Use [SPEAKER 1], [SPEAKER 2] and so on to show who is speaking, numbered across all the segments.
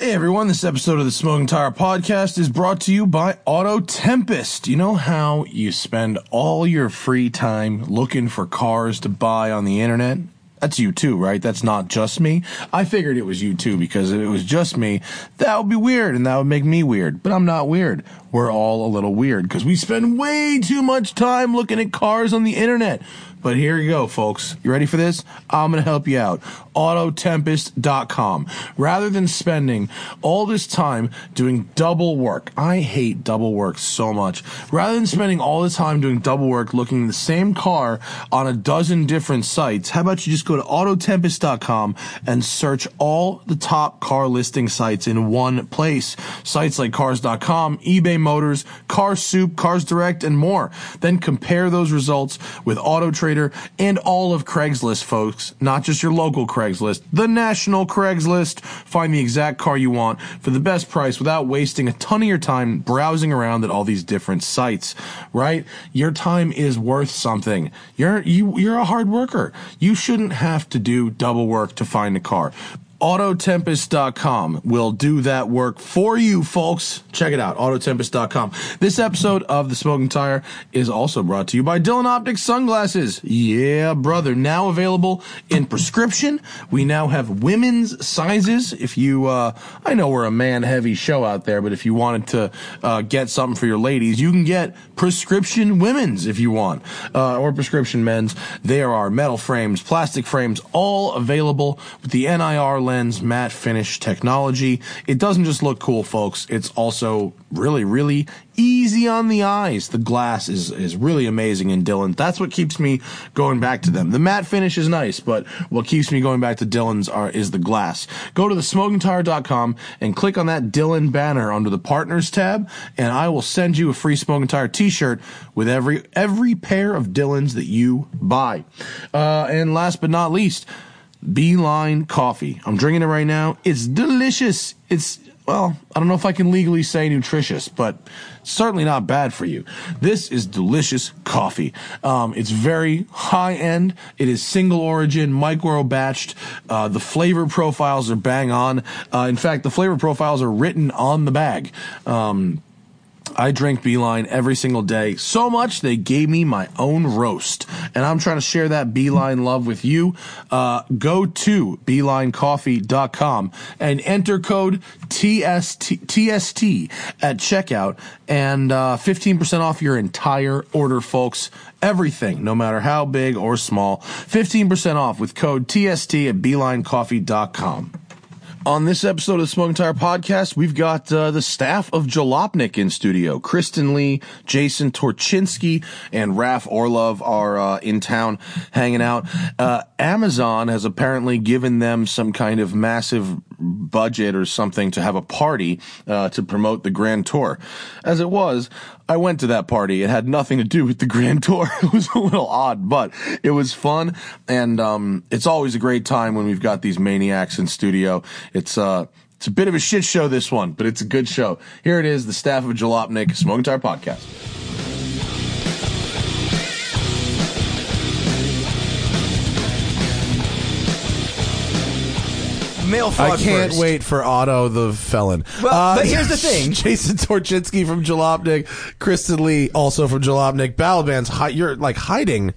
[SPEAKER 1] everyone. This episode of the Smoking Tire Podcast is brought to you by Auto Tempest. You know how you spend all your free time looking for cars to buy on the internet? That's you too, right? That's not just me. I figured it was you too because if it was just me, that would be weird and that would make me weird. But I'm not weird. We're all a little weird because we spend way too much time looking at cars on the internet. But here you go, folks. You ready for this? I'm going to help you out. Autotempest.com. Rather than spending all this time doing double work, I hate double work so much. Rather than spending all the time doing double work looking at the same car on a dozen different sites, how about you just go to autotempest.com and search all the top car listing sites in one place? Sites like cars.com, eBay Motors, Car Soup, Cars Direct, and more. Then compare those results with Auto Trader and all of Craigslist, folks. Not just your local Craigslist, the national Craigslist. Find the exact car you want for the best price without wasting a ton of your time browsing around at all these different sites. Right? Your time is worth something. You're you you're a hard worker. You shouldn't have to do double work to find a car. Autotempest.com will do that work for you, folks. Check it out, autotempest.com. This episode of The Smoking Tire is also brought to you by Dylan Optics Sunglasses. Yeah, brother. Now available in prescription. We now have women's sizes. If you, uh, I know we're a man heavy show out there, but if you wanted to uh, get something for your ladies, you can get prescription women's if you want, uh, or prescription men's. There are metal frames, plastic frames, all available with the NIR lens matte finish technology. It doesn't just look cool, folks. It's also really, really easy on the eyes. The glass is, is really amazing in Dylan. That's what keeps me going back to them. The matte finish is nice, but what keeps me going back to Dylan's are, is the glass. Go to thesmokingtire.com and click on that Dylan banner under the partners tab, and I will send you a free Smoking Tire t-shirt with every, every pair of Dylan's that you buy. Uh, and last but not least, Beeline coffee. I'm drinking it right now. It's delicious. It's, well, I don't know if I can legally say nutritious, but certainly not bad for you. This is delicious coffee. Um, it's very high end. It is single origin, micro batched. Uh, the flavor profiles are bang on. Uh, in fact, the flavor profiles are written on the bag. Um, I drink Beeline every single day so much they gave me my own roast. And I'm trying to share that Beeline love with you. Uh, go to beelinecoffee.com and enter code TST, TST at checkout and uh, 15% off your entire order, folks. Everything, no matter how big or small, 15% off with code TST at beelinecoffee.com. On this episode of the Smoking Tire Podcast, we've got uh, the staff of Jalopnik in studio. Kristen Lee, Jason Torchinsky, and Raph Orlov are uh, in town hanging out. Uh, Amazon has apparently given them some kind of massive budget or something to have a party uh, to promote the Grand Tour. As it was, I went to that party. It had nothing to do with the Grand Tour. it was a little odd, but it was fun. And um, it's always a great time when we've got these maniacs in studio. It's uh, it's a bit of a shit show this one, but it's a good show. Here it is, the staff of Jalopnik Smoking Tire Podcast.
[SPEAKER 2] Mail fraud
[SPEAKER 3] I can't
[SPEAKER 2] first.
[SPEAKER 3] wait for Otto the felon. Uh,
[SPEAKER 2] Well, but here's the thing.
[SPEAKER 3] Jason Torchinsky from Jalopnik, Kristen Lee also from Jalopnik. Balaban's hi- you're like hiding,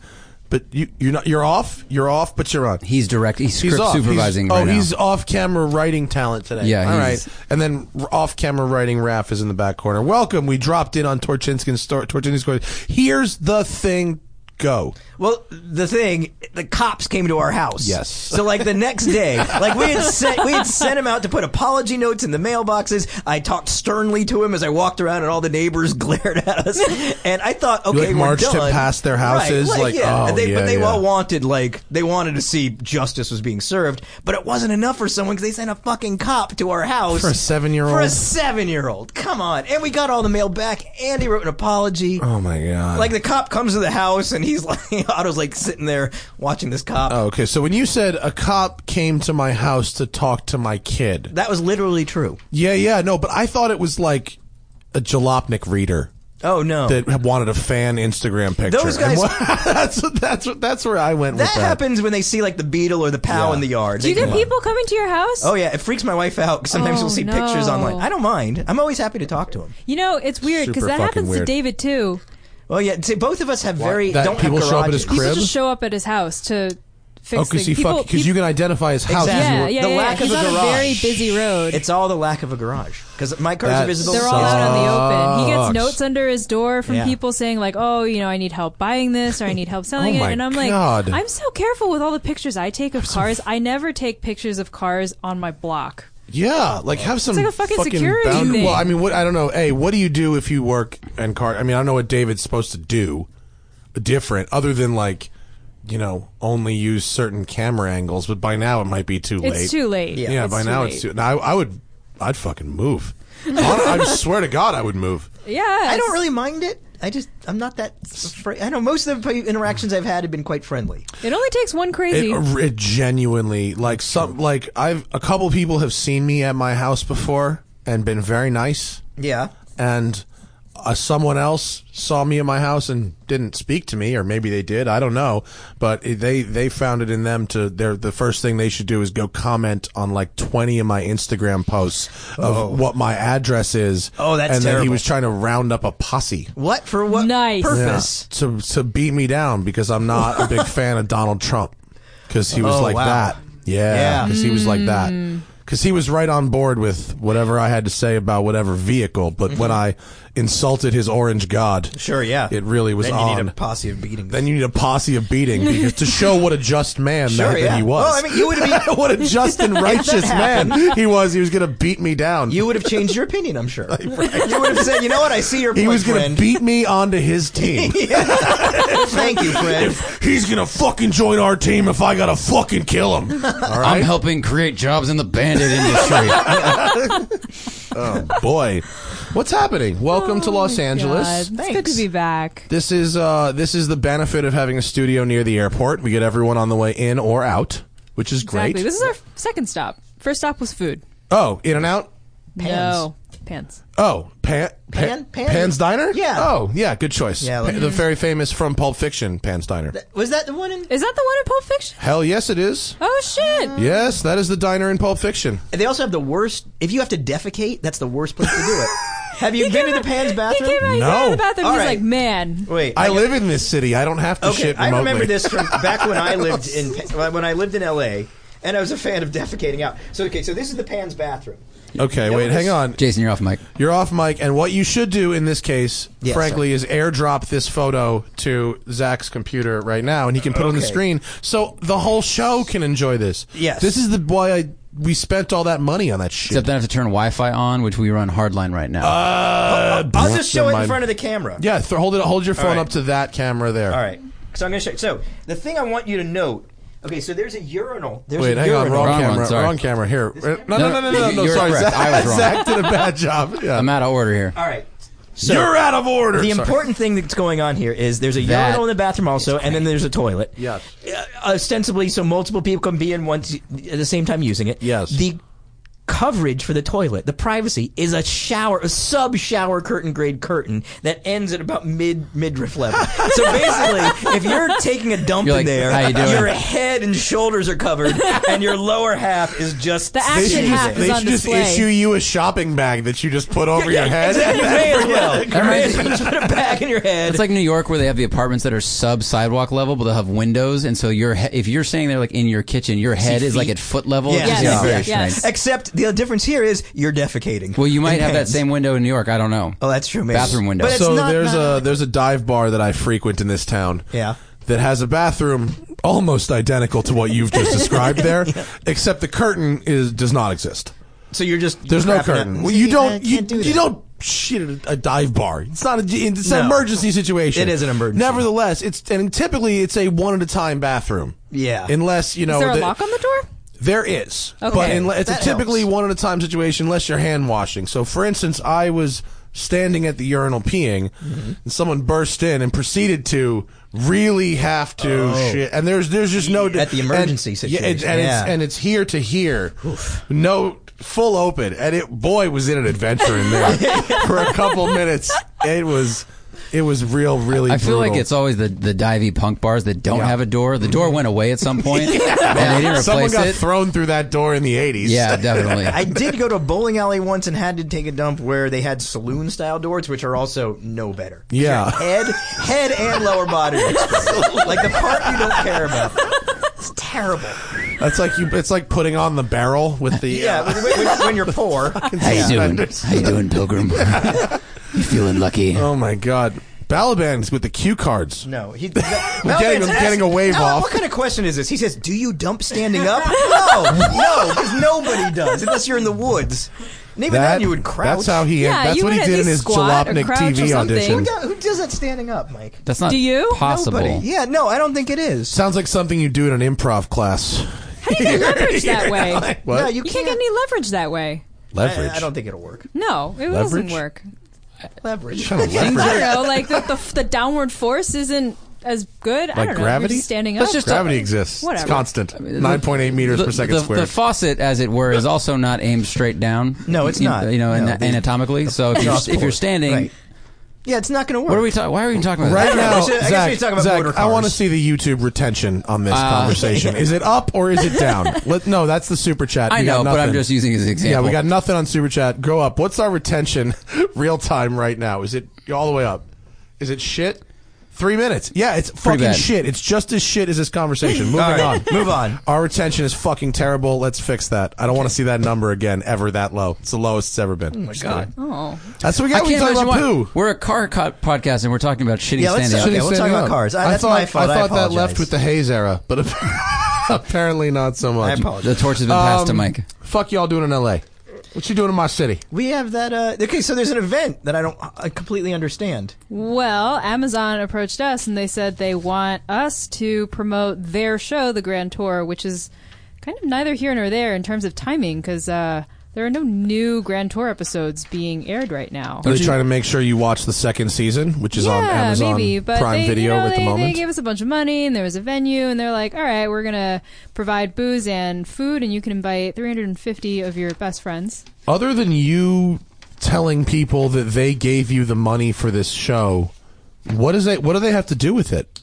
[SPEAKER 3] but you you're not you're off. You're off, but you're on.
[SPEAKER 4] He's direct. He's script
[SPEAKER 3] He's off.
[SPEAKER 4] supervising
[SPEAKER 3] He's-
[SPEAKER 4] right
[SPEAKER 3] oh,
[SPEAKER 4] now.
[SPEAKER 3] he's off camera writing talent today.
[SPEAKER 4] Yeah,
[SPEAKER 3] all
[SPEAKER 4] he's-
[SPEAKER 3] right. And then off camera writing Raph is in the back corner. Welcome. We dropped in on Torchinsky's story. Torchinsky's story. Here's the thing. Go.
[SPEAKER 2] Well, the thing, the cops came to our house.
[SPEAKER 3] Yes.
[SPEAKER 2] So like the next day, like we had sent we had sent him out to put apology notes in the mailboxes. I talked sternly to him as I walked around, and all the neighbors glared at us. And I thought, okay,
[SPEAKER 3] like,
[SPEAKER 2] we're
[SPEAKER 3] marched him
[SPEAKER 2] done.
[SPEAKER 3] past their houses,
[SPEAKER 2] right,
[SPEAKER 3] like,
[SPEAKER 2] yeah.
[SPEAKER 3] oh,
[SPEAKER 2] And they,
[SPEAKER 3] yeah,
[SPEAKER 2] but they
[SPEAKER 3] yeah.
[SPEAKER 2] all wanted like they wanted to see justice was being served, but it wasn't enough for someone because they sent a fucking cop to our house
[SPEAKER 3] For a seven-year-old?
[SPEAKER 2] For a seven-year-old, come on! And we got all the mail back, and he wrote an apology.
[SPEAKER 3] Oh my god.
[SPEAKER 2] Like the cop comes to the house and he's like, Otto's like sitting there watching this cop.
[SPEAKER 3] Oh, okay. So when you said a cop came to my house to talk to my kid,
[SPEAKER 2] That was literally true.
[SPEAKER 3] yeah, yeah, no, but I thought it was like a Jalopnik reader.
[SPEAKER 2] Oh no.
[SPEAKER 3] that have wanted a fan Instagram picture.
[SPEAKER 2] Those guys-
[SPEAKER 3] And what- that's what- that's what- that's where I went
[SPEAKER 2] that
[SPEAKER 3] with that.
[SPEAKER 2] happens when they see like the beetle or the pow
[SPEAKER 3] Yeah.
[SPEAKER 2] in the yard.
[SPEAKER 4] Do you
[SPEAKER 2] They-
[SPEAKER 4] get people coming to your house?
[SPEAKER 2] Oh yeah, it freaks my wife out. 'cause Sometimes
[SPEAKER 4] Oh,
[SPEAKER 2] we'll see pictures
[SPEAKER 4] no.
[SPEAKER 2] online. I don't mind. I'm always happy to talk to him.
[SPEAKER 4] You know, it's weird because
[SPEAKER 3] Super
[SPEAKER 4] that
[SPEAKER 3] fucking
[SPEAKER 4] happens to
[SPEAKER 3] weird.
[SPEAKER 4] David too.
[SPEAKER 2] Well, yeah. See, both of us have very
[SPEAKER 3] That
[SPEAKER 2] don't
[SPEAKER 3] people
[SPEAKER 2] have
[SPEAKER 3] show up at his
[SPEAKER 2] garages.
[SPEAKER 4] People
[SPEAKER 3] Crib?
[SPEAKER 4] just show up at his house to fix
[SPEAKER 3] Oh, because he
[SPEAKER 4] things. People-
[SPEAKER 3] fuck because you
[SPEAKER 4] peop-
[SPEAKER 3] can identify his house.
[SPEAKER 2] Exactly.
[SPEAKER 4] yeah,
[SPEAKER 2] the
[SPEAKER 4] yeah, yeah, yeah.
[SPEAKER 2] lack of
[SPEAKER 4] He's
[SPEAKER 2] a
[SPEAKER 4] on
[SPEAKER 2] garage.
[SPEAKER 4] a very busy road.
[SPEAKER 2] It's all the lack of a garage because my cars
[SPEAKER 3] That
[SPEAKER 2] are visible.
[SPEAKER 4] They're all
[SPEAKER 3] sucks.
[SPEAKER 4] out on the open. He gets
[SPEAKER 3] Sucks.
[SPEAKER 4] notes under his door from
[SPEAKER 2] Yeah.
[SPEAKER 4] people saying like, "Oh, you know, I need help buying this or I need help selling
[SPEAKER 3] Oh
[SPEAKER 4] it."
[SPEAKER 3] my
[SPEAKER 4] And I'm
[SPEAKER 3] God.
[SPEAKER 4] like, "I'm so careful with all the pictures I take of cars. I never take pictures of cars on my block."
[SPEAKER 3] Yeah, like have some
[SPEAKER 4] like a fucking security
[SPEAKER 3] bound-
[SPEAKER 4] thing.
[SPEAKER 3] Well, I mean, what I don't know. Hey, what do you do if you work and car? I mean, I don't know what David's supposed to do different other than like you know only use certain camera angles. But by now it might be too late.
[SPEAKER 4] It's too late.
[SPEAKER 2] Yeah.
[SPEAKER 3] Yeah, by now it's too. Now I, I would, I'd fucking move. Hon- I swear to God, I would move.
[SPEAKER 4] Yeah,
[SPEAKER 2] I don't really mind it. I just I'm not that afraid. I know most of the interactions I've had have been quite friendly.
[SPEAKER 4] It only takes one crazy.
[SPEAKER 3] It, it genuinely like some like I've a couple people have seen me at my house before and been very nice,
[SPEAKER 2] Yeah.
[SPEAKER 3] and uh, someone else saw me at my house and didn't speak to me, or maybe they did. I don't know, but it, they they found it in them to their the first thing they should do is go comment on like twenty of my Instagram posts of what my address is.
[SPEAKER 2] Oh, that's
[SPEAKER 3] and then he
[SPEAKER 2] terrible.
[SPEAKER 3] was trying to round up a posse.
[SPEAKER 2] What for? What
[SPEAKER 4] Nice.
[SPEAKER 2] purpose?
[SPEAKER 3] to to beat me down because I'm not a big fan of Donald Trump because he was
[SPEAKER 2] Oh,
[SPEAKER 3] like
[SPEAKER 2] wow.
[SPEAKER 3] that. Yeah,
[SPEAKER 2] Yeah. Hmm.
[SPEAKER 3] because he was like that. Because he was right on board with whatever I had to say about whatever vehicle, but when I insulted his orange god,
[SPEAKER 2] Mm-hmm. Sure. Yeah.
[SPEAKER 3] it really was
[SPEAKER 2] then you
[SPEAKER 3] on.
[SPEAKER 2] need a posse of beating.
[SPEAKER 3] then you need a posse of beating because to show what a just man
[SPEAKER 2] Sure,
[SPEAKER 3] that, that
[SPEAKER 2] yeah.
[SPEAKER 3] he was.
[SPEAKER 2] Well, I mean, you would be-
[SPEAKER 3] what a just and righteous man he was. He was going to beat me down.
[SPEAKER 2] you would have changed your opinion. I'm sure. You would have said, you know what? I see your
[SPEAKER 3] he
[SPEAKER 2] point,
[SPEAKER 3] was going
[SPEAKER 2] friend.
[SPEAKER 3] to beat me onto his team.
[SPEAKER 2] Thank you, friend.
[SPEAKER 3] He's gonna fucking join our team if I gotta fucking kill him. All
[SPEAKER 5] I'm
[SPEAKER 3] right,
[SPEAKER 5] helping create jobs in the bandit industry.
[SPEAKER 3] boy. What's happening? Welcome to Los
[SPEAKER 4] Oh my
[SPEAKER 3] Angeles.
[SPEAKER 4] God. It's good
[SPEAKER 2] Thanks.
[SPEAKER 4] to be back.
[SPEAKER 3] This is uh, this is the benefit of having a studio near the airport. We get everyone on the way in or out, which is
[SPEAKER 4] Exactly.
[SPEAKER 3] great.
[SPEAKER 4] This is our second stop. First stop was food.
[SPEAKER 3] oh, in and out.
[SPEAKER 4] No pants.
[SPEAKER 3] Oh, Pan, Pan,
[SPEAKER 2] Pan- Pan-
[SPEAKER 3] Pan's Diner.
[SPEAKER 2] Yeah.
[SPEAKER 3] Oh, yeah. Good choice.
[SPEAKER 2] Yeah,
[SPEAKER 3] Pa-
[SPEAKER 2] like-
[SPEAKER 3] the very famous from Pulp Fiction, Pan's Diner.
[SPEAKER 2] Was that the one in?
[SPEAKER 4] Is that the one in Pulp Fiction?
[SPEAKER 3] Hell yes, it is.
[SPEAKER 4] Oh shit!
[SPEAKER 3] Yes, that is the diner in Pulp Fiction.
[SPEAKER 2] They also have the worst. If you have to defecate, that's the worst place to do it. have you been to the Pan's bathroom?
[SPEAKER 4] He came out, he
[SPEAKER 3] No.
[SPEAKER 4] got out of the bathroom.
[SPEAKER 2] All
[SPEAKER 4] he's
[SPEAKER 2] right.
[SPEAKER 4] like, man.
[SPEAKER 2] Wait,
[SPEAKER 3] I live in this city. I don't have to
[SPEAKER 2] Okay,
[SPEAKER 3] shit.
[SPEAKER 2] I
[SPEAKER 3] remotely.
[SPEAKER 2] remember this from back when I lived in when I lived in L.A. and I was a fan of defecating out. So okay, so this is the Pan's bathroom.
[SPEAKER 3] Okay, wait, hang on.
[SPEAKER 5] Jason, you're off mic.
[SPEAKER 3] You're off mic, and what you should do in this case,
[SPEAKER 2] Yes,
[SPEAKER 3] frankly, is airdrop this photo to Zach's computer right now, and he can put it on the
[SPEAKER 2] Okay.
[SPEAKER 3] screen so the whole show can enjoy this.
[SPEAKER 2] Yes.
[SPEAKER 3] this is the why I, we spent all that money on that shit.
[SPEAKER 5] Except then I have to turn Wi-Fi on, which we run hardline right now.
[SPEAKER 3] Uh,
[SPEAKER 2] Oh, I'll just show it
[SPEAKER 3] my-
[SPEAKER 2] in front of the camera.
[SPEAKER 3] Yeah, th- hold it. Hold your phone
[SPEAKER 2] right.
[SPEAKER 3] up to that camera there.
[SPEAKER 2] All right. So I'm going to show. You. So the thing I want you to note. Okay, so there's a urinal. There's
[SPEAKER 3] Wait,
[SPEAKER 2] a
[SPEAKER 3] hang on.
[SPEAKER 2] urinal.
[SPEAKER 3] Wrong,
[SPEAKER 5] Wrong one,
[SPEAKER 3] camera.
[SPEAKER 5] sorry.
[SPEAKER 3] wrong camera. Here. Uh,
[SPEAKER 5] No,
[SPEAKER 3] No, no, no,
[SPEAKER 5] no,
[SPEAKER 3] no, no. no,
[SPEAKER 5] you're
[SPEAKER 3] sorry,
[SPEAKER 5] correct.
[SPEAKER 3] Zach,
[SPEAKER 5] I was wrong.
[SPEAKER 3] Zach did a bad job. Yeah.
[SPEAKER 5] I'm out of order here.
[SPEAKER 2] All right. So
[SPEAKER 3] You're out of order.
[SPEAKER 2] the
[SPEAKER 3] Sorry.
[SPEAKER 2] important thing that's going on here is there's a
[SPEAKER 5] That
[SPEAKER 2] urinal in the bathroom also, and then there's a toilet.
[SPEAKER 3] Yes.
[SPEAKER 2] Uh, ostensibly, so multiple people can be in once at the same time using it.
[SPEAKER 3] Yes.
[SPEAKER 2] The coverage for the toilet, the privacy, is a shower, a sub shower curtain grade curtain that ends at about mid midriff level. so basically, if you're taking a dump
[SPEAKER 5] You're
[SPEAKER 2] in
[SPEAKER 5] like,
[SPEAKER 2] there,
[SPEAKER 5] "How you doing?"
[SPEAKER 2] your head and shoulders are covered, and your lower half is just
[SPEAKER 4] The
[SPEAKER 3] They
[SPEAKER 4] action
[SPEAKER 3] should
[SPEAKER 4] Shit
[SPEAKER 3] just,
[SPEAKER 4] happens
[SPEAKER 3] they
[SPEAKER 4] on
[SPEAKER 3] should just
[SPEAKER 4] display.
[SPEAKER 3] issue you a shopping bag that you just put over your head.
[SPEAKER 2] Exactly, you may as well. You may
[SPEAKER 5] reminds
[SPEAKER 2] as well just put a bag in your head.
[SPEAKER 5] It's like New York where they have the apartments that are sub sidewalk level, but they'll have windows, and so your he- if you're staying there like in your kitchen, your head is like at foot level.
[SPEAKER 2] Yeah.
[SPEAKER 5] It's just
[SPEAKER 2] Yes.
[SPEAKER 5] very
[SPEAKER 4] Yes.
[SPEAKER 5] strange.
[SPEAKER 4] Yes.
[SPEAKER 2] Except the difference here is you're defecating.
[SPEAKER 5] Well, you might
[SPEAKER 2] In
[SPEAKER 5] have that
[SPEAKER 2] pants.
[SPEAKER 5] same window in New York. I don't know.
[SPEAKER 2] Oh, that's true. Maybe.
[SPEAKER 5] Bathroom window.
[SPEAKER 2] But it's
[SPEAKER 3] so
[SPEAKER 2] not
[SPEAKER 3] there's
[SPEAKER 2] bad.
[SPEAKER 3] a there's a dive bar that I frequent in this town.
[SPEAKER 2] Yeah.
[SPEAKER 3] That has a bathroom almost identical to what you've just described there, except the curtain is does not exist.
[SPEAKER 2] So you're just
[SPEAKER 3] There's
[SPEAKER 2] you're crapping
[SPEAKER 3] no
[SPEAKER 2] out.
[SPEAKER 3] curtain. Well, you
[SPEAKER 2] See, I
[SPEAKER 3] don't you,
[SPEAKER 2] can't do
[SPEAKER 3] you
[SPEAKER 2] that.
[SPEAKER 3] don't shit at a dive bar. It's not a it's an
[SPEAKER 2] No.
[SPEAKER 3] emergency situation.
[SPEAKER 2] It is an emergency.
[SPEAKER 3] Nevertheless, it's and typically it's a one at a time bathroom.
[SPEAKER 2] Yeah.
[SPEAKER 3] Unless you know
[SPEAKER 4] Is there a
[SPEAKER 3] the-
[SPEAKER 4] lock on the door?
[SPEAKER 3] There is,
[SPEAKER 4] Okay.
[SPEAKER 3] but in, it's a
[SPEAKER 2] That
[SPEAKER 3] typically
[SPEAKER 2] helps.
[SPEAKER 3] one at a time situation unless you're hand washing. So, for instance, I was standing at the urinal peeing, and someone burst in and proceeded to really have to shit. And there's there's just no
[SPEAKER 2] At the
[SPEAKER 3] and-
[SPEAKER 2] emergency
[SPEAKER 3] Yeah, and,
[SPEAKER 2] situation,
[SPEAKER 3] and it's
[SPEAKER 2] yeah.
[SPEAKER 3] and it's here to here, no full open, and it boy was it an adventure in there for a couple minutes. it was it was real, really.
[SPEAKER 5] I feel like
[SPEAKER 3] brutal.
[SPEAKER 5] it's always the, the divey punk bars that don't
[SPEAKER 3] Yeah.
[SPEAKER 5] have a door. The door went away at some point, and they didn't
[SPEAKER 3] someone
[SPEAKER 5] replace
[SPEAKER 3] got
[SPEAKER 5] it.
[SPEAKER 3] thrown through that door in the eighties.
[SPEAKER 5] yeah, definitely.
[SPEAKER 2] I did go to a bowling alley once and had to take a dump where they had saloon style doors, which are also no better.
[SPEAKER 3] Yeah.
[SPEAKER 2] Head, head and lower body. like the part you don't care about. It's terrible.
[SPEAKER 3] that's like you. It's like putting on the barrel with the.
[SPEAKER 2] Yeah,
[SPEAKER 3] uh,
[SPEAKER 2] when, when- when you're poor.
[SPEAKER 5] How you doing? How you doing, Pilgrim? you feeling lucky?
[SPEAKER 3] oh my god, Balaban's with the cue cards.
[SPEAKER 2] No, he.
[SPEAKER 3] We're getting- we're getting a wave
[SPEAKER 2] no,
[SPEAKER 3] off.
[SPEAKER 2] What kind of question is this? He says, "Do you dump standing up?" No, no, because nobody does unless you're in the woods. And even
[SPEAKER 3] That-
[SPEAKER 2] then, you would crouch.
[SPEAKER 3] That's how he.
[SPEAKER 4] Yeah,
[SPEAKER 3] that's
[SPEAKER 4] you
[SPEAKER 3] what he
[SPEAKER 4] would at
[SPEAKER 3] did in
[SPEAKER 4] least
[SPEAKER 3] his
[SPEAKER 4] squat or
[SPEAKER 3] Jalopnik
[SPEAKER 4] crouch or
[SPEAKER 3] TV
[SPEAKER 4] something.
[SPEAKER 2] Who
[SPEAKER 3] audition.
[SPEAKER 2] does, who does that standing up, Mike?
[SPEAKER 5] That's not
[SPEAKER 4] Do you?
[SPEAKER 5] possible.
[SPEAKER 2] Nobody. Yeah, no, I don't think it is.
[SPEAKER 3] Sounds like something you do in an improv class.
[SPEAKER 4] How do you get leverage that way?
[SPEAKER 3] What?
[SPEAKER 2] No, you,
[SPEAKER 4] You can't get any leverage that way.
[SPEAKER 3] leverage.
[SPEAKER 2] I, I don't think it'll work.
[SPEAKER 4] No, it
[SPEAKER 3] Leverage?
[SPEAKER 4] doesn't work.
[SPEAKER 2] Leverage.
[SPEAKER 3] Kind of leverage.
[SPEAKER 4] I don't know. Like the, the the downward force isn't as good. I
[SPEAKER 3] Like
[SPEAKER 4] don't know.
[SPEAKER 3] gravity?
[SPEAKER 4] You're just standing
[SPEAKER 5] That's
[SPEAKER 4] up.
[SPEAKER 5] just
[SPEAKER 3] Gravity exists.
[SPEAKER 4] Whatever.
[SPEAKER 3] It's constant. Nine point eight meters
[SPEAKER 5] The,
[SPEAKER 3] per second
[SPEAKER 5] the-
[SPEAKER 3] squared.
[SPEAKER 5] the faucet, as it were, is also not aimed straight down.
[SPEAKER 2] No, it's
[SPEAKER 5] You-
[SPEAKER 2] not.
[SPEAKER 5] You know,
[SPEAKER 2] No,
[SPEAKER 5] ana-
[SPEAKER 2] the-
[SPEAKER 5] anatomically. So if you're, if you're standing,
[SPEAKER 2] Right. Yeah, it's not going to work.
[SPEAKER 5] what are we talking? Why are we even talking about
[SPEAKER 3] Right
[SPEAKER 5] that?
[SPEAKER 3] now,
[SPEAKER 2] we should- I guess
[SPEAKER 3] Zach,
[SPEAKER 2] we should talk about
[SPEAKER 3] Zach,
[SPEAKER 2] motor
[SPEAKER 3] I want to
[SPEAKER 2] cars.
[SPEAKER 3] see the YouTube retention on this conversation. Is it up or is it down? Let, no, that's the super chat.
[SPEAKER 5] I
[SPEAKER 3] We got
[SPEAKER 5] know, but I'm
[SPEAKER 3] nothing.
[SPEAKER 5] just using it as an
[SPEAKER 3] Yeah,
[SPEAKER 5] example.
[SPEAKER 3] we got nothing on super chat. Go up. What's our retention real time right now? Is it all the way up? Is it shit? Three minutes. Yeah, it's fucking
[SPEAKER 5] bad.
[SPEAKER 3] shit. It's just as shit as this conversation. Moving
[SPEAKER 2] All
[SPEAKER 3] on.
[SPEAKER 2] right, move on.
[SPEAKER 3] Our retention is fucking terrible. Let's fix that. I don't want to see that number again ever that low. It's the lowest it's ever been. Oh my
[SPEAKER 2] God.
[SPEAKER 4] oh,
[SPEAKER 3] That's what we
[SPEAKER 5] I
[SPEAKER 3] got
[SPEAKER 5] can't
[SPEAKER 3] when you talk
[SPEAKER 5] imagine
[SPEAKER 3] about
[SPEAKER 5] why-
[SPEAKER 3] poo.
[SPEAKER 5] We're a car co- podcast and we're talking about shitty
[SPEAKER 2] Yeah, let's-
[SPEAKER 5] standing.
[SPEAKER 2] okay,
[SPEAKER 5] up.
[SPEAKER 2] let's talk
[SPEAKER 3] Standing
[SPEAKER 2] about
[SPEAKER 3] up.
[SPEAKER 2] cars. I- that's
[SPEAKER 3] thought,
[SPEAKER 2] my fault.
[SPEAKER 3] I
[SPEAKER 2] I
[SPEAKER 3] thought that
[SPEAKER 2] apologize.
[SPEAKER 3] left with the Hayes era, but apparently not so
[SPEAKER 2] I
[SPEAKER 3] much.
[SPEAKER 2] apologize.
[SPEAKER 5] The torch has been passed to
[SPEAKER 3] Um,
[SPEAKER 5] Mike.
[SPEAKER 3] Fuck y'all doing in L.A. What you doing in my city?
[SPEAKER 2] We have that. Uh, okay, so there's an event that I don't I completely understand.
[SPEAKER 4] well, Amazon approached us and they said they want us to promote their show, The Grand Tour, which is kind of neither here nor there in terms of timing because uh, there are no new Grand Tour episodes being aired right now.
[SPEAKER 3] Are they trying to make sure you watch the second season, which is
[SPEAKER 4] yeah,
[SPEAKER 3] on Amazon
[SPEAKER 4] maybe, but
[SPEAKER 3] Prime
[SPEAKER 4] they, you
[SPEAKER 3] Video
[SPEAKER 4] know,
[SPEAKER 3] at
[SPEAKER 4] they-
[SPEAKER 3] the
[SPEAKER 4] They
[SPEAKER 3] moment?
[SPEAKER 4] gave us a bunch of money, and there was a venue, and they're like, "All right, we're gonna provide booze and food, and you can invite 350 of your best friends."
[SPEAKER 3] Other than you telling people that they gave you the money for this show, what is it? What do they have to do with it?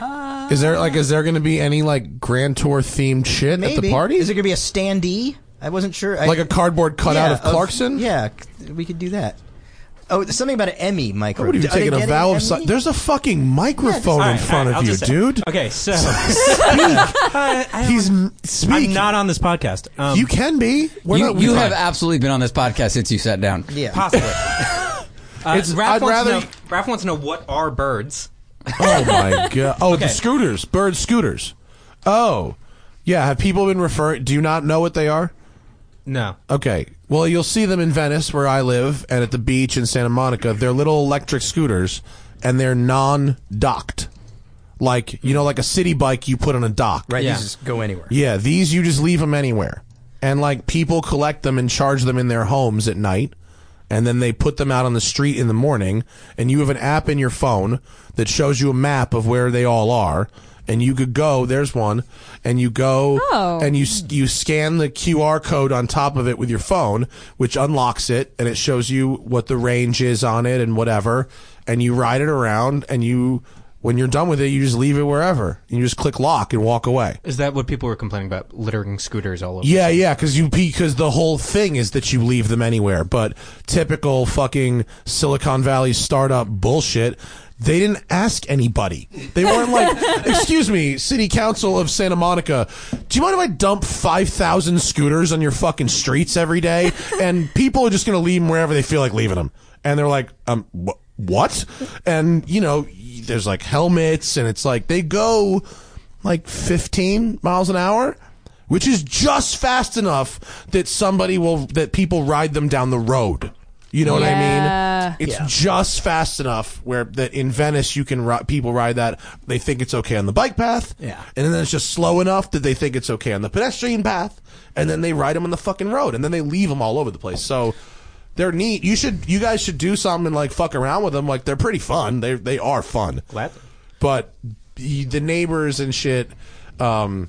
[SPEAKER 4] Uh,
[SPEAKER 3] Is there like is there going to be any like grand tour themed shit
[SPEAKER 2] Maybe
[SPEAKER 3] at the party?
[SPEAKER 2] is there going to be a standee? I wasn't sure. I,
[SPEAKER 3] like a cardboard cutout
[SPEAKER 2] Yeah,
[SPEAKER 3] of Clarkson?
[SPEAKER 2] yeah, we could do that. Oh, something about an Emmy, Mike.
[SPEAKER 3] What are you
[SPEAKER 2] Are they
[SPEAKER 3] taking a
[SPEAKER 2] getting
[SPEAKER 3] vow
[SPEAKER 2] an
[SPEAKER 3] of si-
[SPEAKER 2] Emmy?
[SPEAKER 3] There's a fucking microphone in
[SPEAKER 6] Alright,
[SPEAKER 3] front
[SPEAKER 6] alright, I'll
[SPEAKER 3] of you,
[SPEAKER 6] just say-
[SPEAKER 3] dude.
[SPEAKER 6] Okay, so I- I don't-
[SPEAKER 3] He's m- speak.
[SPEAKER 6] I'm not on this podcast. Um,
[SPEAKER 3] you can be. We're
[SPEAKER 5] You,
[SPEAKER 3] not-
[SPEAKER 5] you
[SPEAKER 3] we're
[SPEAKER 5] have
[SPEAKER 3] fine.
[SPEAKER 5] absolutely been on this podcast since you sat down.
[SPEAKER 2] Yeah.
[SPEAKER 6] possibly. Uh,
[SPEAKER 3] It's-
[SPEAKER 6] Raph
[SPEAKER 3] I'd
[SPEAKER 6] wants
[SPEAKER 3] rather-
[SPEAKER 6] To know, Raph wants to know what are birds.
[SPEAKER 3] Oh my god. Oh,
[SPEAKER 6] Okay.
[SPEAKER 3] the scooters, bird scooters. Oh, yeah. Have people been referring? Do you not know what they are?
[SPEAKER 6] No.
[SPEAKER 3] Okay. Well, you'll see them in Venice, where I live, and at the beach in Santa Monica. They're little electric scooters, and they're non-docked. Like you know, like a city bike you put on a dock.
[SPEAKER 2] Right,
[SPEAKER 6] Yeah.
[SPEAKER 2] you just go anywhere.
[SPEAKER 3] Yeah, these you just leave them anywhere. And like people collect them and charge them in their homes at night. And then they put them out on the street in the morning. And you have an app in your phone that shows you a map of where they all are. And you could go, there's one, and you go
[SPEAKER 4] Oh.
[SPEAKER 3] and you s- you scan the QR code on top of it with your phone, which unlocks it and it shows you what the range is on it and whatever. And you ride it around and you when you're done with it, you just leave it wherever. And you just click lock and walk away.
[SPEAKER 6] Is that what people were complaining about? Littering scooters all over.
[SPEAKER 3] Yeah, yeah, because you because the whole thing is that you leave them anywhere. But typical fucking Silicon Valley startup bullshit. They didn't ask anybody. They weren't like, "Excuse me, City Council of Santa Monica, do you mind if I dump five thousand scooters on your fucking streets every day?" And people are just gonna leave them wherever they feel like leaving them. And they're like, "Um, wh- what?" And you know, y- there's like helmets, and it's like they go like 15 miles an hour, which is just fast enough that somebody will that people ride them down the road. You know
[SPEAKER 4] Yeah.
[SPEAKER 3] what I mean? It's
[SPEAKER 2] Yeah.
[SPEAKER 3] just fast enough where that in Venice you can ri- people ride that. They think it's okay on the bike path.
[SPEAKER 2] Yeah.
[SPEAKER 3] And then it's just slow enough that they think it's okay on the pedestrian path, and then they ride them on the fucking road, and then they leave them all over the place. So they're neat. You should you guys should do something and like fuck around with them. Like they're pretty fun. They they are fun
[SPEAKER 6] Glad.
[SPEAKER 3] but the the neighbors and shit um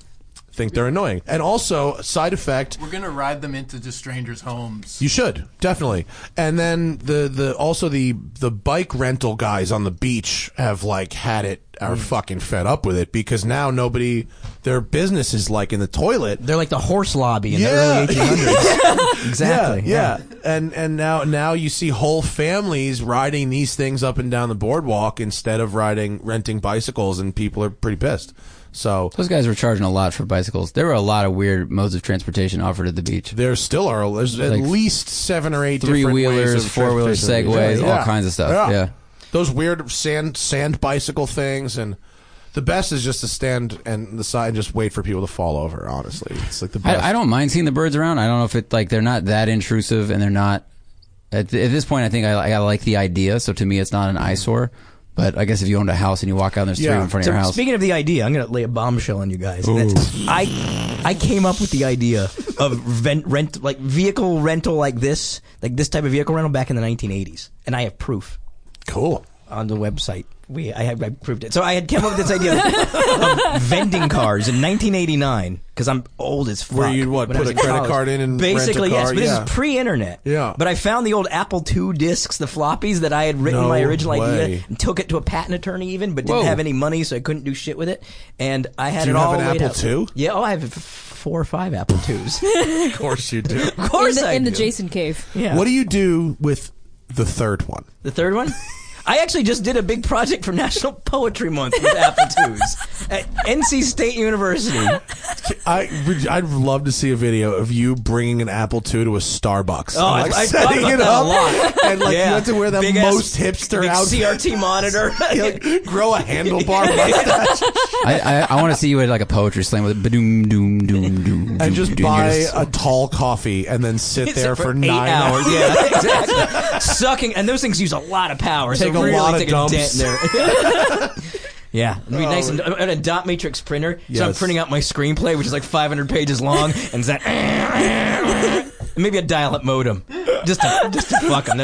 [SPEAKER 3] think they're annoying. And also, side effect,
[SPEAKER 7] We're gonna ride them into just strangers' homes.
[SPEAKER 3] you should definitely. And then the the also the the bike rental guys on the beach have like had it are
[SPEAKER 2] Mm.
[SPEAKER 3] fucking fed up with it because now nobody their business is like in the toilet.
[SPEAKER 2] They're like the horse lobby in
[SPEAKER 3] Yeah.
[SPEAKER 2] the early 1800s. exactly.
[SPEAKER 3] Yeah, yeah. And and now now you see whole families riding these things up and down the boardwalk instead of riding renting bicycles and people are pretty pissed. So
[SPEAKER 5] Those guys were charging a lot for bicycles. There were a lot of weird modes of transportation offered at the beach.
[SPEAKER 3] there still are there's at
[SPEAKER 5] Like
[SPEAKER 3] least seven or eight
[SPEAKER 5] three
[SPEAKER 3] different
[SPEAKER 5] wheelers,
[SPEAKER 3] ways of
[SPEAKER 5] four wheelers,
[SPEAKER 3] transportation.
[SPEAKER 5] segways, all kinds of stuff. Yeah.
[SPEAKER 3] Those weird sand sand bicycle things and the best is just to stand and the side and just wait for people to fall over, honestly. It's like the best.
[SPEAKER 5] I, I don't mind seeing the birds around. I don't know if it like they're not that intrusive and they're not. At, th- at this point, I think I, I like the idea. So to me, it's not an eyesore. But I guess if you owned a house and you walk out and there's
[SPEAKER 3] Yeah.
[SPEAKER 5] three in front
[SPEAKER 2] So
[SPEAKER 5] of your house,
[SPEAKER 2] speaking of the idea, I'm going to lay a bombshell on you guys. And that's- I I came up with the idea of vent, rent like vehicle rental like this, like this type of vehicle rental back in the 1980s, and I have proof
[SPEAKER 3] cool.
[SPEAKER 2] on the website. We I have I proved it. So I had come up with this idea of, of vending cars in 1989 because I'm old as fuck.
[SPEAKER 3] Where you'd, what,
[SPEAKER 2] when I
[SPEAKER 3] put
[SPEAKER 2] was
[SPEAKER 3] a
[SPEAKER 2] in
[SPEAKER 3] credit
[SPEAKER 2] college.
[SPEAKER 3] card in and rent a
[SPEAKER 2] basically yes,
[SPEAKER 3] car,
[SPEAKER 2] but
[SPEAKER 3] yeah.
[SPEAKER 2] this is pre-internet.
[SPEAKER 3] Yeah.
[SPEAKER 2] But I found the old Apple II discs, the floppies that I had written
[SPEAKER 3] No
[SPEAKER 2] my original idea
[SPEAKER 3] way.
[SPEAKER 2] and took it to a patent attorney even, but didn't
[SPEAKER 5] Whoa.
[SPEAKER 2] have any money, so I couldn't do shit with it. And I had
[SPEAKER 3] Do you
[SPEAKER 2] it
[SPEAKER 3] have
[SPEAKER 2] all
[SPEAKER 3] an
[SPEAKER 2] laid
[SPEAKER 3] Apple
[SPEAKER 2] out.
[SPEAKER 3] II?
[SPEAKER 2] Yeah, oh, I have f- four or five Apple IIs.
[SPEAKER 3] Of course you do.
[SPEAKER 2] of course,
[SPEAKER 4] in the,
[SPEAKER 2] I
[SPEAKER 4] in the
[SPEAKER 2] do.
[SPEAKER 4] Jason cave.
[SPEAKER 2] Yeah.
[SPEAKER 3] What do you do with the third one?
[SPEAKER 2] The third one? I actually just did a big project for National Poetry Month with Apple IIs at NC State University.
[SPEAKER 3] I would- I'd love to see a video of you bringing an Apple II to a Starbucks.
[SPEAKER 2] Oh, I-
[SPEAKER 3] like
[SPEAKER 2] I thought
[SPEAKER 3] setting
[SPEAKER 2] about
[SPEAKER 3] it
[SPEAKER 2] that a
[SPEAKER 3] up,
[SPEAKER 2] lot.
[SPEAKER 3] and like
[SPEAKER 2] Yeah.
[SPEAKER 3] you have to wear that
[SPEAKER 2] Big ass-
[SPEAKER 3] most hipster
[SPEAKER 2] big
[SPEAKER 3] outfit.
[SPEAKER 2] CRT monitor.
[SPEAKER 3] You, like, grow a handlebar mustache
[SPEAKER 5] I, I, I want to see you at like a poetry slam with ba-doom, doom, doom, doom,
[SPEAKER 3] and just
[SPEAKER 5] doom,
[SPEAKER 3] buy
[SPEAKER 5] You're
[SPEAKER 3] a tall coffee and then sit
[SPEAKER 2] It's
[SPEAKER 3] there
[SPEAKER 2] for
[SPEAKER 3] for
[SPEAKER 2] eight
[SPEAKER 3] nine
[SPEAKER 2] hours. Yeah, exactly. Sucking, and those things use a lot of power.
[SPEAKER 3] Take
[SPEAKER 2] so
[SPEAKER 3] a
[SPEAKER 2] really
[SPEAKER 3] lot of
[SPEAKER 2] take
[SPEAKER 3] dumps.
[SPEAKER 2] a dent in there. yeah, it'd be nice. And, and a dot matrix printer, so I'm
[SPEAKER 3] Yes.
[SPEAKER 2] printing out my screenplay, which is like 500 pages long, and it's that. and maybe a dial-up modem, just to, just to fuck them.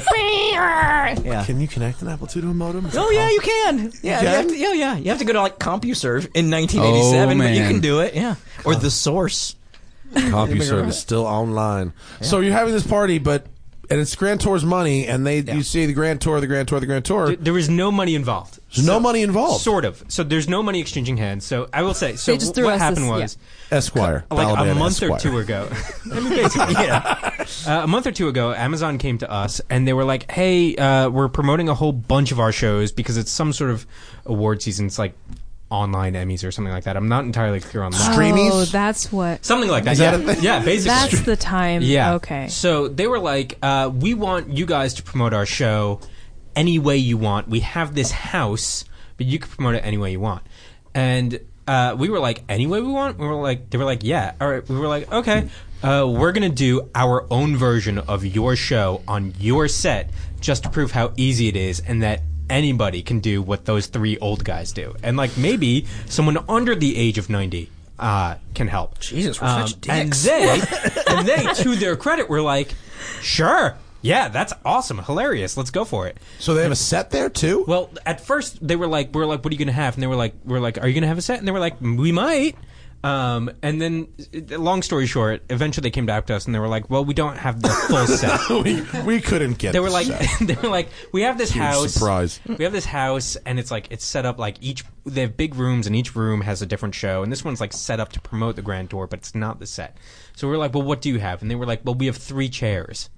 [SPEAKER 2] Yeah.
[SPEAKER 3] Can you connect an Apple II to a modem?
[SPEAKER 2] Oh yeah, you can. Yeah, you
[SPEAKER 3] can?
[SPEAKER 2] have to, yeah, yeah. You have to go to like CompuServe in 1987,
[SPEAKER 5] Oh,
[SPEAKER 2] but you
[SPEAKER 5] man.
[SPEAKER 2] can do it. Yeah, or the Source.
[SPEAKER 3] CompuServe is still online. So you're having this party, but and it's Grand Tour's money, and they you see the Grand Tour, the Grand Tour, the Grand Tour.
[SPEAKER 6] Th- There is no money involved.
[SPEAKER 3] There's no money involved.
[SPEAKER 6] Sort of. So there's no money exchanging hands. So I will say. So
[SPEAKER 4] They just threw
[SPEAKER 6] what
[SPEAKER 4] us
[SPEAKER 6] happened
[SPEAKER 4] this-
[SPEAKER 6] was
[SPEAKER 3] Esquire,
[SPEAKER 6] like
[SPEAKER 3] Alabama
[SPEAKER 6] a month
[SPEAKER 3] Esquire.
[SPEAKER 6] or two ago. I mean, basically, yeah. Uh, a month or two ago, Amazon came to us and they were like, "Hey, uh, we're promoting a whole bunch of our shows because it's some sort of award season. It's like online Emmys or something like that. I'm not entirely clear on that.
[SPEAKER 3] Streamies?
[SPEAKER 4] Oh, that's what.
[SPEAKER 6] Something like that.
[SPEAKER 3] that
[SPEAKER 6] yeah.
[SPEAKER 3] a thing?
[SPEAKER 6] yeah, basically.
[SPEAKER 4] That's the time.
[SPEAKER 6] Yeah.
[SPEAKER 4] Okay.
[SPEAKER 6] So they were like, uh, we want you guys to promote our show any way you want. We have this house, but you can promote it any way you want. And uh, we were like, any way we want? We were like, they were like, yeah. All right. We were like, okay. Uh, we're going to do our own version of your show on your set just to prove how easy it is and that anybody can do what those three old guys do. And like maybe someone under the age of 90 uh, can help.
[SPEAKER 2] Jesus, we're such
[SPEAKER 6] Um, and
[SPEAKER 2] dicks.
[SPEAKER 6] they and they to their credit were like sure yeah that's awesome hilarious let's go for it
[SPEAKER 3] So they have a set there too.
[SPEAKER 6] well at first they were like we are like what are you gonna have and they were like we are like are you gonna have a set and they were like we might um, and then uh, long story short eventually they came back to us and they were like well we don't have the full set
[SPEAKER 3] we, we couldn't get.
[SPEAKER 6] they were
[SPEAKER 3] the
[SPEAKER 6] like
[SPEAKER 3] set.
[SPEAKER 6] they were like we have this house
[SPEAKER 3] surprise.
[SPEAKER 6] we have this house and it's like it's set up like each they have big rooms and each room has a different show and this one's like set up to promote the grand tour but it's not the set so we were like well what do you have and they were like well we have three chairs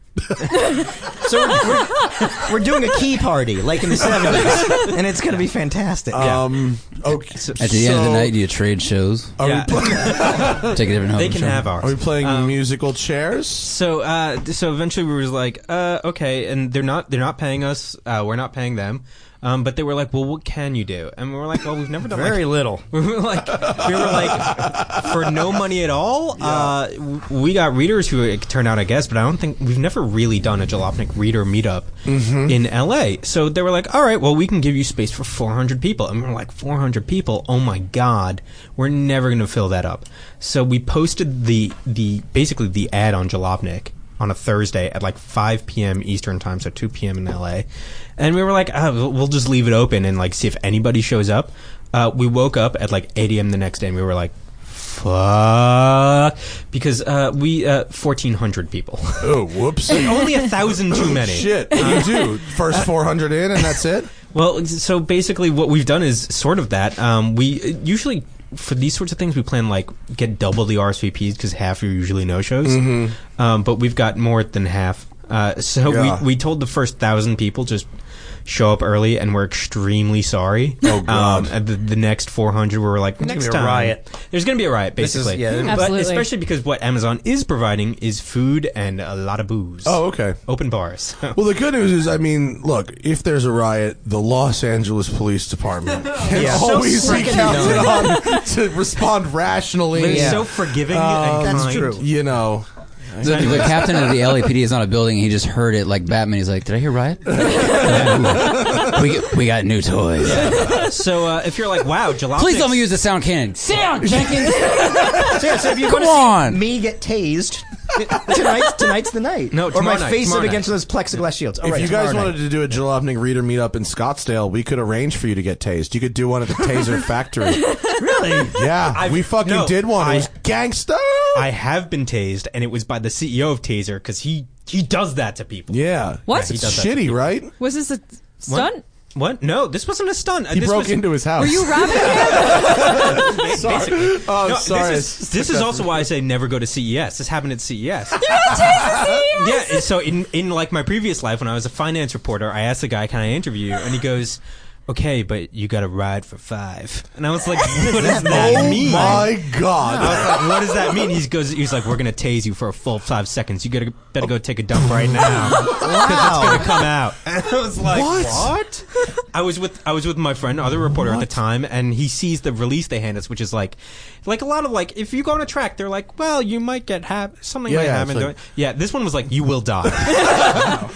[SPEAKER 2] So we're, we're, we're doing a key party like in the 70s, and it's going to be fantastic.
[SPEAKER 3] um, okay.
[SPEAKER 5] At the end of the night, you trade shows.
[SPEAKER 3] are,
[SPEAKER 6] Yeah.
[SPEAKER 3] we, pl-
[SPEAKER 5] Take a different
[SPEAKER 6] Uh, they can have
[SPEAKER 3] are we
[SPEAKER 6] ours
[SPEAKER 3] playing musical chairs?
[SPEAKER 6] so uh so eventually we was like uh okay and they're not they're not paying us uh we're not paying them um, but they were like, "Well, what can you do?" And we were like, "Well, we've never done like,
[SPEAKER 2] little.
[SPEAKER 6] We were like, we were like, for no money at all. Uh, w- we got readers who it turned out, I guess, but I don't think we've never really done a Jalopnik reader meetup in LA. So they were like, all right, well, we can give you space for 400 people, and we we're like, 400 people? Oh my god, we're never going to fill that up. So we posted the the basically the ad on Jalopnik on a Thursday at like 5 p.m. Eastern time, so 2 p.m. in LA. And we were like, ah, we'll we'll just leave it open and like see if anybody shows up. Uh, we woke up at like 8 a.m. the next day and we were like, fuck because uh, we uh, 1400 people
[SPEAKER 3] Oh, whoops.
[SPEAKER 6] only a thousand too Oh, many
[SPEAKER 3] Oh, Shit, you do. First 400 in, and that's it?
[SPEAKER 6] Well, so basically, what we've done is sort of that. Um, we usually for these sorts of things we plan like get double the RSVPs because half are usually no shows, um, but we've got more than half. Uh, so
[SPEAKER 3] Mm-hmm. Yeah.
[SPEAKER 6] we we told the first thousand people just show up early, and we're extremely sorry.
[SPEAKER 3] Oh, God.
[SPEAKER 6] Um, and the, the next four hundred, we were like,
[SPEAKER 2] gonna
[SPEAKER 6] next
[SPEAKER 2] be a
[SPEAKER 6] time, Mm-hmm.
[SPEAKER 2] riot.
[SPEAKER 6] There's going to be a riot,
[SPEAKER 2] This is-
[SPEAKER 6] basically.
[SPEAKER 2] yeah,
[SPEAKER 6] but
[SPEAKER 4] Absolutely.
[SPEAKER 6] especially because what Amazon is providing is food and a lot of booze.
[SPEAKER 3] Oh, okay.
[SPEAKER 6] open bars.
[SPEAKER 3] Well, the good news is, I mean, look, if there's a riot, the Los Angeles Police Department can
[SPEAKER 6] Yeah. So
[SPEAKER 3] always be
[SPEAKER 6] freaking
[SPEAKER 3] counted on to respond
[SPEAKER 6] They're
[SPEAKER 3] rationally.
[SPEAKER 6] so forgiving
[SPEAKER 3] Um,
[SPEAKER 6] and kind.
[SPEAKER 3] That's
[SPEAKER 2] true.
[SPEAKER 3] You know,
[SPEAKER 5] The, the captain of the LAPD is not a building. He just heard it like Batman. He's like, "Did I hear riot? Ooh. we we got new toys.
[SPEAKER 6] So uh, if you're like, wow, Jalopniks.
[SPEAKER 5] Please let me use the sound cannon. Sound Jenkins.
[SPEAKER 2] Seriously, if you
[SPEAKER 5] Come
[SPEAKER 2] wanna see
[SPEAKER 5] on.
[SPEAKER 2] me get tased. tonight's tonight's the night.
[SPEAKER 6] No,
[SPEAKER 2] or my
[SPEAKER 6] tomorrow night,
[SPEAKER 2] face up
[SPEAKER 6] tomorrow
[SPEAKER 2] against those plexiglass shields. All
[SPEAKER 3] if
[SPEAKER 2] right,
[SPEAKER 3] you guys
[SPEAKER 2] tomorrow
[SPEAKER 3] wanted
[SPEAKER 2] night.
[SPEAKER 3] to do a Jalopnik reader meetup in Scottsdale, we could arrange for you to get tased. You could do one at the Taser Factory.
[SPEAKER 2] really,
[SPEAKER 3] Yeah, we fucking
[SPEAKER 6] no,
[SPEAKER 3] did one.
[SPEAKER 6] I-
[SPEAKER 3] it was gangster.
[SPEAKER 6] I have been tased, and it was by the CEO of Taser because he he does that to people.
[SPEAKER 3] yeah.
[SPEAKER 4] What?
[SPEAKER 3] It's
[SPEAKER 4] He
[SPEAKER 6] does that.
[SPEAKER 3] shitty, right?
[SPEAKER 4] Was this a stunt?
[SPEAKER 6] What? No, this wasn't a stunt.
[SPEAKER 3] He broke into his house.
[SPEAKER 4] Were you robbing him?
[SPEAKER 3] sorry? Oh,
[SPEAKER 6] No,
[SPEAKER 3] sorry.
[SPEAKER 6] This is, this is also why I say never go to CES. This happened at CES.
[SPEAKER 3] E
[SPEAKER 6] yeah, and so in in like my previous life when I was a finance reporter, I asked the guy, "Can I interview you?" And he goes, "Okay, but you got to ride for five. And I was like, "What does that
[SPEAKER 3] oh
[SPEAKER 6] mean?"
[SPEAKER 3] my god.
[SPEAKER 6] I was like, what does that mean? He goes, he's like, we're gonna tase you for a full five seconds. You gotta better go take a dump right now because it's gonna come out. And I was like,
[SPEAKER 3] What?
[SPEAKER 6] what? I was with I was with my friend, other reporter at the time, and he sees the release they hand us, which is like, like a lot of like, if you go on a track, they're like, well, you might get hap- something
[SPEAKER 3] Yeah,
[SPEAKER 6] might
[SPEAKER 3] yeah,
[SPEAKER 6] happen.
[SPEAKER 3] it's like-
[SPEAKER 6] yeah, this one was like, you will die.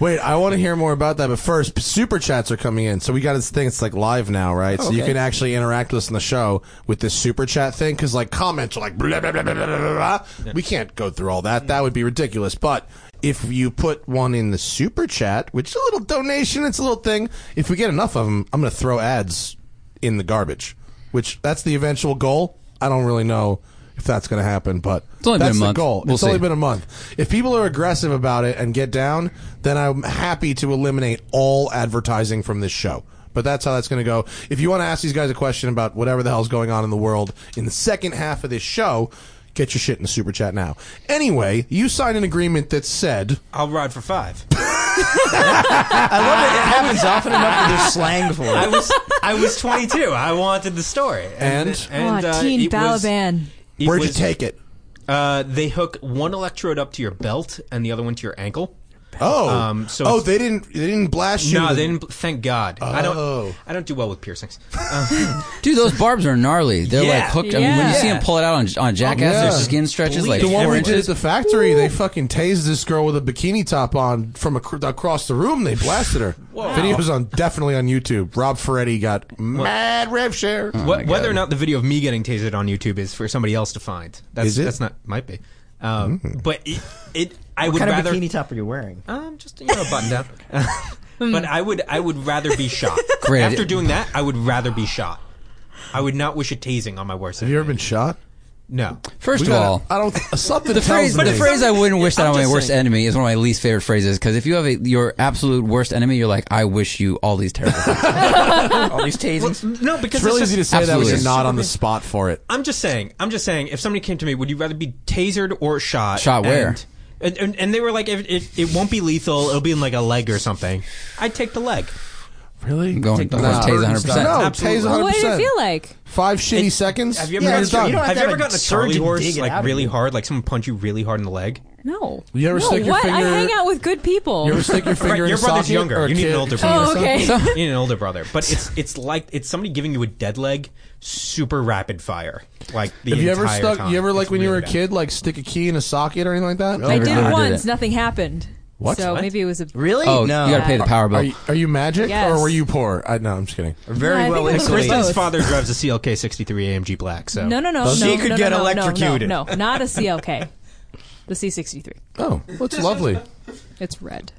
[SPEAKER 3] Wait, I want to hear more about that. But first, super chats are coming in, so we got this thing. It's like live now,
[SPEAKER 5] Oh,
[SPEAKER 3] right? So you can actually interact with us on the show with this super chat thing because like comments are like blah blah blah blah blah blah. blah. We can't go through all that. That would be ridiculous. But if you put one in the super chat, which is a little donation, it's a little thing. If we get enough of them, I'm going to throw ads in the garbage. Which that's the eventual goal. I don't really know if that's going to happen, but
[SPEAKER 5] It's only been
[SPEAKER 3] that's
[SPEAKER 5] a
[SPEAKER 3] the
[SPEAKER 5] month.
[SPEAKER 3] goal.
[SPEAKER 5] We'll
[SPEAKER 3] it's only
[SPEAKER 5] see.
[SPEAKER 3] been a month. If people are aggressive about it and get down, then I'm happy to eliminate all advertising from this show. But that's how that's going to go. If you want to ask these guys a question about whatever the hell's going on in the world in the second half of this show, get your shit in the super chat now. Anyway, you signed an agreement that said,
[SPEAKER 6] I'll ride for five.
[SPEAKER 2] I love that it happens often enough that there's slang for
[SPEAKER 6] I
[SPEAKER 2] it.
[SPEAKER 6] was I was 22. I wanted the story,
[SPEAKER 3] and,
[SPEAKER 6] and
[SPEAKER 4] oh,
[SPEAKER 6] uh,
[SPEAKER 4] Teen
[SPEAKER 6] it was-
[SPEAKER 4] Balaban.
[SPEAKER 6] it
[SPEAKER 3] where'd you
[SPEAKER 6] was-
[SPEAKER 3] take it?
[SPEAKER 6] Uh, they hook one electrode up to your belt and the other one to your ankle.
[SPEAKER 3] Oh,
[SPEAKER 6] Um, so
[SPEAKER 3] oh,
[SPEAKER 6] it's-
[SPEAKER 3] they didn't, they didn't blast you.
[SPEAKER 6] No,
[SPEAKER 3] with-
[SPEAKER 6] they didn't. Thank God. I
[SPEAKER 3] Oh.
[SPEAKER 6] don't. I don't do well with piercings.
[SPEAKER 5] Dude, those barbs are gnarly. They're
[SPEAKER 6] Yeah.
[SPEAKER 5] like hooked. I mean, when you see
[SPEAKER 6] Yeah.
[SPEAKER 5] them pull it out on, on Jackass,
[SPEAKER 3] Yeah.
[SPEAKER 5] their skin stretches like
[SPEAKER 3] the one
[SPEAKER 5] four
[SPEAKER 3] we did at
[SPEAKER 5] inches.
[SPEAKER 3] the factory, they fucking tased this girl with a bikini top on from ac- across the room. They blasted her. Videos on definitely on YouTube. Rob Ferretti got mad rev share.
[SPEAKER 6] Wh- whether or not the video of me getting tasered on YouTube is for somebody else to find. That's
[SPEAKER 3] Is it? Hmm.
[SPEAKER 6] that's not might be. Um, But it, it I would
[SPEAKER 2] What kind
[SPEAKER 6] rather
[SPEAKER 2] of bikini top are you wearing?
[SPEAKER 6] um just you know a button down. but I would I would rather be shot.
[SPEAKER 5] Great.
[SPEAKER 6] After doing that, I would rather be shot. I would not wish a tasing on my worst.
[SPEAKER 3] Have you ever been shot?
[SPEAKER 6] No.
[SPEAKER 5] First
[SPEAKER 3] We
[SPEAKER 5] of
[SPEAKER 3] gotta-
[SPEAKER 5] all,
[SPEAKER 3] I don't. Something
[SPEAKER 5] the
[SPEAKER 3] tells
[SPEAKER 5] phrase
[SPEAKER 3] me.
[SPEAKER 5] the phrase I wouldn't wish that
[SPEAKER 6] I'm
[SPEAKER 5] on my
[SPEAKER 6] just
[SPEAKER 5] worst
[SPEAKER 6] saying.
[SPEAKER 5] enemy is one of my least favorite phrases because if you have a, your absolute worst enemy, you're like, I wish you all these terrible things.
[SPEAKER 2] All these tasings.
[SPEAKER 6] No, because
[SPEAKER 3] It's really
[SPEAKER 6] just-
[SPEAKER 3] easy to say that when
[SPEAKER 5] Absolutely.
[SPEAKER 3] you're not on the spot for it.
[SPEAKER 6] I'm just saying. I'm just saying. If somebody came to me, would you rather be tasered or shot?
[SPEAKER 5] Shot where?
[SPEAKER 6] And- And, and, and they were like, if, if, it won't be lethal. It'll be in like a leg or something. I'd take the leg.
[SPEAKER 3] Really?
[SPEAKER 5] I'm going, I'm going
[SPEAKER 3] Nah.
[SPEAKER 5] to tase 100%.
[SPEAKER 3] No,
[SPEAKER 6] Absolutely.
[SPEAKER 3] tase
[SPEAKER 6] Well,
[SPEAKER 3] 100.
[SPEAKER 4] What did it feel like?
[SPEAKER 3] Five shitty seconds.
[SPEAKER 6] Have you ever,
[SPEAKER 2] Yeah,
[SPEAKER 6] gotten-
[SPEAKER 2] that's true. You don't have to
[SPEAKER 6] have you
[SPEAKER 2] have
[SPEAKER 6] ever
[SPEAKER 2] a
[SPEAKER 6] gotten a
[SPEAKER 2] surgeon
[SPEAKER 6] Charlie
[SPEAKER 2] dig
[SPEAKER 6] horse
[SPEAKER 2] it out
[SPEAKER 6] like
[SPEAKER 2] of
[SPEAKER 6] really
[SPEAKER 2] you.
[SPEAKER 6] hard, like someone punch you really hard in the leg?
[SPEAKER 4] No.
[SPEAKER 3] You ever
[SPEAKER 4] no,
[SPEAKER 3] stick your
[SPEAKER 4] what?
[SPEAKER 3] finger-
[SPEAKER 4] I hang out with good people.
[SPEAKER 3] You ever stick your finger
[SPEAKER 6] Right,
[SPEAKER 3] in
[SPEAKER 6] your
[SPEAKER 3] a
[SPEAKER 6] brother's
[SPEAKER 3] socket
[SPEAKER 6] younger.
[SPEAKER 3] or a
[SPEAKER 6] You need an
[SPEAKER 3] kid-
[SPEAKER 6] older
[SPEAKER 3] kid
[SPEAKER 6] brother.
[SPEAKER 3] or
[SPEAKER 4] oh,
[SPEAKER 3] something?
[SPEAKER 4] okay.
[SPEAKER 6] you need an older brother, but it's it's like it's somebody giving you a dead leg, super rapid fire. Like the
[SPEAKER 3] Have you ever
[SPEAKER 6] entire
[SPEAKER 3] stuck?
[SPEAKER 6] time.
[SPEAKER 3] You ever like
[SPEAKER 6] It's
[SPEAKER 3] when you
[SPEAKER 6] really
[SPEAKER 3] were a
[SPEAKER 6] bad.
[SPEAKER 3] kid, like stick a key in a socket or anything like that?
[SPEAKER 4] I did
[SPEAKER 5] Never
[SPEAKER 4] it
[SPEAKER 5] did
[SPEAKER 4] once.
[SPEAKER 5] it.
[SPEAKER 4] Nothing happened.
[SPEAKER 3] What?
[SPEAKER 4] So
[SPEAKER 3] What?
[SPEAKER 4] maybe it was a
[SPEAKER 2] Really?
[SPEAKER 5] Oh,
[SPEAKER 2] no.
[SPEAKER 5] you got to pay the power bill.
[SPEAKER 3] Are you, are you magic
[SPEAKER 4] Yes.
[SPEAKER 3] or were you poor? I no, I'm just kidding.
[SPEAKER 4] Yeah, I
[SPEAKER 2] Very
[SPEAKER 4] think
[SPEAKER 2] well
[SPEAKER 4] it was
[SPEAKER 2] insulated.
[SPEAKER 4] both.
[SPEAKER 6] His father drives a CLK 63 AMG black. So
[SPEAKER 4] No, no, no.
[SPEAKER 6] She
[SPEAKER 4] no,
[SPEAKER 6] could
[SPEAKER 4] no,
[SPEAKER 6] get
[SPEAKER 4] no, no,
[SPEAKER 6] electrocuted.
[SPEAKER 4] No, no, no, not a CLK. The C63.
[SPEAKER 3] Oh, that's lovely.
[SPEAKER 4] It's red.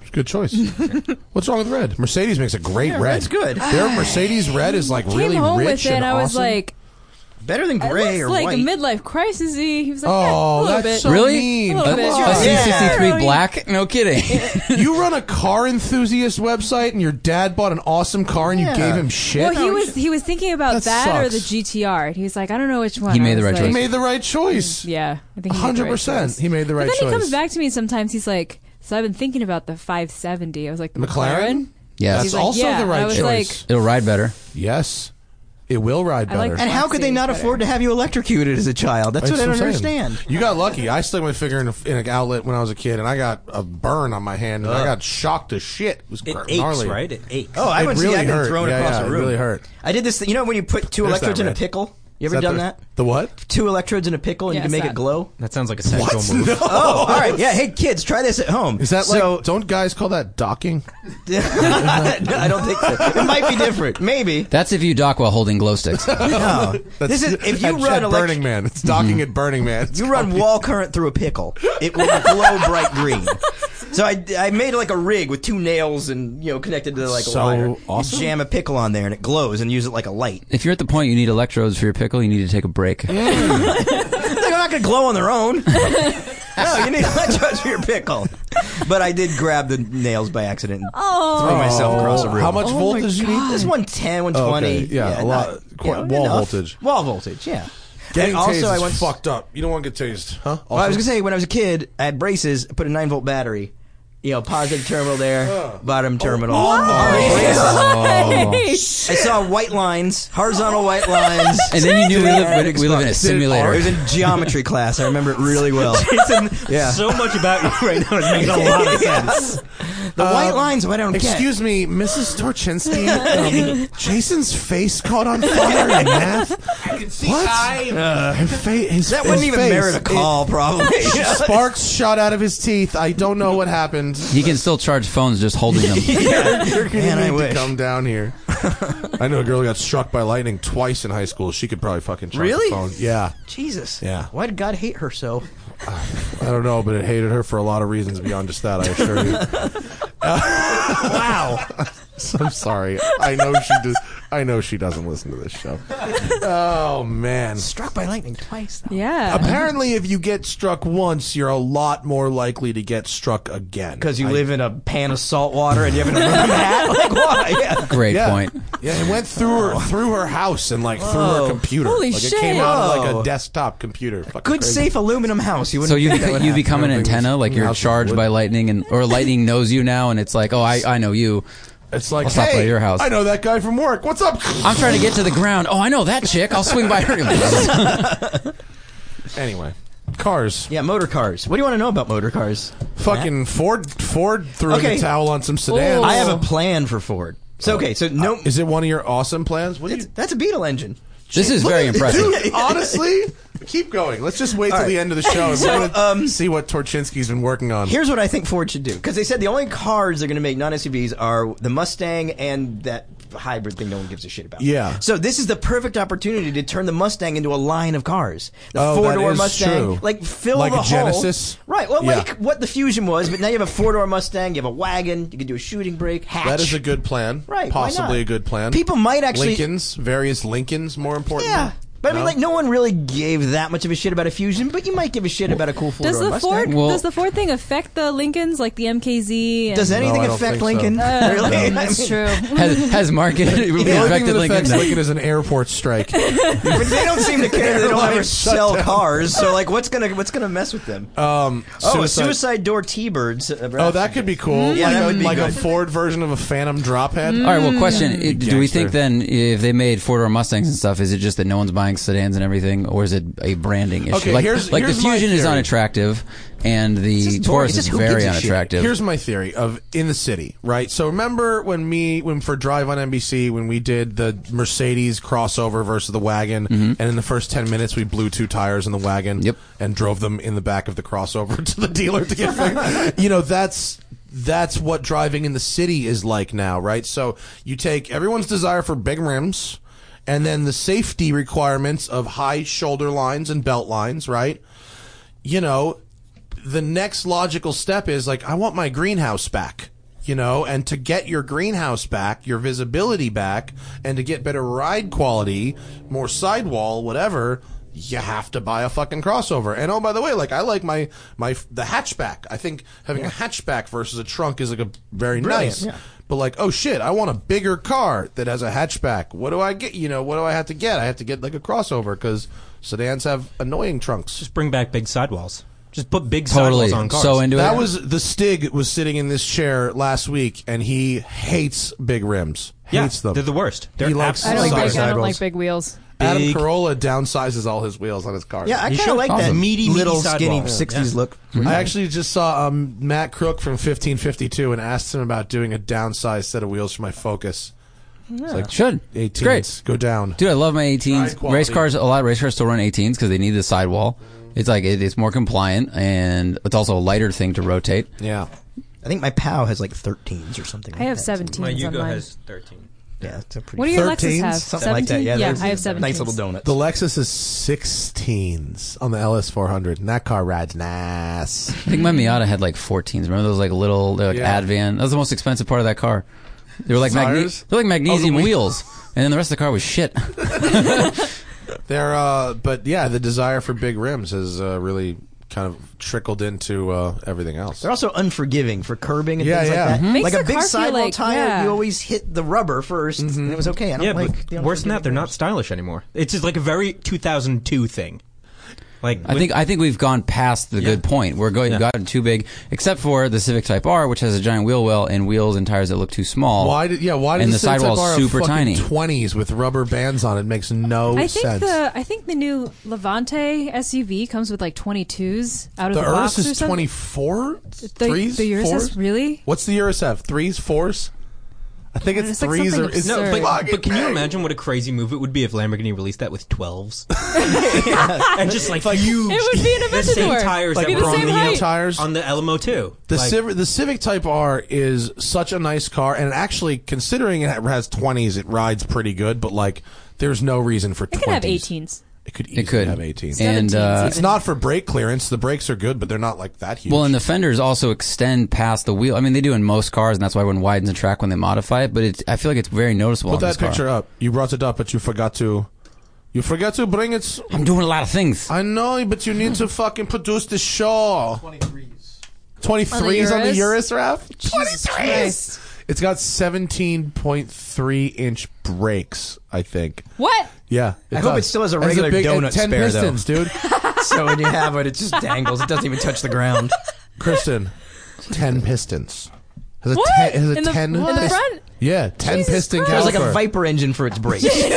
[SPEAKER 3] It's a Good choice. What's wrong with red? Mercedes makes a great red.
[SPEAKER 2] red's good.
[SPEAKER 3] Their Mercedes red is like
[SPEAKER 4] Came
[SPEAKER 3] really
[SPEAKER 4] home
[SPEAKER 3] rich
[SPEAKER 4] with it.
[SPEAKER 3] and
[SPEAKER 4] I was
[SPEAKER 3] awesome.
[SPEAKER 4] like,
[SPEAKER 2] Better than gray
[SPEAKER 4] it
[SPEAKER 2] or
[SPEAKER 4] looks like
[SPEAKER 2] white.
[SPEAKER 4] a midlife crisis He was like, yeah, a
[SPEAKER 3] Oh,
[SPEAKER 4] little
[SPEAKER 3] that's
[SPEAKER 4] bit.
[SPEAKER 3] so
[SPEAKER 5] Really?
[SPEAKER 3] mean.
[SPEAKER 4] A little bit.
[SPEAKER 5] A
[SPEAKER 4] Yeah.
[SPEAKER 5] C63 black? No kidding.
[SPEAKER 3] you run a car enthusiast website, and your dad bought an awesome car, and
[SPEAKER 1] Yeah.
[SPEAKER 3] you gave him shit.
[SPEAKER 4] Well, he was he was thinking about
[SPEAKER 3] That
[SPEAKER 4] that, or the
[SPEAKER 3] sucks.
[SPEAKER 4] GTR, and he was like, I don't know which one.
[SPEAKER 5] He
[SPEAKER 4] I
[SPEAKER 5] made the
[SPEAKER 4] was
[SPEAKER 5] right
[SPEAKER 3] he
[SPEAKER 4] like-
[SPEAKER 5] choice.
[SPEAKER 3] made the right choice.
[SPEAKER 4] Mm, Yeah, I think he made the
[SPEAKER 3] hundred
[SPEAKER 4] right
[SPEAKER 3] percent.
[SPEAKER 4] choice.
[SPEAKER 3] He made the right
[SPEAKER 4] But then
[SPEAKER 3] choice.
[SPEAKER 4] he comes back to me sometimes. He's like, "So I've been thinking about the 570." I was like, "The
[SPEAKER 3] McLaren?
[SPEAKER 4] McLaren."
[SPEAKER 5] Yes.
[SPEAKER 3] That's
[SPEAKER 4] He's like,
[SPEAKER 3] also
[SPEAKER 4] yeah.
[SPEAKER 3] the right
[SPEAKER 4] I was
[SPEAKER 3] choice.
[SPEAKER 5] It'll ride better.
[SPEAKER 3] yes, it will ride
[SPEAKER 4] I like
[SPEAKER 3] better.
[SPEAKER 4] that.
[SPEAKER 2] and how could they not
[SPEAKER 4] Better.
[SPEAKER 2] afford to have you electrocuted as a child? That's, what I
[SPEAKER 3] That's
[SPEAKER 2] don't
[SPEAKER 3] what I'm saying.
[SPEAKER 2] understand.
[SPEAKER 3] You got lucky. I stuck my finger in, a, in an outlet when I was a kid, and I got a burn on my hand, and I got shocked to shit. It was
[SPEAKER 6] It
[SPEAKER 3] gnarly.
[SPEAKER 6] aches, right? It aches.
[SPEAKER 2] Oh, I
[SPEAKER 3] It
[SPEAKER 2] would see
[SPEAKER 3] really
[SPEAKER 2] that been
[SPEAKER 3] hurt.
[SPEAKER 2] thrown
[SPEAKER 3] Yeah,
[SPEAKER 2] across
[SPEAKER 3] yeah,
[SPEAKER 2] the
[SPEAKER 3] it
[SPEAKER 2] room.
[SPEAKER 3] really hurt.
[SPEAKER 2] I did this. Thing, you know when you put two
[SPEAKER 3] There's
[SPEAKER 2] electrodes
[SPEAKER 3] that
[SPEAKER 2] in a
[SPEAKER 3] red.
[SPEAKER 2] pickle? You
[SPEAKER 3] Is
[SPEAKER 2] ever done
[SPEAKER 3] the,
[SPEAKER 2] that?
[SPEAKER 3] The what?
[SPEAKER 2] Two electrodes in a pickle and
[SPEAKER 4] Yeah,
[SPEAKER 2] you can
[SPEAKER 4] it's
[SPEAKER 2] make it
[SPEAKER 4] that.
[SPEAKER 2] glow.
[SPEAKER 6] That sounds like a sexual move.
[SPEAKER 2] Oh, all right. Yeah. Hey, kids, try this at home.
[SPEAKER 3] Is that
[SPEAKER 2] so,
[SPEAKER 3] like? Don't guys call that docking?
[SPEAKER 2] No, I don't think so. It might be different. Maybe.
[SPEAKER 5] That's if you dock while holding glow sticks.
[SPEAKER 2] No.
[SPEAKER 3] That's-
[SPEAKER 2] This is if you
[SPEAKER 3] at- at
[SPEAKER 2] run elect-
[SPEAKER 3] Burning Man. It's docking at Burning Man. It's
[SPEAKER 2] you run wall current through a pickle, it will glow bright green. So I, I made like a rig with two nails and you know connected to like a
[SPEAKER 3] So
[SPEAKER 2] wire.
[SPEAKER 3] awesome.
[SPEAKER 2] You jam a pickle on there and it glows and use it like a light.
[SPEAKER 5] if you're at the point you need electrodes for your pickle, you need to take a break.
[SPEAKER 2] They're not gonna glow on their own. no, you need electrodes for your pickle. But I did grab the nails by accident. and
[SPEAKER 4] Oh,
[SPEAKER 2] Throw myself across the room.
[SPEAKER 3] How much
[SPEAKER 4] Oh my
[SPEAKER 3] voltage you need? Oh,
[SPEAKER 4] God.
[SPEAKER 2] This 110, 120.
[SPEAKER 3] Okay, yeah, a lot- quite- wall voltage.
[SPEAKER 2] Wall voltage, yeah.
[SPEAKER 3] Getting
[SPEAKER 2] and also,
[SPEAKER 3] tased
[SPEAKER 2] I
[SPEAKER 3] is
[SPEAKER 2] went.
[SPEAKER 3] fucked up. You don't want to get tased, huh?
[SPEAKER 2] Well, I was gonna say when I was a kid, I had braces. I put a nine volt battery. You know, positive terminal there, bottom terminal.
[SPEAKER 4] Oh,
[SPEAKER 2] On the braces. I saw white lines, horizontal white lines.
[SPEAKER 5] And then you knew we
[SPEAKER 2] Yeah,
[SPEAKER 5] live, we live in a
[SPEAKER 2] Xbox.
[SPEAKER 5] simulator.
[SPEAKER 2] It was in geometry class. I remember it really well. yeah.
[SPEAKER 6] So much about you right now. It makes a lot of sense.
[SPEAKER 2] the white lines, what I don't get.
[SPEAKER 3] Excuse me, Mrs. Torchinsky. um, Jason's face caught on fire in math.
[SPEAKER 7] I can see
[SPEAKER 3] What? Uh,
[SPEAKER 7] time.
[SPEAKER 3] Her fa- his
[SPEAKER 2] That wouldn't
[SPEAKER 3] his
[SPEAKER 2] even
[SPEAKER 3] face,
[SPEAKER 2] merit a call, probably.
[SPEAKER 3] it- sparks shot out of his teeth. I don't know what happened.
[SPEAKER 5] He can still charge phones just holding them.
[SPEAKER 3] You're gonna
[SPEAKER 2] Man, I
[SPEAKER 3] need to
[SPEAKER 2] wish.
[SPEAKER 3] come down here. I know a girl who got struck by lightning twice in high school. She could probably fucking charge
[SPEAKER 2] Really?
[SPEAKER 3] the phone. Yeah,
[SPEAKER 2] Jesus.
[SPEAKER 3] Yeah.
[SPEAKER 2] Why did God hate her so?
[SPEAKER 3] I don't know, but it hated her for a lot of reasons beyond just that. I assure you.
[SPEAKER 2] Wow.
[SPEAKER 3] I'm sorry. I know she does. I know she doesn't listen to this show. Oh man.
[SPEAKER 2] Struck by lightning twice. Though.
[SPEAKER 4] yeah.
[SPEAKER 3] Apparently, if you get struck once, you're a lot more likely to get struck again.
[SPEAKER 2] Because you live in a pan of salt water and you have an aluminum hat? Like, why? Yeah.
[SPEAKER 5] Great
[SPEAKER 3] yeah.
[SPEAKER 5] point.
[SPEAKER 3] Yeah, it went through
[SPEAKER 2] Oh.
[SPEAKER 3] her through her house and like through her
[SPEAKER 2] Whoa.
[SPEAKER 3] computer.
[SPEAKER 4] Holy
[SPEAKER 3] like
[SPEAKER 4] shit.
[SPEAKER 3] it came out of like
[SPEAKER 2] Whoa.
[SPEAKER 3] a desktop computer. Fucking
[SPEAKER 2] Oh. Good,
[SPEAKER 3] crazy.
[SPEAKER 2] safe aluminum house. You wouldn't
[SPEAKER 5] So you
[SPEAKER 2] think that would
[SPEAKER 5] beca- you
[SPEAKER 2] happen.
[SPEAKER 5] become an
[SPEAKER 3] I don't think
[SPEAKER 5] antenna,
[SPEAKER 3] it's-
[SPEAKER 5] like
[SPEAKER 3] yeah,
[SPEAKER 5] you're
[SPEAKER 3] it's
[SPEAKER 5] charged
[SPEAKER 3] wood.
[SPEAKER 5] by lightning, and or lightning knows you now, and it's like, oh, I, I know you.
[SPEAKER 3] It's like,
[SPEAKER 5] I'll stop
[SPEAKER 3] hey,
[SPEAKER 5] by your house.
[SPEAKER 3] I know that guy from work. What's up?
[SPEAKER 5] I'm trying to get to the ground. Oh, I know that chick. I'll swing by her.
[SPEAKER 3] anyway, cars.
[SPEAKER 2] Yeah, motor cars. What do you want to know about motor cars?
[SPEAKER 3] Fucking Ford. Ford threw in
[SPEAKER 2] Okay.
[SPEAKER 3] the towel on some sedans. Uh,
[SPEAKER 4] Oh.
[SPEAKER 2] I have a plan for Ford. So okay, so
[SPEAKER 5] Uh,
[SPEAKER 2] no,
[SPEAKER 3] Is it one of your awesome plans? What do
[SPEAKER 2] it's,
[SPEAKER 3] you?
[SPEAKER 2] that's a Beetle engine.
[SPEAKER 5] this is very impressive.
[SPEAKER 3] Dude, honestly, keep going. Let's just wait till
[SPEAKER 2] right.
[SPEAKER 3] the end of the show and
[SPEAKER 2] So,
[SPEAKER 3] we're gonna
[SPEAKER 2] um,
[SPEAKER 3] see what Torchinsky's been working on.
[SPEAKER 2] Here's what I think Ford should do because they said the only cars they're going to make non SUVs are the Mustang and that hybrid thing no one gives a shit about.
[SPEAKER 3] Yeah.
[SPEAKER 2] So this is the perfect opportunity to turn the Mustang into a line of cars. The
[SPEAKER 3] Oh,
[SPEAKER 2] four
[SPEAKER 3] that
[SPEAKER 2] door
[SPEAKER 3] is
[SPEAKER 2] Mustang,
[SPEAKER 3] true.
[SPEAKER 2] like fill
[SPEAKER 3] Like
[SPEAKER 2] the
[SPEAKER 3] a
[SPEAKER 2] hole.
[SPEAKER 3] Genesis?
[SPEAKER 2] Right. Well,
[SPEAKER 3] Yeah.
[SPEAKER 2] like what the Fusion was, but now you have a four door Mustang. You have a wagon. You can do a shooting brake hatch.
[SPEAKER 3] That is a good plan.
[SPEAKER 2] Right, why
[SPEAKER 3] Possibly
[SPEAKER 2] not?
[SPEAKER 3] a good plan.
[SPEAKER 2] People might actually-
[SPEAKER 3] Lincolns, various Lincolns, more important.
[SPEAKER 2] Yeah. But I mean,
[SPEAKER 3] No?
[SPEAKER 2] like, no one really gave that much of a shit about a Fusion, but you might give a shit about a cool four
[SPEAKER 4] Does
[SPEAKER 2] door
[SPEAKER 4] the
[SPEAKER 2] Mustang.
[SPEAKER 4] Ford
[SPEAKER 5] Well-
[SPEAKER 4] does the Ford thing affect the Lincolns like the MKZ? And,
[SPEAKER 2] Does anything
[SPEAKER 3] No, I don't
[SPEAKER 2] affect
[SPEAKER 3] think so.
[SPEAKER 2] Lincoln?
[SPEAKER 4] Uh,
[SPEAKER 2] really? I
[SPEAKER 4] That's
[SPEAKER 2] mean,
[SPEAKER 4] true.
[SPEAKER 5] Has, has market
[SPEAKER 3] The only thing
[SPEAKER 5] affected
[SPEAKER 3] that affects
[SPEAKER 5] Lincoln?
[SPEAKER 3] Lincoln is an airport strike.
[SPEAKER 2] Oh, But they don't seem to care. They don't ever sell cars. So like, what's gonna what's gonna mess with them?
[SPEAKER 3] Um,
[SPEAKER 2] oh, a suicide door T-birds. uh,
[SPEAKER 3] Oh, that could be cool.
[SPEAKER 2] Yeah,
[SPEAKER 3] like
[SPEAKER 2] that
[SPEAKER 3] a,
[SPEAKER 2] would be
[SPEAKER 3] like a
[SPEAKER 2] good.
[SPEAKER 3] Ford version of a Phantom drophead.
[SPEAKER 5] All right. Well, question: i- Do we
[SPEAKER 3] Gangster.
[SPEAKER 5] think then if they made four door Mustangs and stuff, is it just that no one's buying sedans and everything, or is it a branding issue?
[SPEAKER 3] Okay,
[SPEAKER 5] like,
[SPEAKER 3] here's-
[SPEAKER 5] like
[SPEAKER 3] here's
[SPEAKER 5] the
[SPEAKER 3] my
[SPEAKER 5] Fusion is
[SPEAKER 3] theory.
[SPEAKER 5] unattractive, and the
[SPEAKER 2] just boring.
[SPEAKER 5] Taurus
[SPEAKER 2] It's
[SPEAKER 5] is
[SPEAKER 2] just who gives
[SPEAKER 5] very
[SPEAKER 2] a shit.
[SPEAKER 5] unattractive.
[SPEAKER 3] Here's my theory of in the city, right? So remember when me when for Drive on NBC when we did the Mercedes crossover versus the wagon, and in the first ten minutes we blew two tires in the wagon,
[SPEAKER 5] Yep.
[SPEAKER 3] and drove them in the back of the crossover to the dealer to get fixed. you know that's that's what driving in the city is like now, right? So you take everyone's desire for big rims. And then the safety requirements of high shoulder lines and belt lines, right? you know, the next logical step is like, I want my greenhouse back. you know, and to get your greenhouse back, your visibility back, and to get better ride quality, more sidewall, whatever, you have to buy a fucking crossover. And oh, by the way, like I like my my the hatchback. I think having a hatchback versus a trunk is like a very nice. But like, oh shit, I want a bigger car that has a hatchback. What do I get? You know, what do I have to get? I have to get like a crossover because sedans have annoying trunks.
[SPEAKER 6] Just bring back big sidewalls. Just put big
[SPEAKER 5] Totally.
[SPEAKER 6] sidewalls on cars.
[SPEAKER 5] So into
[SPEAKER 3] That
[SPEAKER 5] it.
[SPEAKER 3] was the Stig was sitting in this chair last week, and he hates big rims.
[SPEAKER 6] yeah,
[SPEAKER 3] Hates them.
[SPEAKER 6] they're the worst. They're
[SPEAKER 3] He likes
[SPEAKER 4] I
[SPEAKER 6] absolutely
[SPEAKER 3] Side
[SPEAKER 4] don't, like, I don't
[SPEAKER 3] sidewalls.
[SPEAKER 4] like big wheels.
[SPEAKER 3] Adam
[SPEAKER 6] big-
[SPEAKER 3] Carolla downsizes all his wheels on his car.
[SPEAKER 2] Yeah, I
[SPEAKER 6] You
[SPEAKER 2] kind
[SPEAKER 6] should.
[SPEAKER 2] of like that
[SPEAKER 6] Awesome. Meaty, meaty
[SPEAKER 2] little skinny
[SPEAKER 6] sidewall.
[SPEAKER 2] '60s look.
[SPEAKER 3] I actually just saw um, Matt Crook from 1552 and asked him about doing a downsized set of wheels for my Focus.
[SPEAKER 5] should. It's
[SPEAKER 3] 18s
[SPEAKER 5] great.
[SPEAKER 3] go down.
[SPEAKER 5] Dude, I love my
[SPEAKER 3] High
[SPEAKER 5] 18s.
[SPEAKER 3] quality.
[SPEAKER 5] Race cars, a lot of race cars still run 18s because they need the sidewall. It's like it, it's more compliant and it's also a lighter thing to rotate.
[SPEAKER 3] Yeah.
[SPEAKER 2] I think my POW has like 13s or something.
[SPEAKER 4] I have
[SPEAKER 2] like that.
[SPEAKER 4] 17s
[SPEAKER 6] My
[SPEAKER 4] on
[SPEAKER 6] Yugo
[SPEAKER 4] mine.
[SPEAKER 6] has 13.
[SPEAKER 2] Yeah, it's a pretty.
[SPEAKER 4] What do your Lexus
[SPEAKER 3] 13s?
[SPEAKER 4] have?
[SPEAKER 2] something like that?
[SPEAKER 4] 17?
[SPEAKER 2] Yeah, there's
[SPEAKER 4] I have 17s.
[SPEAKER 2] Nice little donuts.
[SPEAKER 3] The Lexus is 16s on the LS400, and that car rides nice.
[SPEAKER 5] I think my Miata had like 14s. Remember those like little they're like
[SPEAKER 3] Yeah.
[SPEAKER 5] Advan? That was the most expensive part of that car. They were like magne-
[SPEAKER 3] Tires?
[SPEAKER 5] they're like magnesium
[SPEAKER 3] Oh, the wheel-
[SPEAKER 5] wheels, and then the rest of the car was shit.
[SPEAKER 3] There, uh, but yeah, the desire for big rims has uh, really kind of trickled into uh, everything else.
[SPEAKER 2] They're also unforgiving for curbing and
[SPEAKER 3] Yeah,
[SPEAKER 2] things
[SPEAKER 3] yeah.
[SPEAKER 2] like that.
[SPEAKER 3] Mhm.
[SPEAKER 4] Mm-hmm. Makes
[SPEAKER 2] Like a
[SPEAKER 4] the
[SPEAKER 2] big
[SPEAKER 4] car feel
[SPEAKER 2] sidewall
[SPEAKER 4] like-
[SPEAKER 2] tire,
[SPEAKER 4] yeah.
[SPEAKER 2] you always hit the rubber 1st and it was okay. I don't
[SPEAKER 6] Yeah,
[SPEAKER 2] like. the
[SPEAKER 6] but worse than that, they're
[SPEAKER 2] unforgiving
[SPEAKER 6] not stylish anymore. It's just like a very 2002 thing. Like
[SPEAKER 5] I
[SPEAKER 6] with-
[SPEAKER 5] think I think we've gone past the good point. We're going
[SPEAKER 6] Yeah.
[SPEAKER 5] gotten too big, except for the Civic Type R, which has a giant wheel well and wheels and tires that look too small.
[SPEAKER 3] Why did yeah? Why did
[SPEAKER 5] and the sidewall's super tiny?
[SPEAKER 3] Twenties with rubber bands on it makes no
[SPEAKER 4] I think
[SPEAKER 3] sense.
[SPEAKER 4] the I think the new Levante SUV comes with like 22s out of
[SPEAKER 3] the
[SPEAKER 4] the,
[SPEAKER 3] Urus
[SPEAKER 4] box or
[SPEAKER 3] is
[SPEAKER 4] something.
[SPEAKER 3] twenty four
[SPEAKER 4] The-
[SPEAKER 3] threes.
[SPEAKER 4] the Urus
[SPEAKER 3] fours?
[SPEAKER 4] has- really? Uh,
[SPEAKER 3] What's the Urus have? Threes, fours. I think it's,
[SPEAKER 4] It's like
[SPEAKER 3] threes
[SPEAKER 4] something
[SPEAKER 3] or it's
[SPEAKER 4] absurd.
[SPEAKER 6] No, but,
[SPEAKER 3] Fucking
[SPEAKER 6] but can you
[SPEAKER 3] bang.
[SPEAKER 6] imagine what a crazy move it would be if Lamborghini released that with 12s? and just like, huge.
[SPEAKER 4] It would be an
[SPEAKER 6] the same
[SPEAKER 4] Aventador.
[SPEAKER 6] tires
[SPEAKER 4] Like,
[SPEAKER 6] that
[SPEAKER 4] be
[SPEAKER 6] were
[SPEAKER 4] the
[SPEAKER 6] on
[SPEAKER 4] same
[SPEAKER 6] the,
[SPEAKER 4] height.
[SPEAKER 3] Tires.
[SPEAKER 6] on the Alamo too.
[SPEAKER 3] The,
[SPEAKER 6] like,
[SPEAKER 3] Civ- the Civic Type R is such a nice car, and actually, considering it has 20s, it rides pretty good, but like, there's no reason for 20s.
[SPEAKER 4] It could have 18s.
[SPEAKER 3] It could easily
[SPEAKER 5] it could
[SPEAKER 3] have 18s.
[SPEAKER 5] and uh,
[SPEAKER 3] it's not for brake clearance. The brakes are good, but they're not like that huge.
[SPEAKER 5] Well, and the fenders also extend past the wheel. I mean, they do in most cars, and that's why everyone widens the track when they modify it. But it's, I feel like it's very noticeable.
[SPEAKER 3] Put
[SPEAKER 5] on
[SPEAKER 3] that
[SPEAKER 5] this car.
[SPEAKER 3] picture up. You brought it up, but you forgot to. You forgot to bring it.
[SPEAKER 5] I'm doing a lot of things.
[SPEAKER 3] I know, but you need to fucking produce the show.
[SPEAKER 7] 23s.
[SPEAKER 3] 23s on the Urus,
[SPEAKER 4] Urus?
[SPEAKER 3] Raf?
[SPEAKER 4] Jesus Christ.
[SPEAKER 3] It's got 17.3 inch brakes, I think.
[SPEAKER 4] What?
[SPEAKER 3] Yeah.
[SPEAKER 2] I hope it still has a regular donut
[SPEAKER 3] and 10
[SPEAKER 2] spare, though.
[SPEAKER 3] pistons, dude.
[SPEAKER 2] rims. so when you have it, it just dangles. It doesn't even touch the ground.
[SPEAKER 3] Kristen, 10 pistons. Has a
[SPEAKER 4] What?
[SPEAKER 3] Ten, has a
[SPEAKER 4] in the,
[SPEAKER 3] 10
[SPEAKER 4] in the
[SPEAKER 3] pist-
[SPEAKER 4] front?
[SPEAKER 3] Yeah, 10
[SPEAKER 4] Jesus
[SPEAKER 3] piston
[SPEAKER 4] Christ.
[SPEAKER 2] It was
[SPEAKER 3] caliper.
[SPEAKER 2] like a Viper engine for its brakes.
[SPEAKER 3] It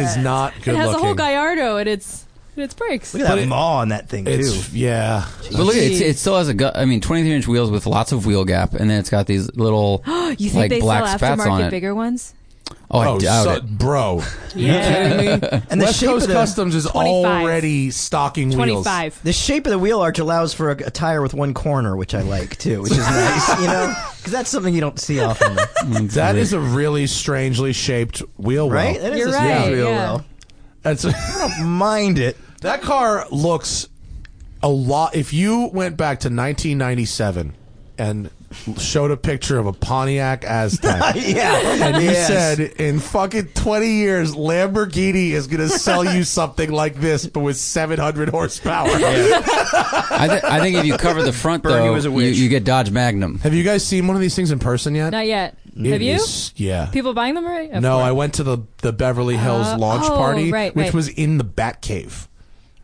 [SPEAKER 3] is not good
[SPEAKER 4] It has
[SPEAKER 3] looking.
[SPEAKER 4] a whole Gallardo in its in its brakes.
[SPEAKER 2] Look at that maw on that thing too.
[SPEAKER 3] It's, yeah.
[SPEAKER 5] But look, it's, it still has a. Gut, I mean, 23 inch wheels with lots of wheel gap, and then it's got these little
[SPEAKER 4] You think
[SPEAKER 5] like
[SPEAKER 4] they
[SPEAKER 5] black
[SPEAKER 4] sell
[SPEAKER 5] spats on
[SPEAKER 4] aftermarket
[SPEAKER 5] it.
[SPEAKER 4] bigger ones?
[SPEAKER 5] Oh, I
[SPEAKER 3] oh,
[SPEAKER 5] doubt
[SPEAKER 3] so-
[SPEAKER 5] it.
[SPEAKER 3] bro.
[SPEAKER 4] Yeah.
[SPEAKER 2] And the
[SPEAKER 3] West
[SPEAKER 2] shape
[SPEAKER 3] Coast
[SPEAKER 2] of the,
[SPEAKER 3] Customs is
[SPEAKER 4] 25.
[SPEAKER 3] already stocking wheels.
[SPEAKER 4] 25.
[SPEAKER 2] The shape of the wheel arch allows for a, a tire with one corner, which I like too, which is nice, you know, because that's something you don't see often,
[SPEAKER 3] That is a really strangely shaped wheel
[SPEAKER 2] right?
[SPEAKER 3] well.
[SPEAKER 2] That is
[SPEAKER 4] You're
[SPEAKER 2] a
[SPEAKER 4] right,
[SPEAKER 2] strange wheel
[SPEAKER 4] yeah.
[SPEAKER 2] well.
[SPEAKER 3] That's
[SPEAKER 2] I don't mind it.
[SPEAKER 3] That car looks a lot. If you went back to 1997 and showed a picture of a Pontiac Aztec.
[SPEAKER 2] Yeah,
[SPEAKER 3] And you
[SPEAKER 2] Yes.
[SPEAKER 3] said in fucking 20 years, Lamborghini is going to sell you something like this, but with 700 horsepower.
[SPEAKER 5] I, th- I think if you cover the front though,
[SPEAKER 2] was a
[SPEAKER 5] you,
[SPEAKER 2] witch.
[SPEAKER 5] you get Dodge Magnum.
[SPEAKER 3] Have you guys seen one of these things in person yet?
[SPEAKER 4] Not yet.
[SPEAKER 3] It
[SPEAKER 4] Have you?
[SPEAKER 3] is- yeah.
[SPEAKER 4] People buying them already?
[SPEAKER 3] no, I went to the, the Beverly Hills
[SPEAKER 4] Uh,
[SPEAKER 3] launch
[SPEAKER 4] oh,
[SPEAKER 3] party,
[SPEAKER 4] right,
[SPEAKER 3] which
[SPEAKER 4] right.
[SPEAKER 3] was in the Batcave.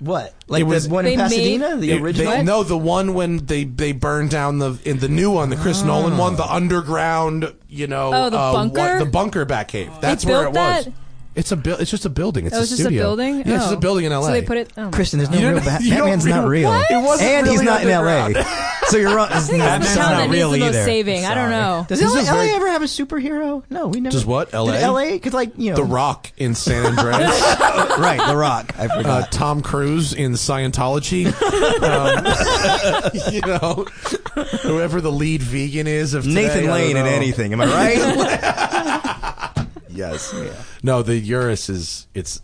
[SPEAKER 2] What? Like
[SPEAKER 3] It was-
[SPEAKER 2] the one in
[SPEAKER 4] They made-
[SPEAKER 2] Pasadena, the
[SPEAKER 3] It-
[SPEAKER 2] original?
[SPEAKER 3] They, no, the one when they they burned down the in the new one, the Chris Nolan one, the underground. You know,
[SPEAKER 4] Oh, the
[SPEAKER 3] uh, one-
[SPEAKER 4] bunker?
[SPEAKER 3] the bunker back cave. That's
[SPEAKER 4] built
[SPEAKER 3] where it was.
[SPEAKER 4] that?
[SPEAKER 3] It's a bu- It's just a building. It's
[SPEAKER 4] That was
[SPEAKER 3] a
[SPEAKER 4] Oh, just a
[SPEAKER 3] studio.
[SPEAKER 4] building?
[SPEAKER 3] Yeah, it's just a
[SPEAKER 4] Oh.
[SPEAKER 3] building in L.A.
[SPEAKER 4] So they put it. Oh.
[SPEAKER 2] Christian, there's no real Bat-
[SPEAKER 3] you don't
[SPEAKER 2] Batman's
[SPEAKER 3] real-
[SPEAKER 2] not real.
[SPEAKER 3] It wasn't
[SPEAKER 2] and he's
[SPEAKER 3] really
[SPEAKER 2] not in
[SPEAKER 3] underground.
[SPEAKER 2] LA. so you're wrong. It's
[SPEAKER 4] That's
[SPEAKER 2] not-
[SPEAKER 4] the town
[SPEAKER 6] not
[SPEAKER 4] that
[SPEAKER 6] real
[SPEAKER 4] needs the most
[SPEAKER 6] either.
[SPEAKER 4] saving. I don't know.
[SPEAKER 2] Does
[SPEAKER 3] This
[SPEAKER 2] LA,
[SPEAKER 3] is
[SPEAKER 2] LA
[SPEAKER 3] very-
[SPEAKER 2] ever have a superhero? No, we never.
[SPEAKER 3] Does what, LA?
[SPEAKER 2] Did LA? Because like you know,
[SPEAKER 3] the Rock in San Andreas.
[SPEAKER 2] right? The Rock. I
[SPEAKER 3] Uh,
[SPEAKER 2] forgot.
[SPEAKER 3] Tom Cruise in Scientology, um, you know, whoever the lead vegan is of today, I
[SPEAKER 2] Nathan
[SPEAKER 3] don't
[SPEAKER 2] Lane in
[SPEAKER 3] know.
[SPEAKER 2] anything. Am I right?
[SPEAKER 3] Yes. No, the Urus is it's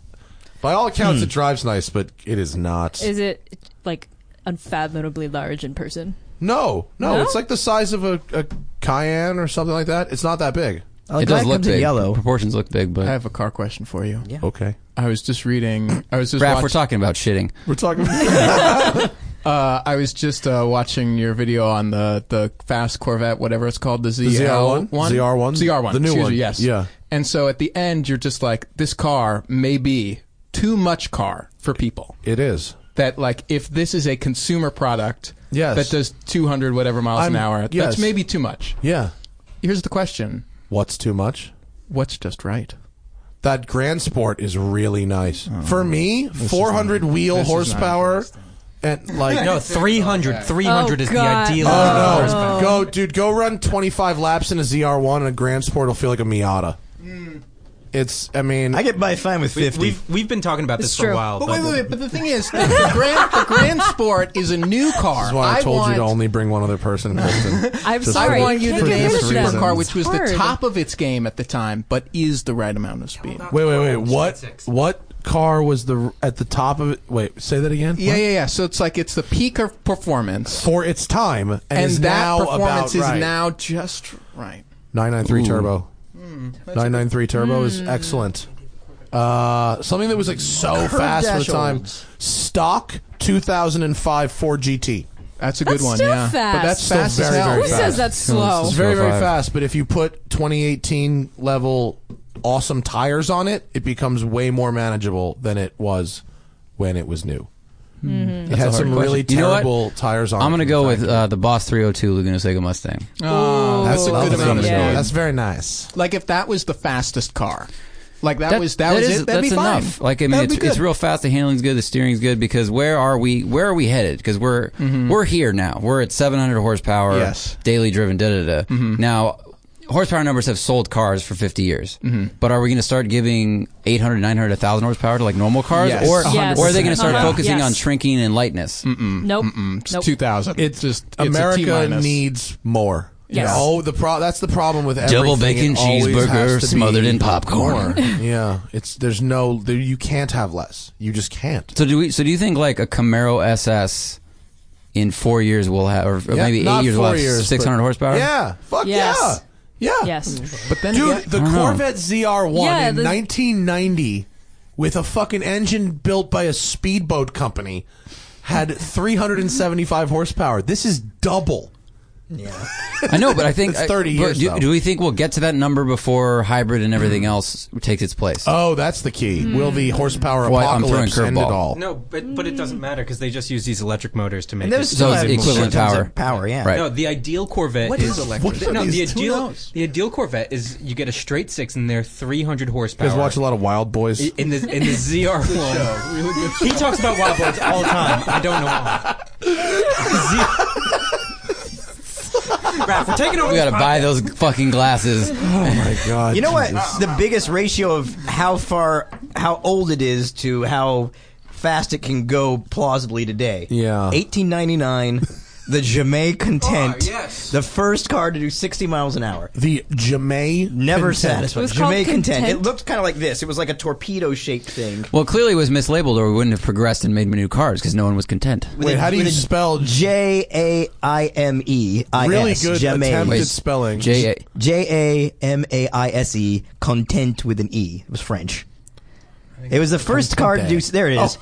[SPEAKER 3] by all accounts it drives nice, but it is not.
[SPEAKER 4] Is it like unfathomably large in person?
[SPEAKER 3] No, no,
[SPEAKER 4] No?
[SPEAKER 3] it's like the size of a, a Cayenne or something like that. It's not that big.
[SPEAKER 2] Oh,
[SPEAKER 5] it does
[SPEAKER 2] glad
[SPEAKER 5] look
[SPEAKER 2] comes in
[SPEAKER 5] big.
[SPEAKER 2] yellow.
[SPEAKER 5] Proportions look big,
[SPEAKER 8] I
[SPEAKER 5] but
[SPEAKER 8] have a car question for you.
[SPEAKER 2] Yeah.
[SPEAKER 3] Okay.
[SPEAKER 8] I was just reading. I was just.
[SPEAKER 5] Raph,
[SPEAKER 8] watch-
[SPEAKER 5] we're talking about shitting.
[SPEAKER 8] We're talking. uh, I was just uh, watching your video on the the fast Corvette, whatever it's called, the
[SPEAKER 3] ZR1?
[SPEAKER 8] ZL
[SPEAKER 3] ZR1?
[SPEAKER 8] ZR1,
[SPEAKER 3] The new
[SPEAKER 8] excuse
[SPEAKER 3] one.
[SPEAKER 8] Me, yes.
[SPEAKER 3] Yeah.
[SPEAKER 8] And so at the end, you're just like, this car may be too much car for people.
[SPEAKER 3] It is.
[SPEAKER 8] That like, if this is a consumer product,
[SPEAKER 3] Yes.
[SPEAKER 8] that does 200 whatever miles
[SPEAKER 3] I'm-
[SPEAKER 8] an hour,
[SPEAKER 3] yes.
[SPEAKER 8] that's maybe too much.
[SPEAKER 3] Yeah.
[SPEAKER 8] Here's the question:
[SPEAKER 3] What's too much?
[SPEAKER 8] What's just right?
[SPEAKER 3] That Grand Sport is really nice.
[SPEAKER 8] Oh.
[SPEAKER 3] For me, 400 wheel
[SPEAKER 8] this is not
[SPEAKER 3] horsepower and like
[SPEAKER 6] No, 300. 300 is the
[SPEAKER 4] God.
[SPEAKER 6] ideal.
[SPEAKER 3] Oh no. Go dude, go run 25 laps in a ZR1 and a Grand Sport will feel like a Miata.
[SPEAKER 8] Hmm.
[SPEAKER 3] It's I mean
[SPEAKER 2] I get by fine with
[SPEAKER 6] We,
[SPEAKER 2] 50.
[SPEAKER 6] we've we've been talking about this
[SPEAKER 4] It's
[SPEAKER 6] for
[SPEAKER 4] true.
[SPEAKER 6] a while.
[SPEAKER 8] But wait, wait, wait! But the thing is, the Grand, the grand Sport is a new car.
[SPEAKER 3] that's why I, told
[SPEAKER 8] want,
[SPEAKER 3] you to only bring one other person. Kristen.
[SPEAKER 4] I'm
[SPEAKER 3] Just
[SPEAKER 8] I
[SPEAKER 4] sorry.
[SPEAKER 8] want you
[SPEAKER 4] can't
[SPEAKER 8] to
[SPEAKER 4] get
[SPEAKER 8] name a
[SPEAKER 4] rid of them.
[SPEAKER 8] supercar which was
[SPEAKER 4] Hard.
[SPEAKER 8] the top of its game at the time, but is the right amount of speed.
[SPEAKER 3] Wait, wait, wait. What
[SPEAKER 6] Six.
[SPEAKER 3] what car was the at the top of it? Wait, say that again.
[SPEAKER 8] Yeah,
[SPEAKER 3] What?
[SPEAKER 8] yeah, yeah. So it's like it's the peak of performance,
[SPEAKER 3] For its time, and,
[SPEAKER 8] and
[SPEAKER 3] is
[SPEAKER 8] that
[SPEAKER 3] now
[SPEAKER 8] performance
[SPEAKER 3] about
[SPEAKER 8] is
[SPEAKER 3] right.
[SPEAKER 8] now just right.
[SPEAKER 3] 993 turbo.
[SPEAKER 6] Hmm,
[SPEAKER 3] 993 turbo is
[SPEAKER 8] Hmm.
[SPEAKER 3] excellent. Uh, something that was like so fast for the time.
[SPEAKER 2] dash-olds.
[SPEAKER 3] Stock 2005 Ford GT.
[SPEAKER 8] That's a good
[SPEAKER 4] That's
[SPEAKER 8] one.
[SPEAKER 4] still
[SPEAKER 8] yeah, but
[SPEAKER 4] fast.
[SPEAKER 8] that's
[SPEAKER 3] Still
[SPEAKER 8] fast
[SPEAKER 3] very,
[SPEAKER 8] as hell.
[SPEAKER 3] very
[SPEAKER 4] Who says that's slow?
[SPEAKER 3] It's very very
[SPEAKER 5] 205.
[SPEAKER 3] fast, but if you put 2018 level awesome tires on it, it becomes way more manageable than it was when it was new.
[SPEAKER 5] Mm-hmm.
[SPEAKER 3] It had some really
[SPEAKER 5] question. You know what?
[SPEAKER 3] terrible tires on.
[SPEAKER 5] I'm
[SPEAKER 3] it
[SPEAKER 5] gonna
[SPEAKER 3] from
[SPEAKER 5] go
[SPEAKER 3] the
[SPEAKER 5] with
[SPEAKER 3] factory.
[SPEAKER 5] uh, the Boss 302 Laguna Seca Mustang.
[SPEAKER 8] Uh, that's a
[SPEAKER 3] Lovely.
[SPEAKER 8] good amount of
[SPEAKER 5] Yeah.
[SPEAKER 8] speed.
[SPEAKER 3] That's very nice.
[SPEAKER 8] Like if that was the fastest car, like that, was that, was
[SPEAKER 5] is-
[SPEAKER 8] it. That'd
[SPEAKER 5] that's
[SPEAKER 8] be fine.
[SPEAKER 5] enough. Like I mean,
[SPEAKER 8] That'd be
[SPEAKER 5] it's, it's
[SPEAKER 8] good.
[SPEAKER 5] real fast. The handling's good. The steering's good. Because where are we? Where are we headed? Because we're we're here now. We're at 700 horsepower.
[SPEAKER 8] Mm-hmm. Yes. Mm-hmm.
[SPEAKER 5] Daily driven. Da da da. Now. Horsepower numbers have sold cars for 50 years,
[SPEAKER 8] Mm-hmm.
[SPEAKER 5] but are we going to start giving 800, 900, 1,000 horsepower to like normal cars,
[SPEAKER 8] Yes.
[SPEAKER 5] or
[SPEAKER 4] Yes.
[SPEAKER 5] or are they going to start
[SPEAKER 4] Uh-huh.
[SPEAKER 5] focusing
[SPEAKER 4] Yes.
[SPEAKER 5] on shrinking and lightness?
[SPEAKER 4] Nope.
[SPEAKER 8] It's
[SPEAKER 4] nope.
[SPEAKER 8] 2000.
[SPEAKER 3] It's
[SPEAKER 8] just it's a
[SPEAKER 3] America
[SPEAKER 8] T-minus.
[SPEAKER 3] needs more.
[SPEAKER 4] Yes.
[SPEAKER 3] Oh, the pro- that's the problem with everything.
[SPEAKER 5] Double bacon
[SPEAKER 3] It always
[SPEAKER 5] cheeseburger
[SPEAKER 3] has to be
[SPEAKER 5] smothered in popcorn.
[SPEAKER 3] more. yeah, it's there's no there, you can't have less. You just can't.
[SPEAKER 5] So do we? So do you think like a Camaro SS in four years will have, or
[SPEAKER 3] Yeah,
[SPEAKER 5] maybe
[SPEAKER 3] not
[SPEAKER 5] eight years will
[SPEAKER 3] four
[SPEAKER 5] have
[SPEAKER 3] years, but-
[SPEAKER 5] 600 horsepower?
[SPEAKER 3] Yeah, fuck
[SPEAKER 4] Yes.
[SPEAKER 3] yeah, yeah,
[SPEAKER 4] Yes.
[SPEAKER 8] But then
[SPEAKER 3] Dude,
[SPEAKER 8] again-
[SPEAKER 3] the
[SPEAKER 5] don't know.
[SPEAKER 3] Corvette ZR1
[SPEAKER 4] Yeah,
[SPEAKER 3] in
[SPEAKER 4] the-
[SPEAKER 3] 1990 with a fucking engine built by a speedboat company had 375 horsepower. This is double.
[SPEAKER 5] I know, but I think
[SPEAKER 3] It's 30
[SPEAKER 5] but
[SPEAKER 3] years,
[SPEAKER 5] Do,
[SPEAKER 3] though. Mm.
[SPEAKER 5] do we think we'll get to that number before hybrid and everything else takes its place?
[SPEAKER 3] Oh, that's the key. Will the horsepower
[SPEAKER 5] Why- I'm throwing
[SPEAKER 3] apocalypse end it
[SPEAKER 5] curveball.
[SPEAKER 3] all?
[SPEAKER 6] No, but but it doesn't matter because they just use these electric motors to make
[SPEAKER 2] and
[SPEAKER 6] it.
[SPEAKER 2] there's still
[SPEAKER 5] So it's
[SPEAKER 2] have
[SPEAKER 5] the equivalent
[SPEAKER 2] shit tons
[SPEAKER 5] power.
[SPEAKER 2] of power. Yeah.
[SPEAKER 5] Right.
[SPEAKER 6] No, the ideal Corvette
[SPEAKER 2] What
[SPEAKER 6] is
[SPEAKER 2] is electric?
[SPEAKER 3] What are
[SPEAKER 6] No, the
[SPEAKER 3] these? Who
[SPEAKER 6] ideal
[SPEAKER 3] knows?
[SPEAKER 6] the ideal Corvette is you get a straight six in there, 300 horsepower.
[SPEAKER 3] You guys watch a lot of Wild Boys.
[SPEAKER 6] in the in the ZR1. he talks about wild boys all the time. I don't know why. Z- Raph, we're taking over.
[SPEAKER 5] we got to
[SPEAKER 6] this
[SPEAKER 5] buy those fucking glasses.
[SPEAKER 3] my God,
[SPEAKER 2] You know what? The biggest ratio of how far, how old it is to how fast it can go plausibly today.
[SPEAKER 3] Yeah.
[SPEAKER 2] 1899, the Jamais Content,
[SPEAKER 6] Oh, yes.
[SPEAKER 2] the first car to do 60 miles an hour.
[SPEAKER 3] The Jamay
[SPEAKER 2] Never
[SPEAKER 4] It
[SPEAKER 2] satisfied.
[SPEAKER 4] was
[SPEAKER 2] Jamais
[SPEAKER 4] called
[SPEAKER 2] Content. It
[SPEAKER 4] Content.
[SPEAKER 2] looked kind of like this. It was like a torpedo shaped thing.
[SPEAKER 5] well, clearly it was mislabeled, or we wouldn't have progressed and made new cars because no one was content.
[SPEAKER 2] With
[SPEAKER 3] Wait,
[SPEAKER 2] a-
[SPEAKER 3] how do you
[SPEAKER 2] with a
[SPEAKER 3] spell
[SPEAKER 2] J A I M E I S?
[SPEAKER 3] Really good
[SPEAKER 2] Jamais.
[SPEAKER 3] attempt
[SPEAKER 5] Wait,
[SPEAKER 3] at spelling.
[SPEAKER 5] J A.
[SPEAKER 2] J A M A I S E, content with an E. It was French. It was the first car to do. There it
[SPEAKER 3] Oh
[SPEAKER 2] is.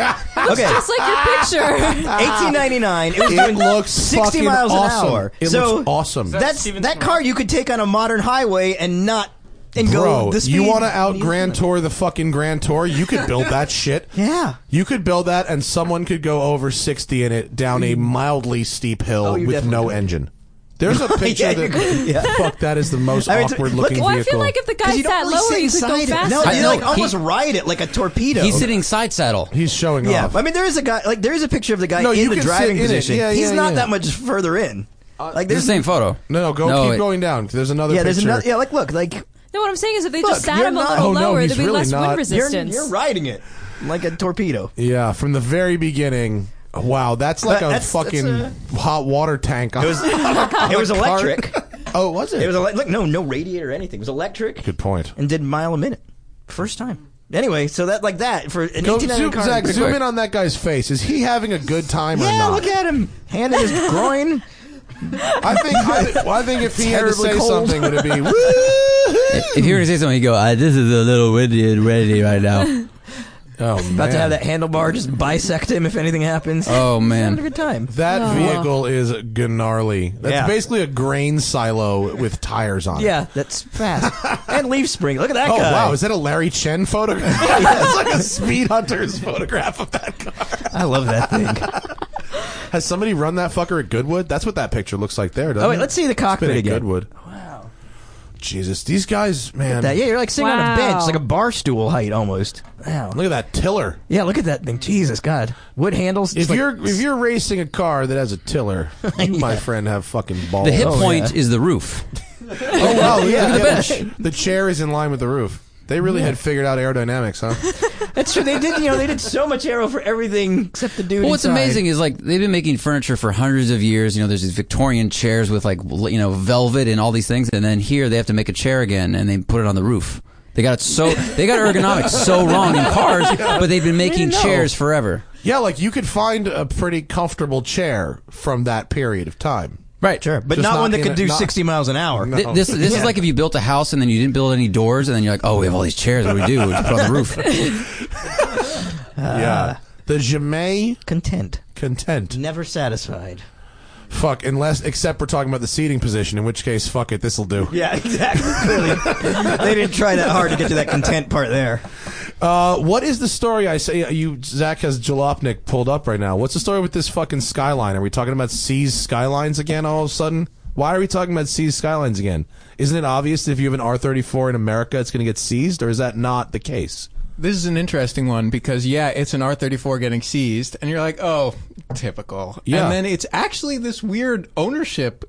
[SPEAKER 2] Okay,
[SPEAKER 4] It's like your picture.
[SPEAKER 2] 1899. It was
[SPEAKER 3] It
[SPEAKER 2] doing
[SPEAKER 3] looks
[SPEAKER 2] 60
[SPEAKER 3] fucking
[SPEAKER 2] miles
[SPEAKER 3] awesome.
[SPEAKER 2] an hour.
[SPEAKER 3] It
[SPEAKER 2] so
[SPEAKER 3] looks awesome.
[SPEAKER 2] That's that car you could take on a modern highway and not and
[SPEAKER 3] Bro,
[SPEAKER 2] go. The speed
[SPEAKER 3] you want to out Grand Tour the fucking Grand Tour? You could build that shit.
[SPEAKER 2] Yeah.
[SPEAKER 3] You could build that, and someone could go over 60 in it down a mildly steep hill
[SPEAKER 2] Oh, you
[SPEAKER 3] with
[SPEAKER 2] definitely
[SPEAKER 3] no
[SPEAKER 2] could.
[SPEAKER 3] engine. There's a picture
[SPEAKER 2] Yeah, you
[SPEAKER 3] that. Fuck, that is the most
[SPEAKER 2] I mean,
[SPEAKER 3] awkward
[SPEAKER 2] look-
[SPEAKER 3] looking
[SPEAKER 2] Well,
[SPEAKER 4] well, I
[SPEAKER 3] vehicle.
[SPEAKER 4] feel like if the guy
[SPEAKER 2] Because you
[SPEAKER 4] sat
[SPEAKER 2] don't really
[SPEAKER 4] lower,
[SPEAKER 2] sit
[SPEAKER 4] you could go
[SPEAKER 2] inside it.
[SPEAKER 4] faster.
[SPEAKER 2] No,
[SPEAKER 5] I
[SPEAKER 2] you
[SPEAKER 5] know,
[SPEAKER 2] like
[SPEAKER 5] he-
[SPEAKER 2] almost ride it like a torpedo.
[SPEAKER 5] He's sitting side saddle.
[SPEAKER 3] He's showing
[SPEAKER 2] Yeah,
[SPEAKER 3] off.
[SPEAKER 2] I mean, there is a guy like there is a picture of the guy
[SPEAKER 3] No, you
[SPEAKER 2] in the
[SPEAKER 3] can sit
[SPEAKER 2] driving
[SPEAKER 3] in it.
[SPEAKER 2] position.
[SPEAKER 3] Yeah,
[SPEAKER 2] He's
[SPEAKER 3] yeah,
[SPEAKER 2] not
[SPEAKER 3] yeah.
[SPEAKER 2] that much further in. Like
[SPEAKER 5] It's
[SPEAKER 2] there's
[SPEAKER 5] the same photo.
[SPEAKER 3] no, no, go keep
[SPEAKER 5] it-
[SPEAKER 3] going down. There's another
[SPEAKER 2] yeah, there's
[SPEAKER 3] picture.
[SPEAKER 2] another yeah. Like look, like
[SPEAKER 4] No, what I'm saying is if they
[SPEAKER 2] Look,
[SPEAKER 4] just sat
[SPEAKER 2] you're
[SPEAKER 4] him a
[SPEAKER 2] not-
[SPEAKER 4] little
[SPEAKER 3] Oh, no,
[SPEAKER 4] lower,
[SPEAKER 3] he's
[SPEAKER 4] there'd be
[SPEAKER 3] really
[SPEAKER 4] less
[SPEAKER 3] not.
[SPEAKER 4] wind
[SPEAKER 2] you're,
[SPEAKER 4] resistance.
[SPEAKER 2] you're riding it like a torpedo.
[SPEAKER 3] yeah, from the very beginning. Wow, that's like
[SPEAKER 2] But
[SPEAKER 3] a
[SPEAKER 2] that's-
[SPEAKER 3] fucking
[SPEAKER 2] that's
[SPEAKER 3] hot water tank.
[SPEAKER 2] It was it was electric.
[SPEAKER 3] oh, was it?
[SPEAKER 2] It was ele- look no no radiator or anything. It was electric
[SPEAKER 3] Good point.
[SPEAKER 2] and did mile a minute first time. Anyway, so that like that for an
[SPEAKER 3] Go,
[SPEAKER 2] 1899
[SPEAKER 3] zoom,
[SPEAKER 2] card.
[SPEAKER 3] Zach,
[SPEAKER 2] Quick,
[SPEAKER 3] zoom
[SPEAKER 2] quick.
[SPEAKER 3] in on that guy's face. Is he having a good time or
[SPEAKER 2] Yeah,
[SPEAKER 3] not?
[SPEAKER 2] look at him. Hand in his groin.
[SPEAKER 3] I think I, thi- well, I think if he had to
[SPEAKER 2] Terribly
[SPEAKER 3] say
[SPEAKER 2] cold.
[SPEAKER 3] something, would it be woo?
[SPEAKER 5] If you were to say something, you go, uh, "This is a little windy and ready right now."
[SPEAKER 3] Oh man,
[SPEAKER 2] About to have that handlebar just bisect him if anything happens.
[SPEAKER 5] Oh
[SPEAKER 2] Have a
[SPEAKER 5] man,
[SPEAKER 2] good time.
[SPEAKER 3] That
[SPEAKER 4] Aw.
[SPEAKER 3] vehicle is gnarly. That's
[SPEAKER 2] Yeah.
[SPEAKER 3] basically a grain silo with tires on it.
[SPEAKER 2] Yeah, that's fast. and leaf spring. Look at that
[SPEAKER 3] Oh
[SPEAKER 2] guy.
[SPEAKER 3] wow! Is that a Larry Chen photograph? It's like a Speed Hunters photograph of that car.
[SPEAKER 2] I love that thing.
[SPEAKER 3] Has somebody run that fucker at Goodwood? That's what that picture looks like there. Doesn't
[SPEAKER 2] Oh wait,
[SPEAKER 3] it?
[SPEAKER 2] let's see the cockpit
[SPEAKER 3] Been at
[SPEAKER 2] again.
[SPEAKER 3] Goodwood.
[SPEAKER 2] Wow.
[SPEAKER 3] Jesus, these guys, man.
[SPEAKER 2] That, yeah, you're like sitting on a bench,
[SPEAKER 4] Wow.
[SPEAKER 2] like a bar stool height almost. Wow.
[SPEAKER 3] Look at that tiller.
[SPEAKER 2] Yeah, look at that thing. Jesus God. Wood handles.
[SPEAKER 3] If
[SPEAKER 2] it's like-
[SPEAKER 3] you're if you're racing a car that has a tiller, you, my friend, have fucking balls.
[SPEAKER 5] the hip
[SPEAKER 2] Oh,
[SPEAKER 5] point is the roof.
[SPEAKER 3] Oh wow! Yeah,
[SPEAKER 2] the
[SPEAKER 3] yeah, the, the chair is in line with the roof. They really had figured out aerodynamics, huh?
[SPEAKER 2] That's true. They did. You know, they did so much arrow for everything except the dude.
[SPEAKER 5] Well, what's
[SPEAKER 2] inside.
[SPEAKER 5] amazing is like they've been making furniture for hundreds of years. You know, there's these Victorian chairs with like l- you know velvet and all these things, and then here they have to make a chair again, and they put it on the roof. They got it so they got ergonomics so wrong in cars, but they've been making chairs forever.
[SPEAKER 3] yeah, like you could find a pretty comfortable chair from that period of time.
[SPEAKER 5] Right,
[SPEAKER 2] Sure, but
[SPEAKER 3] Just
[SPEAKER 2] not, one
[SPEAKER 3] not
[SPEAKER 2] that
[SPEAKER 3] in
[SPEAKER 2] could
[SPEAKER 3] a-
[SPEAKER 2] do
[SPEAKER 3] not-
[SPEAKER 2] 60 miles an hour.
[SPEAKER 3] No.
[SPEAKER 5] Th- this this is like if you built a house and then you didn't build any doors, and then you're like, oh, we have all these chairs. What do we do? We just put on the roof.
[SPEAKER 3] yeah, the jamais
[SPEAKER 2] Content,
[SPEAKER 3] content.
[SPEAKER 2] never satisfied.
[SPEAKER 3] Fuck, unless except we're talking about the seating position, in which case, fuck it, this'll do.
[SPEAKER 2] Yeah, exactly. Clearly, they didn't try that hard to get to that content part there.
[SPEAKER 3] Uh, what is the story? I say uh, you, Zach has Jalopnik pulled up right now. What's the story with this fucking skyline? Are we talking about seas skylines again all of a sudden? Why are we talking about seas skylines again? Isn't it obvious that if you have an R thirty four in America, it's going to get seized, or is that not the case?
[SPEAKER 8] This is an interesting one because yeah, it's an R34 getting seized, and you're like, oh, typical.
[SPEAKER 3] Yeah.
[SPEAKER 8] And then it's actually this weird ownership,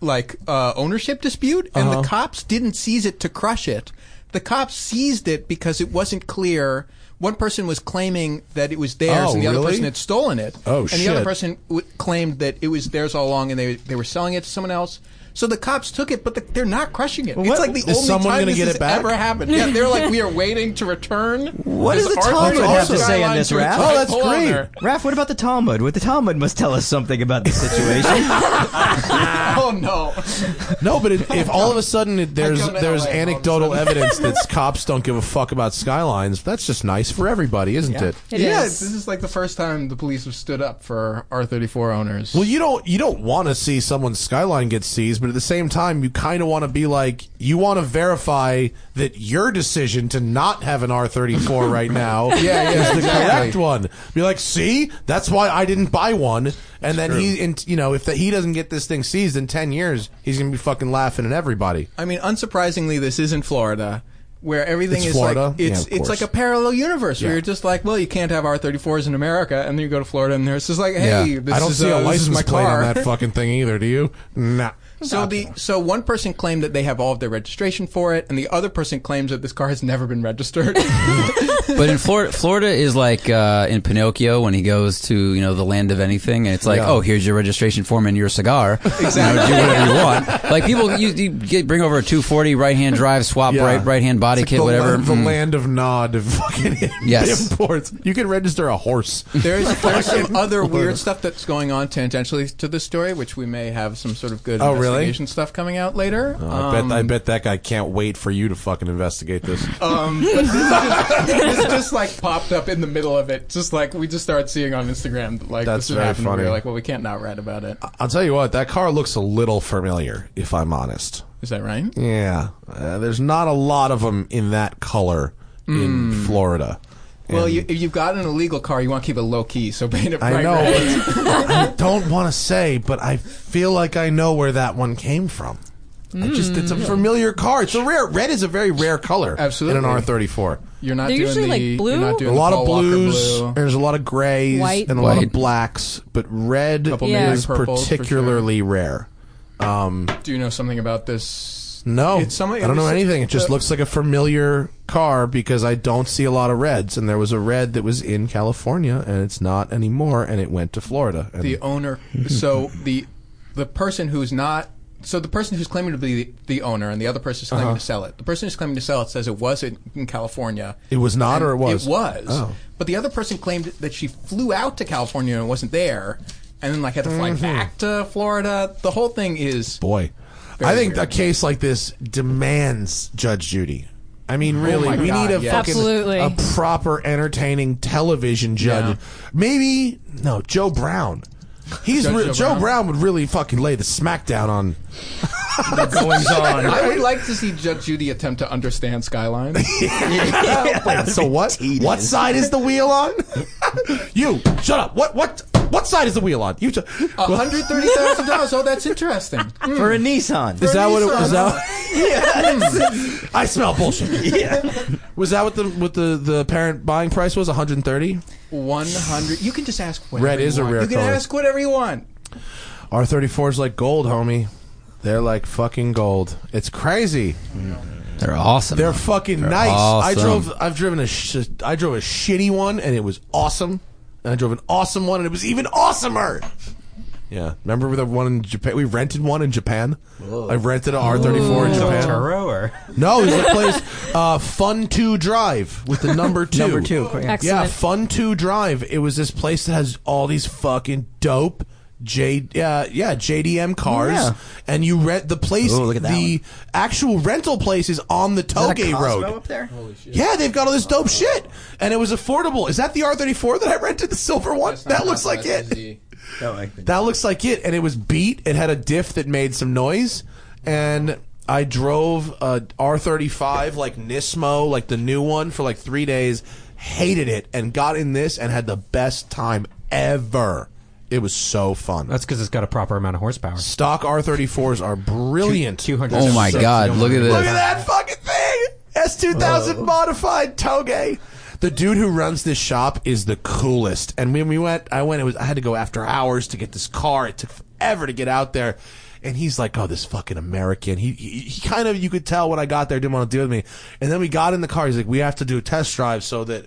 [SPEAKER 8] like uh, ownership dispute, and
[SPEAKER 3] Uh-huh.
[SPEAKER 8] the cops didn't seize it to crush it. The cops seized it because it wasn't clear. One person was claiming that it was theirs,
[SPEAKER 3] Oh,
[SPEAKER 8] and the other
[SPEAKER 3] really?
[SPEAKER 8] person had stolen it.
[SPEAKER 3] Oh,
[SPEAKER 8] And the other
[SPEAKER 3] shit.
[SPEAKER 8] person w- claimed that it was theirs all along, and they they were selling it to someone else. So the cops took it, but the, they're not crushing it. it's
[SPEAKER 2] what-
[SPEAKER 8] like the
[SPEAKER 3] Is
[SPEAKER 8] only
[SPEAKER 3] someone
[SPEAKER 8] time
[SPEAKER 3] gonna
[SPEAKER 8] this
[SPEAKER 3] get
[SPEAKER 8] has
[SPEAKER 3] it back?
[SPEAKER 8] ever happened. Yeah, they're like, we are waiting to return.
[SPEAKER 2] What
[SPEAKER 8] This
[SPEAKER 2] does the
[SPEAKER 8] Arthur
[SPEAKER 2] Talmud
[SPEAKER 8] Arthur
[SPEAKER 2] have to say on
[SPEAKER 8] Skyline
[SPEAKER 2] this,
[SPEAKER 8] to
[SPEAKER 2] Raph?
[SPEAKER 8] return.
[SPEAKER 2] Oh, that's
[SPEAKER 8] Hold on
[SPEAKER 3] great.
[SPEAKER 8] there.
[SPEAKER 2] Raph, what about the Talmud? What the Talmud must tell us something about the situation.
[SPEAKER 8] Oh no.
[SPEAKER 3] No, but it, if all of a sudden it, there's
[SPEAKER 8] come to
[SPEAKER 3] there's
[SPEAKER 8] LA all of a
[SPEAKER 3] anecdotal
[SPEAKER 8] sudden.
[SPEAKER 3] evidence that cops don't give a fuck about skylines, that's just nice for everybody, isn't it?
[SPEAKER 4] It
[SPEAKER 8] yeah,
[SPEAKER 4] is.
[SPEAKER 8] this is like the first time the police have stood up for R34 owners.
[SPEAKER 3] Well, you don't you don't want to see someone's skyline get seized, but at the same time, you kind of want to be like you want to verify that your decision to not have an R thirty four right now
[SPEAKER 8] Yeah, yeah,
[SPEAKER 3] is the
[SPEAKER 8] exactly.
[SPEAKER 3] correct one. Be like, see, that's why I didn't buy one. And then he, and, you know, if the, he doesn't get this thing seized in ten years, he's gonna be fucking laughing at everybody.
[SPEAKER 8] I mean, unsurprisingly, this is in Florida, where everything
[SPEAKER 3] It's
[SPEAKER 8] is
[SPEAKER 3] Florida?
[SPEAKER 8] like it's
[SPEAKER 3] Yeah, of
[SPEAKER 8] it's like a
[SPEAKER 3] course.
[SPEAKER 8] parallel universe where
[SPEAKER 3] Yeah.
[SPEAKER 8] you're just like, well, you can't have R34s in America, and then you go to Florida, and there's just like, hey,
[SPEAKER 3] yeah.
[SPEAKER 8] this
[SPEAKER 3] I don't
[SPEAKER 8] is,
[SPEAKER 3] see
[SPEAKER 8] uh,
[SPEAKER 3] a
[SPEAKER 8] this is
[SPEAKER 3] license
[SPEAKER 8] my
[SPEAKER 3] plate
[SPEAKER 8] car.
[SPEAKER 3] on that fucking thing either. Do you? Nah.
[SPEAKER 8] So the so one person claimed that they have all of their registration for it, and the other person claims that this car has never been registered.
[SPEAKER 5] But in Florida, Florida is like uh, in Pinocchio when he goes to you know the land of anything, and it's like,
[SPEAKER 3] Yeah.
[SPEAKER 5] oh, here's your registration form and your cigar. Exactly. Now do whatever you want. Like people, you, you get, bring over a 240 right hand drive, swap
[SPEAKER 3] Yeah.
[SPEAKER 5] right right hand body
[SPEAKER 3] It's like
[SPEAKER 5] kit,
[SPEAKER 3] the
[SPEAKER 5] whatever.
[SPEAKER 3] Land, the
[SPEAKER 5] Mm.
[SPEAKER 3] land of nod of fucking
[SPEAKER 5] Yes.
[SPEAKER 3] imports. You can register a horse.
[SPEAKER 8] There's, there's some other weird stuff that's going on tangentially to this story, which we may have some sort of good
[SPEAKER 3] Oh, really? Oh,
[SPEAKER 8] investigation stuff coming out later.
[SPEAKER 3] I bet
[SPEAKER 8] Um,
[SPEAKER 3] I bet that guy can't wait for you to fucking investigate this.
[SPEAKER 8] um, but this, is just, this just like popped up in the middle of it. Just like we just started seeing on Instagram, that, like
[SPEAKER 3] That's
[SPEAKER 8] this is
[SPEAKER 3] very
[SPEAKER 8] happening. We
[SPEAKER 3] funny.
[SPEAKER 8] We're like, well, we can't not write about it.
[SPEAKER 3] I'll tell you what, that car looks a little familiar, if I'm honest.
[SPEAKER 8] Is that right?
[SPEAKER 3] Yeah, uh, there's not a lot of them in that color in Florida.
[SPEAKER 8] Well,
[SPEAKER 3] And
[SPEAKER 8] you, if you've got an illegal car, you want to keep it low key, so paint it bright
[SPEAKER 3] I know.
[SPEAKER 8] red.
[SPEAKER 3] but I don't want to say, but I feel like I know where that one came from. I just it's a familiar car. It's a rare red is a very rare color
[SPEAKER 8] Absolutely.
[SPEAKER 3] in an R34.
[SPEAKER 8] You're not
[SPEAKER 4] They're
[SPEAKER 8] doing
[SPEAKER 4] usually,
[SPEAKER 8] the,
[SPEAKER 4] like, blue?
[SPEAKER 8] You're not doing
[SPEAKER 3] a
[SPEAKER 8] the
[SPEAKER 3] lot
[SPEAKER 8] Paul
[SPEAKER 3] of
[SPEAKER 8] Walker
[SPEAKER 3] blues.
[SPEAKER 8] blue.
[SPEAKER 3] There's a lot of grays
[SPEAKER 4] White.
[SPEAKER 3] and a lot
[SPEAKER 5] White.
[SPEAKER 3] of blacks, but red
[SPEAKER 8] Couple
[SPEAKER 4] Yeah.
[SPEAKER 3] is
[SPEAKER 8] midnight purples for sure.
[SPEAKER 3] particularly rare. Um,
[SPEAKER 8] Do you know something about this?
[SPEAKER 3] no,
[SPEAKER 8] It's some-
[SPEAKER 3] I don't know
[SPEAKER 8] it's-
[SPEAKER 3] anything. It just
[SPEAKER 8] uh,
[SPEAKER 3] looks like a familiar car because I don't see a lot of reds. And there was a red that was in California, and it's not anymore. And it went to Florida. And
[SPEAKER 8] the owner so the the person who's not so the person who's claiming to be the, the owner and the other person is claiming
[SPEAKER 3] Uh-huh.
[SPEAKER 8] to sell it. The person who's claiming to sell it says it was in, in California.
[SPEAKER 3] It was not,
[SPEAKER 8] And
[SPEAKER 3] or it was?
[SPEAKER 8] It was.
[SPEAKER 3] Oh.
[SPEAKER 8] But the other person claimed that she flew out to California and wasn't there, and then like had to fly
[SPEAKER 3] Mm-hmm.
[SPEAKER 8] back to Florida. The whole thing is
[SPEAKER 3] Boy,
[SPEAKER 8] Very
[SPEAKER 3] I think
[SPEAKER 8] weird.
[SPEAKER 3] a case like this demands Judge Judy. I mean, really,
[SPEAKER 8] Oh my
[SPEAKER 3] we
[SPEAKER 8] God,
[SPEAKER 3] need a
[SPEAKER 8] yes.
[SPEAKER 3] fucking
[SPEAKER 4] Absolutely.
[SPEAKER 3] a proper entertaining television judge. Maybe no Joe Brown. He's
[SPEAKER 8] Judge
[SPEAKER 3] re-
[SPEAKER 8] Joe
[SPEAKER 3] Joe Brown.
[SPEAKER 8] Brown.
[SPEAKER 3] would really fucking lay the smackdown on.
[SPEAKER 8] the goings on. I would like to see Judge Judy attempt to understand Skyline.
[SPEAKER 3] Wait, so what? What side is the wheel on? you shut up. What what what side is the wheel on?
[SPEAKER 8] Uh,
[SPEAKER 3] You. T-
[SPEAKER 8] hundred thirty thousand dollars. Oh, that's interesting.
[SPEAKER 2] for a Nissan.
[SPEAKER 3] is that what it was?
[SPEAKER 8] Nissan.
[SPEAKER 3] That, I smell bullshit. Was that what the what the the parent buying price was? One hundred thirty.
[SPEAKER 8] One hundred. You can just ask whatever
[SPEAKER 3] Red
[SPEAKER 8] you
[SPEAKER 3] is a
[SPEAKER 8] want.
[SPEAKER 3] rare
[SPEAKER 8] You can
[SPEAKER 3] color.
[SPEAKER 8] ask whatever you want.
[SPEAKER 3] R thirty four is like gold, homie. They're like fucking gold. It's crazy.
[SPEAKER 5] They're awesome.
[SPEAKER 3] They're fucking nice.
[SPEAKER 5] awesome.
[SPEAKER 3] I drove. I've driven a. Sh- I drove a shitty one, and it was awesome. And I drove an awesome one, and it was even awesomer. Yeah, remember the one in Japan? We rented one in Japan. I rented an R thirty four in Japan.
[SPEAKER 6] Turo or
[SPEAKER 3] No, it was a place uh, Fun Two Drive with the number two.
[SPEAKER 2] Number two, quick.
[SPEAKER 4] Excellent.
[SPEAKER 3] Yeah, Fun Two Drive. It was this place that has all these fucking dope J uh, yeah JDM cars,
[SPEAKER 2] Yeah.
[SPEAKER 3] and you rent the place.
[SPEAKER 2] Ooh, look at that
[SPEAKER 3] the actual rental place is on the Togay Road.
[SPEAKER 2] there?
[SPEAKER 3] Yeah, they've got all this dope shit, and it was affordable. Is that the R thirty four that I rented, the silver one? That looks like it. That looks like it, and it was beat. It had a diff that made some noise, and I drove a R thirty five like Nismo, like the new one, for like three days. Hated it, and got in this, and had the best time ever. It was so fun.
[SPEAKER 6] that's because it's got a proper amount of horsepower.
[SPEAKER 3] Stock R thirty fours are brilliant.
[SPEAKER 6] Two hundred.
[SPEAKER 5] oh my god! Look at this.
[SPEAKER 3] Look at that fucking thing! S2000 modified Toge. Oh. The dude who runs this shop is the coolest. And when we went, I went, it was, I had to go after hours to get this car. It took forever to get out there. And he's like, oh, this fucking American. He, he, he kind of, you could tell when I got there, didn't want to deal with me. And then we got in the car. He's like, we have to do a test drive so that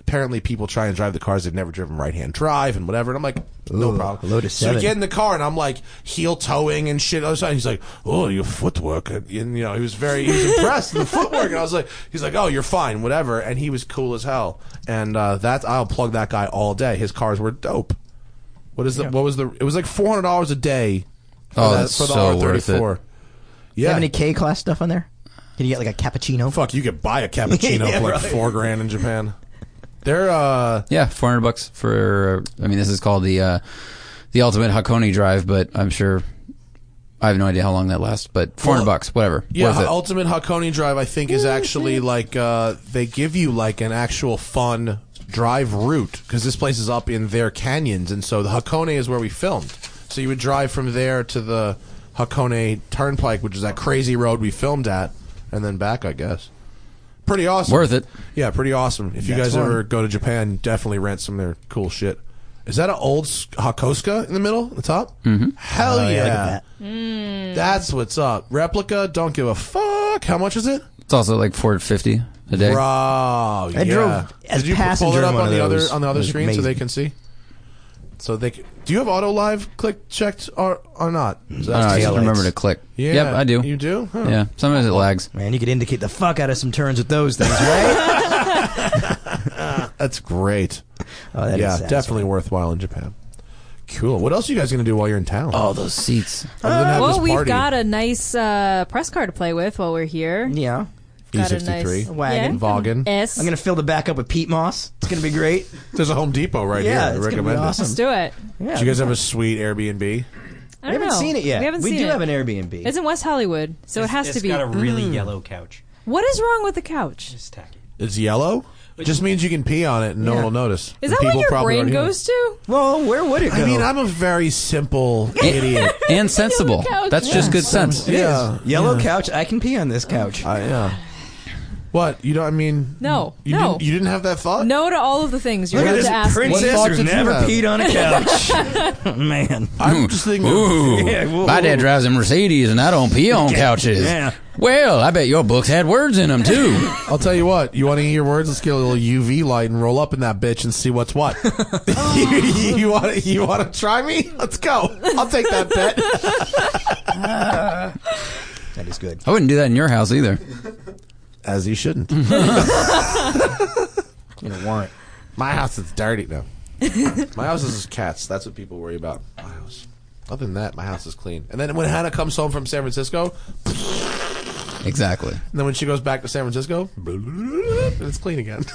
[SPEAKER 3] apparently people try and drive the cars they've never driven right hand drive and whatever. And I'm like, no
[SPEAKER 2] Ooh,
[SPEAKER 3] problem.
[SPEAKER 2] a load of
[SPEAKER 3] so we
[SPEAKER 2] seven.
[SPEAKER 3] get in the car and I'm like heel towing and shit. Other side, he's like, "Oh, your footwork," and you know, he was very he was impressed with the footwork. And I was like, "He's like, oh, you're fine, whatever." And he was cool as hell. And uh, that I'll plug that guy all day. His cars were dope. What is the what was the? It was like four hundred dollars a day. For
[SPEAKER 5] Oh, that's so worth it.
[SPEAKER 3] Yeah,
[SPEAKER 2] Have any K class stuff on there? Can you get like a cappuccino?
[SPEAKER 3] fuck, you could buy a cappuccino
[SPEAKER 2] Yeah,
[SPEAKER 3] for like
[SPEAKER 2] right.
[SPEAKER 3] four grand in Japan. They're uh,
[SPEAKER 5] Yeah, four hundred bucks for. I mean, this is called the uh, the ultimate Hakone drive, but I'm sure I have no idea how long that lasts. But four hundred
[SPEAKER 3] Well,
[SPEAKER 5] bucks, whatever.
[SPEAKER 3] Yeah,
[SPEAKER 5] worth it.
[SPEAKER 3] Ultimate Hakone Drive, I think, is actually like uh, they give you like an actual fun drive route because this place is up in their canyons, and so the Hakone is where we filmed. So you would drive from there to the Hakone Turnpike, which is that crazy road we filmed at, and then back, I guess. Pretty awesome.
[SPEAKER 5] Worth it.
[SPEAKER 3] Yeah, pretty awesome. If you guys ever go to Japan, definitely rent some of their cool shit. Is that an old s- Hakoska in the middle, the top? Mm-hmm. Hell
[SPEAKER 2] Oh, yeah, look at
[SPEAKER 3] yeah.
[SPEAKER 2] that.
[SPEAKER 3] That's what's up. Replica, don't give a fuck. How much is it?
[SPEAKER 5] It's also like four fifty a day.
[SPEAKER 3] Bro, I yeah.
[SPEAKER 2] drove as
[SPEAKER 3] Did you pull
[SPEAKER 2] passenger
[SPEAKER 3] it
[SPEAKER 2] in
[SPEAKER 3] up
[SPEAKER 2] one
[SPEAKER 3] on
[SPEAKER 2] of
[SPEAKER 3] the
[SPEAKER 2] those.
[SPEAKER 3] other on the
[SPEAKER 2] It
[SPEAKER 3] other
[SPEAKER 2] was
[SPEAKER 3] screen so they
[SPEAKER 2] amazing.
[SPEAKER 3] can see? So they can, do you have auto live click checked or or not?
[SPEAKER 2] Mm.
[SPEAKER 3] Is that-
[SPEAKER 5] I, don't know, I just
[SPEAKER 2] taillights.
[SPEAKER 5] remember to click.
[SPEAKER 3] yeah,
[SPEAKER 5] yep, I do.
[SPEAKER 3] You do? Huh.
[SPEAKER 5] Yeah, sometimes it lags.
[SPEAKER 2] Man, you could indicate the fuck out of some turns with those things, right?
[SPEAKER 3] That's great.
[SPEAKER 2] oh, that is
[SPEAKER 3] yeah,
[SPEAKER 2] satisfying.
[SPEAKER 3] definitely worthwhile in Japan. Cool. What else are you guys gonna do while you're in town?
[SPEAKER 5] Oh, those seats.
[SPEAKER 3] Other than have
[SPEAKER 4] well,
[SPEAKER 3] this
[SPEAKER 4] we've
[SPEAKER 3] party.
[SPEAKER 4] got a nice uh, press car to play with while we're here.
[SPEAKER 2] Yeah.
[SPEAKER 4] Got a
[SPEAKER 3] E63.
[SPEAKER 4] nice
[SPEAKER 2] Wagon.
[SPEAKER 4] Yeah.
[SPEAKER 3] Vaughan.
[SPEAKER 4] S.
[SPEAKER 2] I'm gonna fill the back up with peat moss. It's gonna be great.
[SPEAKER 3] There's a Home Depot right
[SPEAKER 2] yeah,
[SPEAKER 3] here.
[SPEAKER 2] it's gonna
[SPEAKER 3] I
[SPEAKER 2] be
[SPEAKER 3] recommend it.
[SPEAKER 2] awesome.
[SPEAKER 4] Let's do it.
[SPEAKER 2] Yeah.
[SPEAKER 3] Do you guys have a sweet Airbnb?
[SPEAKER 4] I
[SPEAKER 2] we
[SPEAKER 4] don't
[SPEAKER 2] haven't
[SPEAKER 4] know.
[SPEAKER 2] seen it yet.
[SPEAKER 4] We haven't seen
[SPEAKER 2] do
[SPEAKER 4] it.
[SPEAKER 2] have an Airbnb.
[SPEAKER 4] It's in West Hollywood, so it has to be. mm.
[SPEAKER 6] got a really yellow couch.
[SPEAKER 4] what is wrong with the couch?
[SPEAKER 6] It's tacky.
[SPEAKER 3] It's yellow. It just means you can pee on it and no
[SPEAKER 2] Yeah.
[SPEAKER 3] one will notice. And
[SPEAKER 4] Is that what
[SPEAKER 3] people
[SPEAKER 4] your
[SPEAKER 3] probably
[SPEAKER 4] brain
[SPEAKER 3] already know.
[SPEAKER 4] goes to?
[SPEAKER 2] well, where would it go?
[SPEAKER 3] I mean, I'm a very simple idiot.
[SPEAKER 5] and sensible.
[SPEAKER 4] couch.
[SPEAKER 5] That's just good sense.
[SPEAKER 3] uh, yeah,
[SPEAKER 2] Yellow couch. I can pee on
[SPEAKER 4] Oh.
[SPEAKER 2] this couch.
[SPEAKER 3] I- yeah. What you don't? I mean,
[SPEAKER 4] No,
[SPEAKER 3] you
[SPEAKER 4] no.
[SPEAKER 3] Didn't, you didn't have that thought.
[SPEAKER 4] No to all of the things you're
[SPEAKER 2] Look at
[SPEAKER 4] about
[SPEAKER 2] this
[SPEAKER 4] to ask. me.
[SPEAKER 3] What
[SPEAKER 2] princess
[SPEAKER 3] thought
[SPEAKER 2] who's
[SPEAKER 3] did you
[SPEAKER 2] never
[SPEAKER 3] have?
[SPEAKER 2] peed on a couch. Man,
[SPEAKER 3] I'm just thinking.
[SPEAKER 5] Ooh,
[SPEAKER 2] Yeah, whoa,
[SPEAKER 5] my dad
[SPEAKER 2] whoa.
[SPEAKER 5] drives a Mercedes, and I don't pee on couches.
[SPEAKER 2] Yeah.
[SPEAKER 5] Well, I bet your books had words in them too.
[SPEAKER 3] I'll tell you what. You want to hear words? Let's get a little UV light and roll up in that bitch and see what's what.
[SPEAKER 4] Oh.
[SPEAKER 3] you want? You want to try me? Let's go. I'll take that bet.
[SPEAKER 2] That is good.
[SPEAKER 5] I wouldn't do that in your house either.
[SPEAKER 3] As he shouldn't.
[SPEAKER 2] You know, warrant.
[SPEAKER 3] My house is dirty now. my house is just cats. That's what people worry about. My house. Other than that, my house is clean. And then when Hannah comes home from San Francisco,
[SPEAKER 5] Exactly.
[SPEAKER 3] and then when she goes back to San Francisco, and it's clean again.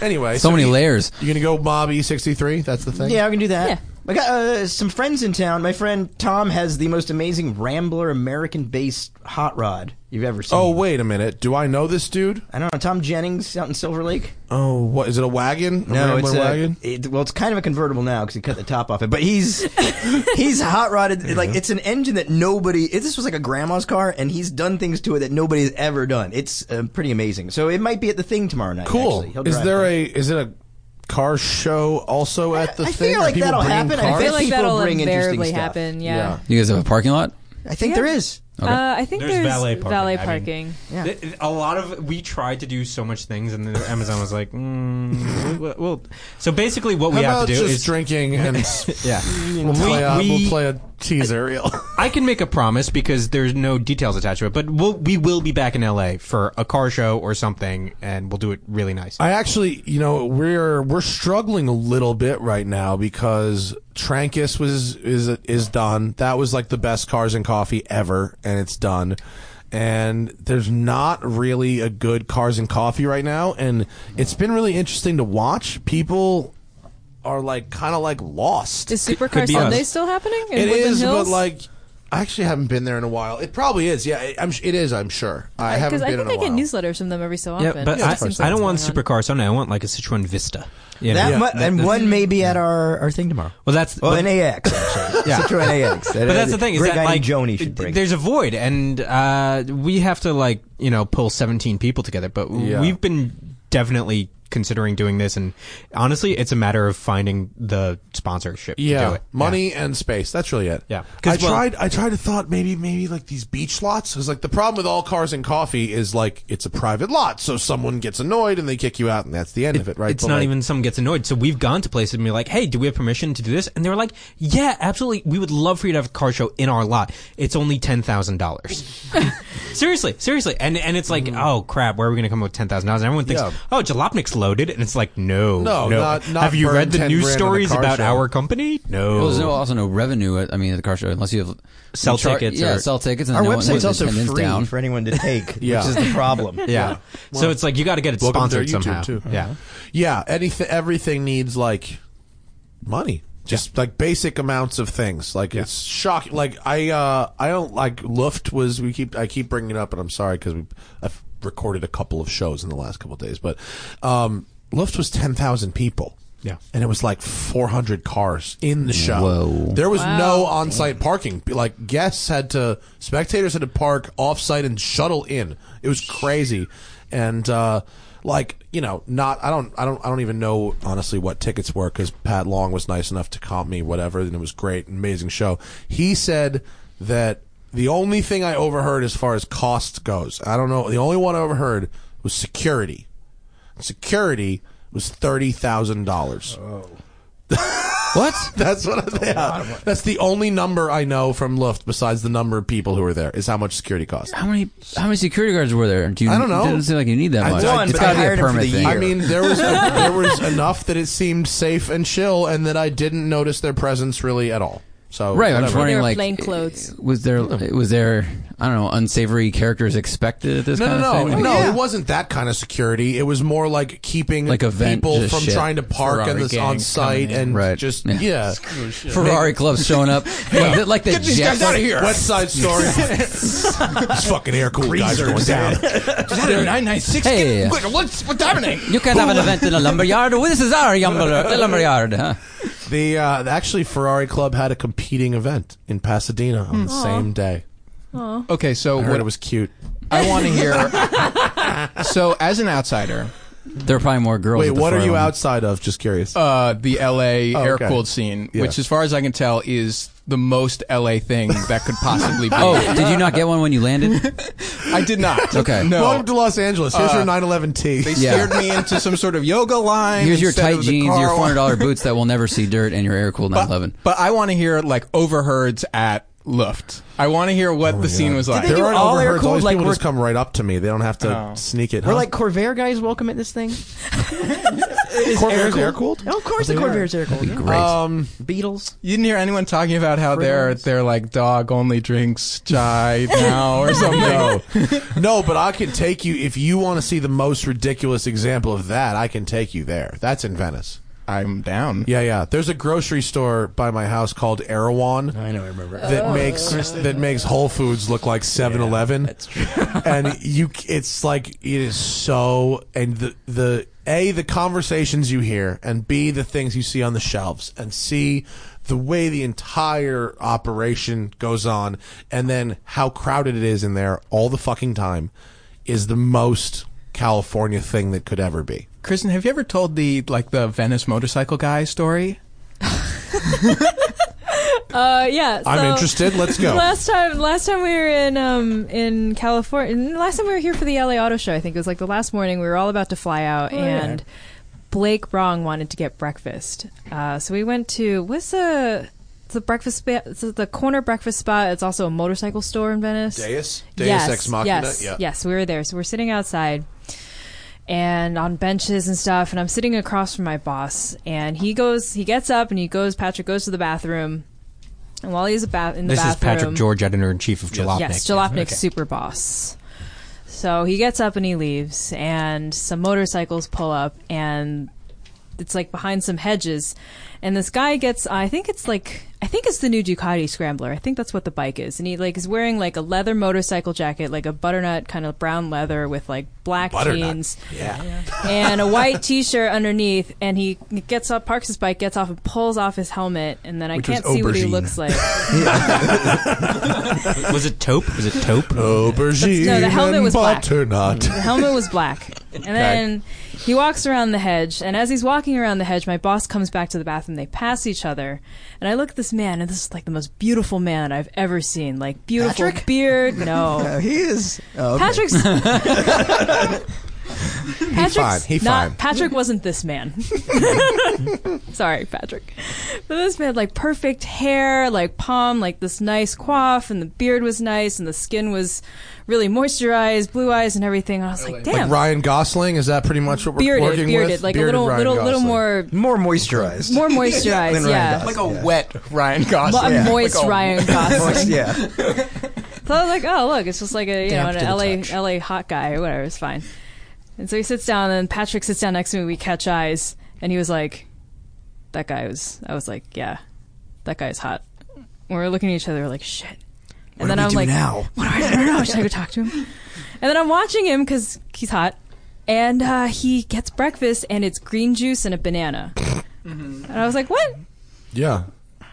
[SPEAKER 3] anyway,
[SPEAKER 5] So many layers.
[SPEAKER 3] You gonna go Mob E sixty three? That's the thing.
[SPEAKER 2] Yeah, I can do that.
[SPEAKER 4] Yeah.
[SPEAKER 2] I got uh, some friends in town. My friend Tom has the most amazing Rambler American-based hot rod you've ever seen.
[SPEAKER 3] Oh wait a minute. Do I know this dude?
[SPEAKER 2] I don't know. Tom Jennings out in Silver Lake.
[SPEAKER 3] Oh, what is it? A wagon? A
[SPEAKER 2] No,
[SPEAKER 3] Rambler
[SPEAKER 2] it's a,
[SPEAKER 3] wagon.
[SPEAKER 2] it- well, it's kind of a convertible now because he cut the top off it. But he's he's hot rodded like it's an engine that nobody. It, this was like a grandma's car, and he's done things to it that nobody's ever done. It's uh, pretty amazing. So it might be at the thing tomorrow night.
[SPEAKER 3] Cool.
[SPEAKER 2] actually. He'll
[SPEAKER 3] Is
[SPEAKER 2] drive
[SPEAKER 3] there
[SPEAKER 2] it.
[SPEAKER 3] a? Is it a car show also at the
[SPEAKER 2] I
[SPEAKER 3] thing?
[SPEAKER 2] feel
[SPEAKER 3] Are
[SPEAKER 2] like
[SPEAKER 3] people
[SPEAKER 2] that'll
[SPEAKER 3] bringing
[SPEAKER 2] happen. I
[SPEAKER 4] I
[SPEAKER 3] cars?
[SPEAKER 4] feel like
[SPEAKER 2] People
[SPEAKER 4] that'll
[SPEAKER 2] bring interesting
[SPEAKER 4] invariably
[SPEAKER 2] stuff.
[SPEAKER 4] happen. Yeah.
[SPEAKER 5] You guys have a parking lot?
[SPEAKER 2] I think there is.
[SPEAKER 4] Uh, I think
[SPEAKER 6] There's
[SPEAKER 4] there's,
[SPEAKER 6] valet parking.
[SPEAKER 4] valet
[SPEAKER 6] I mean-
[SPEAKER 4] parking.
[SPEAKER 6] Th- A lot of we tried to do so much things, and then Amazon was like, mm, we- "Well." So basically, what
[SPEAKER 3] How
[SPEAKER 6] we have
[SPEAKER 3] about
[SPEAKER 6] to do
[SPEAKER 3] just
[SPEAKER 6] is
[SPEAKER 3] drinking and
[SPEAKER 6] yeah.
[SPEAKER 3] we'll, play a,
[SPEAKER 6] we-
[SPEAKER 3] we'll play a teaser reel.
[SPEAKER 6] I can make a promise because there's no details attached to it, but we'll, we will be back in LA for a car show or something, and we'll do it really nice.
[SPEAKER 3] I actually, you know, we're we're struggling a little bit right now because Trankus was is is done. That was like the best cars and coffee ever, and it's done. And there's not really a good cars and coffee right now, and it's been really interesting to watch. People are like kind of like lost.
[SPEAKER 4] Is Supercar
[SPEAKER 6] be
[SPEAKER 4] Sunday
[SPEAKER 6] us.
[SPEAKER 4] still happening? In
[SPEAKER 3] It
[SPEAKER 4] Woodland
[SPEAKER 3] is,
[SPEAKER 4] Hills?
[SPEAKER 3] but like. I actually haven't been there in a while. It probably is. Yeah, it, I'm, sh- it is. I'm sure. I haven't
[SPEAKER 4] because
[SPEAKER 3] been
[SPEAKER 4] I think
[SPEAKER 3] in a
[SPEAKER 4] I get
[SPEAKER 3] while.
[SPEAKER 4] newsletters from them every so often.
[SPEAKER 6] yeah, but
[SPEAKER 4] It
[SPEAKER 6] I,
[SPEAKER 4] seems
[SPEAKER 6] I don't
[SPEAKER 4] something's
[SPEAKER 6] want
[SPEAKER 4] going on.
[SPEAKER 6] supercar Sunday. I want like a Citroen Vista. You know?
[SPEAKER 2] That
[SPEAKER 3] Yeah.
[SPEAKER 2] mu- and one may be at our, our thing tomorrow.
[SPEAKER 6] Well, that's
[SPEAKER 2] Well,
[SPEAKER 6] but-
[SPEAKER 2] an AX actually.
[SPEAKER 6] Yeah.
[SPEAKER 2] Citroen AX.
[SPEAKER 6] But that's the thing is
[SPEAKER 2] Great
[SPEAKER 6] that
[SPEAKER 2] guy
[SPEAKER 6] like
[SPEAKER 2] named Joni should bring.
[SPEAKER 6] there's a void, and uh, we have to like you know pull 17 people together. But
[SPEAKER 3] Yeah.
[SPEAKER 6] we've been definitely considering doing this, and honestly, it's a matter of finding the sponsorship. to
[SPEAKER 3] Yeah,
[SPEAKER 6] do it.
[SPEAKER 3] money and space. That's really it.
[SPEAKER 6] Yeah.
[SPEAKER 3] I
[SPEAKER 6] 'Cause, well-
[SPEAKER 3] tried. I tried to thought maybe maybe like these beach lots. Because like the problem with all cars and coffee is like it's a private lot, so someone gets annoyed and they kick you out, and that's the end of it, right?
[SPEAKER 6] It's
[SPEAKER 3] But,
[SPEAKER 6] not
[SPEAKER 3] like,
[SPEAKER 6] even someone gets annoyed. So we've gone to places and we're like, hey, do we have permission to do this? And they were like, yeah, absolutely. We would love for you to have a car show in our lot. It's only ten thousand dollars. seriously, seriously. And and it's like, oh crap, where are we going to come up with ten thousand dollars? Everyone thinks,
[SPEAKER 3] Mm-hmm. Yeah.
[SPEAKER 6] oh, Jalopnik's loaded, and it's like, no,
[SPEAKER 3] No,
[SPEAKER 6] no.
[SPEAKER 3] not- not
[SPEAKER 6] have you
[SPEAKER 3] burn
[SPEAKER 6] read
[SPEAKER 3] 10
[SPEAKER 6] the news
[SPEAKER 3] grand on a
[SPEAKER 6] stories
[SPEAKER 3] car
[SPEAKER 6] about
[SPEAKER 3] show.
[SPEAKER 6] our company? No.
[SPEAKER 5] Well, there's no, also no revenue. At, I mean, at the car show, unless you have
[SPEAKER 6] Sell
[SPEAKER 5] you char-
[SPEAKER 6] tickets
[SPEAKER 5] Yeah,
[SPEAKER 6] or-
[SPEAKER 5] sell tickets. And
[SPEAKER 2] our
[SPEAKER 5] no one
[SPEAKER 2] website's
[SPEAKER 5] puts
[SPEAKER 2] also
[SPEAKER 5] attendance
[SPEAKER 2] free
[SPEAKER 5] down.
[SPEAKER 2] for anyone to take,
[SPEAKER 3] Yeah.
[SPEAKER 2] which is the problem.
[SPEAKER 6] yeah. So it's like you got to get it
[SPEAKER 3] Welcome to
[SPEAKER 6] sponsored
[SPEAKER 3] YouTube,
[SPEAKER 6] somehow.
[SPEAKER 3] too.
[SPEAKER 6] Yeah.
[SPEAKER 3] Yeah, anything. Everything needs like money. Just like basic amounts of things. Like it's shocking. Like I, uh, I don't like Luft was. We keep. I keep bringing it up, and I'm sorry because we. I've recorded a couple of shows in the last couple of days, but um, Luft was ten thousand people.
[SPEAKER 6] Yeah.
[SPEAKER 3] and it was like 400 cars in the show.
[SPEAKER 5] Whoa.
[SPEAKER 3] There was no on-site parking. Like guests had to, spectators had to park off-site and shuttle in. It was crazy, and uh, like you know, not I don't I don't I don't even know honestly what tickets were because Pat Long was nice enough to comp me whatever, and it was great, amazing show. He said that the only thing I overheard as far as cost goes, I don't know, the only one I overheard was security. Security was thirty thousand dollars.
[SPEAKER 5] What?
[SPEAKER 3] Oh. That's what I, yeah. That's the only number I know from Luft besides the number of people who were there is how much security costs.
[SPEAKER 5] How many? How many security guards were there? Do you,
[SPEAKER 3] I don't know.
[SPEAKER 5] It doesn't seem like you need that
[SPEAKER 3] I
[SPEAKER 5] much.
[SPEAKER 3] don't,
[SPEAKER 5] it's
[SPEAKER 3] but
[SPEAKER 5] got
[SPEAKER 3] I
[SPEAKER 5] to be a
[SPEAKER 2] hired him for
[SPEAKER 5] permit
[SPEAKER 2] the
[SPEAKER 5] thing.
[SPEAKER 2] year.
[SPEAKER 3] I mean, there was there was enough that it seemed safe and chill, and that I didn't notice their presence really at all. So
[SPEAKER 5] Right, I'm just wondering,
[SPEAKER 3] whatever.
[SPEAKER 4] They were
[SPEAKER 5] like,
[SPEAKER 4] plainclothes.
[SPEAKER 5] was there was there I don't know unsavory characters expected at this
[SPEAKER 3] No,
[SPEAKER 5] kind
[SPEAKER 3] no,
[SPEAKER 5] of
[SPEAKER 3] no,
[SPEAKER 5] thing?
[SPEAKER 3] no! It wasn't that kind of security. It was more like keeping
[SPEAKER 5] Like event
[SPEAKER 3] people
[SPEAKER 5] just
[SPEAKER 3] from
[SPEAKER 5] shit.
[SPEAKER 3] trying to park
[SPEAKER 7] Ferrari
[SPEAKER 3] and this
[SPEAKER 7] gang
[SPEAKER 3] on site
[SPEAKER 7] coming in.
[SPEAKER 3] and
[SPEAKER 5] Right.
[SPEAKER 3] just
[SPEAKER 5] Yeah.
[SPEAKER 3] yeah.
[SPEAKER 5] Ferrari clubs showing up like, the- like the Jets.
[SPEAKER 3] West Side Story. This fucking air cool guys going down.
[SPEAKER 7] Nine nine six.
[SPEAKER 5] Hey,
[SPEAKER 7] Quick, what's what's happening?
[SPEAKER 5] you can't have an event in a lumberyard. Well, this is our lumberyard. lumberyard huh?
[SPEAKER 3] The uh, actually Ferrari Club had a competing event in Pasadena on the same day.
[SPEAKER 8] Okay, so
[SPEAKER 3] I heard
[SPEAKER 8] what
[SPEAKER 3] it was cute.
[SPEAKER 8] I want to hear. so, as an outsider,
[SPEAKER 5] There are probably more girls.
[SPEAKER 3] Wait,
[SPEAKER 5] at the
[SPEAKER 3] what are
[SPEAKER 5] Ferrari
[SPEAKER 3] you
[SPEAKER 5] one.
[SPEAKER 3] outside of? Just curious.
[SPEAKER 8] uh, the LA
[SPEAKER 3] okay.
[SPEAKER 8] air cooled scene,
[SPEAKER 3] Yeah.
[SPEAKER 8] which, as far as I can tell, is the most LA thing that could possibly be.
[SPEAKER 5] Oh, did you not get one when you landed?
[SPEAKER 8] I did not.
[SPEAKER 5] Okay.
[SPEAKER 8] No.
[SPEAKER 3] Welcome to Los Angeles. Here's your 911 T.
[SPEAKER 8] they
[SPEAKER 5] Yeah.
[SPEAKER 8] steered me into some sort of yoga line.
[SPEAKER 5] Here's your
[SPEAKER 8] instead
[SPEAKER 5] tight
[SPEAKER 8] of the
[SPEAKER 5] jeans,
[SPEAKER 8] car
[SPEAKER 5] your four
[SPEAKER 8] wash.
[SPEAKER 5] hundred dollar boots that will never see dirt, and your air cooled nine eleven.
[SPEAKER 8] But I want to hear like overheards at Luft. I want to hear what the scene was like.
[SPEAKER 2] they do
[SPEAKER 3] Oh there aren't
[SPEAKER 2] all air
[SPEAKER 3] overheards. All
[SPEAKER 2] cooled,
[SPEAKER 3] these
[SPEAKER 2] like,
[SPEAKER 3] people
[SPEAKER 2] we're-
[SPEAKER 3] just come right up to me. They don't have to sneak it.
[SPEAKER 2] We're
[SPEAKER 3] huh?
[SPEAKER 2] like Corvair guys welcome at this thing.
[SPEAKER 3] Corvairs air cooled.
[SPEAKER 2] Oh, of course the Corvair's air cooled.
[SPEAKER 5] Great.
[SPEAKER 3] Um,
[SPEAKER 2] Beatles.
[SPEAKER 8] You didn't hear anyone talking about how their their like dog only drinks chai now or something.
[SPEAKER 3] no, no, but I can take you if you want to see the most ridiculous example of that. I can take you there. That's in Venice.
[SPEAKER 8] I'm down.
[SPEAKER 3] Yeah, yeah. There's a grocery store by my house called Erewhon. I know, I remember
[SPEAKER 4] Oh.
[SPEAKER 3] that makes that makes Whole Foods look like 7-Eleven. that's true. and you, c- it's like it is so, and the the a the conversations you hear, and b the things you see on the shelves, and c the way the entire operation goes on, and then how crowded it is in there all the fucking time, is the most California thing that could ever be.
[SPEAKER 8] Kristen, have you ever told the like the Venice motorcycle guy story?
[SPEAKER 4] Uh, yeah.
[SPEAKER 3] I'm
[SPEAKER 4] so-
[SPEAKER 3] interested. Let's go.
[SPEAKER 4] Last time, last time we were in um in California. Last time we were here for the LA Auto Show, I think it was like the last morning. We were all about to fly out,
[SPEAKER 3] Oh,
[SPEAKER 4] and Blake Wrong wanted to get breakfast. Uh, so we went to what's the the breakfast spot? It's the corner breakfast spot. It's also a motorcycle store in Venice.
[SPEAKER 3] Deus, Deus
[SPEAKER 4] yes,
[SPEAKER 3] Ex Machina.
[SPEAKER 4] Yes,
[SPEAKER 3] yeah.
[SPEAKER 4] yes, we were there. So we're sitting outside and on benches and stuff. And I'm sitting across from my boss, and he goes, he gets up and he goes. Patrick goes to the bathroom, and while he's a bath in the
[SPEAKER 6] This is
[SPEAKER 4] bathroom,
[SPEAKER 6] Patrick George, editor in chief of Jalopnik.
[SPEAKER 4] Yes, Jalopnik super boss. So he gets up and he leaves, and some motorcycles pull up, and it's like behind some hedges, and this guy gets. I think it's like I think it's the new Ducati Scrambler. I think that's what the bike is, and he like is wearing like a leather motorcycle jacket, like a butternut kind of brown leather with like black jeans, and a white T-shirt underneath, and he gets up, parks his bike, gets off, and pulls off his helmet, and then I
[SPEAKER 6] Which was
[SPEAKER 4] can't see what he
[SPEAKER 6] aubergine.
[SPEAKER 4] looks like.
[SPEAKER 6] Was it taupe? Was it taupe?
[SPEAKER 3] Aubergine
[SPEAKER 4] No, the helmet
[SPEAKER 3] and
[SPEAKER 4] was black.
[SPEAKER 3] butternut.
[SPEAKER 4] The helmet was black. And then he walks around the hedge, and as he's walking around the hedge, my boss comes back to the bathroom. They pass each other, and I look at this man, and this is like the most beautiful man I've ever seen. Like beautiful
[SPEAKER 2] Patrick?
[SPEAKER 4] beard. No,
[SPEAKER 2] Oh, he is. Oh, okay.
[SPEAKER 4] Patrick's. Patrick's
[SPEAKER 3] fine, he
[SPEAKER 4] not-
[SPEAKER 3] fine.
[SPEAKER 4] Patrick wasn't this man. Sorry, Patrick. But this man had like perfect hair, like palm, like this nice coif, and the beard was nice, and the skin was really moisturized, blue eyes, and everything. And I was like, damn,
[SPEAKER 3] Like Ryan Gosling, is that pretty much what we're
[SPEAKER 4] bearded,
[SPEAKER 3] working
[SPEAKER 4] bearded,
[SPEAKER 3] with?
[SPEAKER 4] like
[SPEAKER 3] Bearded
[SPEAKER 4] a little,
[SPEAKER 3] Ryan
[SPEAKER 4] little, little
[SPEAKER 3] Gosling.
[SPEAKER 4] more,
[SPEAKER 2] more moisturized.
[SPEAKER 4] more moisturized.
[SPEAKER 2] Ryan
[SPEAKER 4] yeah,
[SPEAKER 2] Gosling.
[SPEAKER 8] Like a wet Ryan Gosling.
[SPEAKER 4] Mo- a moist Ryan Gosling.
[SPEAKER 2] yeah.
[SPEAKER 4] So I was like, oh look, it's just like a you know
[SPEAKER 2] Damp to the
[SPEAKER 4] an
[SPEAKER 2] touch.
[SPEAKER 4] LA LA hot guy or whatever. It's fine. And so he sits down, and Patrick sits down next to me. We catch eyes, and he was like, "That guy was." I was like, "Yeah, that guy's hot." And we were looking at each other, we're like, "Shit." And then
[SPEAKER 2] do we
[SPEAKER 4] I'm
[SPEAKER 2] do
[SPEAKER 4] like,
[SPEAKER 2] now?
[SPEAKER 4] "What do I, I don't know. Should I go talk to him?" And then I'm watching him because he's hot, and uh, he gets breakfast, and it's green juice and a banana. And I was like, "What?"
[SPEAKER 3] Yeah.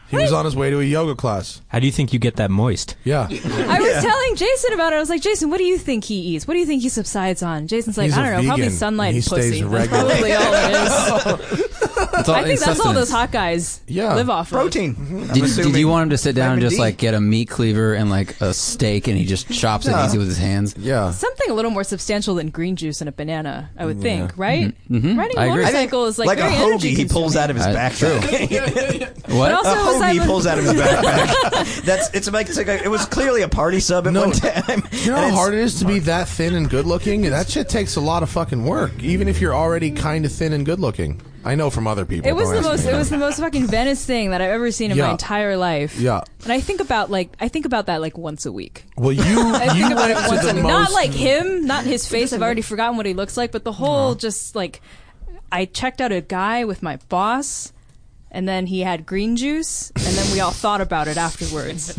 [SPEAKER 3] He was on his way to a yoga class.
[SPEAKER 6] How do you think you get that moist?
[SPEAKER 3] Yeah.
[SPEAKER 4] I was telling Jason about it. I was like, Jason, what do you think he eats? What do you think he subsides on? Jason's like,
[SPEAKER 3] He's
[SPEAKER 4] I
[SPEAKER 3] a
[SPEAKER 4] don't know, probably
[SPEAKER 3] vegan,
[SPEAKER 4] sunlight
[SPEAKER 3] and he
[SPEAKER 4] and pussy.
[SPEAKER 3] stays
[SPEAKER 4] that's
[SPEAKER 3] regular.
[SPEAKER 4] probably all it is.
[SPEAKER 5] It's all-
[SPEAKER 4] I think
[SPEAKER 5] it's
[SPEAKER 4] that's all
[SPEAKER 5] sustenance.
[SPEAKER 4] those hot guys
[SPEAKER 3] Yeah.
[SPEAKER 4] live off of.
[SPEAKER 2] Protein.
[SPEAKER 5] Did, did you want him to sit down and
[SPEAKER 2] Vitamin
[SPEAKER 5] just
[SPEAKER 2] D.
[SPEAKER 5] like get a meat cleaver and like a steak, and he just chops it easy with his hands?
[SPEAKER 3] Yeah.
[SPEAKER 4] Something a little more substantial than green juice and a banana, I would think,
[SPEAKER 3] Mm-hmm.
[SPEAKER 4] right? Riding a
[SPEAKER 5] I agree.
[SPEAKER 4] motorcycle is like,
[SPEAKER 2] like a
[SPEAKER 4] very
[SPEAKER 2] hoagie
[SPEAKER 4] energy
[SPEAKER 2] he pulls out of his
[SPEAKER 5] I-
[SPEAKER 2] backpack.
[SPEAKER 4] But
[SPEAKER 5] What?
[SPEAKER 4] also,
[SPEAKER 2] a hoagie
[SPEAKER 4] aside
[SPEAKER 2] he
[SPEAKER 4] from-
[SPEAKER 2] pulls out of his backpack. That's it's like, it's like a, it was clearly a party sub at
[SPEAKER 3] No.
[SPEAKER 2] one time.
[SPEAKER 3] You know
[SPEAKER 2] And
[SPEAKER 3] how
[SPEAKER 2] it's-
[SPEAKER 3] hard it is to be that thin and good looking? That shit takes a lot of fucking work, even if you're already kind of thin and good looking. I know from other people.
[SPEAKER 4] It was
[SPEAKER 3] don't
[SPEAKER 4] the
[SPEAKER 3] ask
[SPEAKER 4] most.
[SPEAKER 3] me.
[SPEAKER 4] It was the most fucking Venice thing that I've ever seen in my
[SPEAKER 3] Yeah.
[SPEAKER 4] entire life.
[SPEAKER 3] Yeah.
[SPEAKER 4] And I think about like I think about that like once a week.
[SPEAKER 3] Well, you,
[SPEAKER 4] I
[SPEAKER 3] you
[SPEAKER 4] think about
[SPEAKER 3] went
[SPEAKER 4] it
[SPEAKER 3] to
[SPEAKER 4] once
[SPEAKER 3] the
[SPEAKER 4] a
[SPEAKER 3] most.
[SPEAKER 4] week. Not like him, not his face. I've already forgotten what he looks like, but the
[SPEAKER 3] Uh-huh.
[SPEAKER 4] whole just like I checked out a guy with my boss, and then he had green juice, and then we all thought about it afterwards.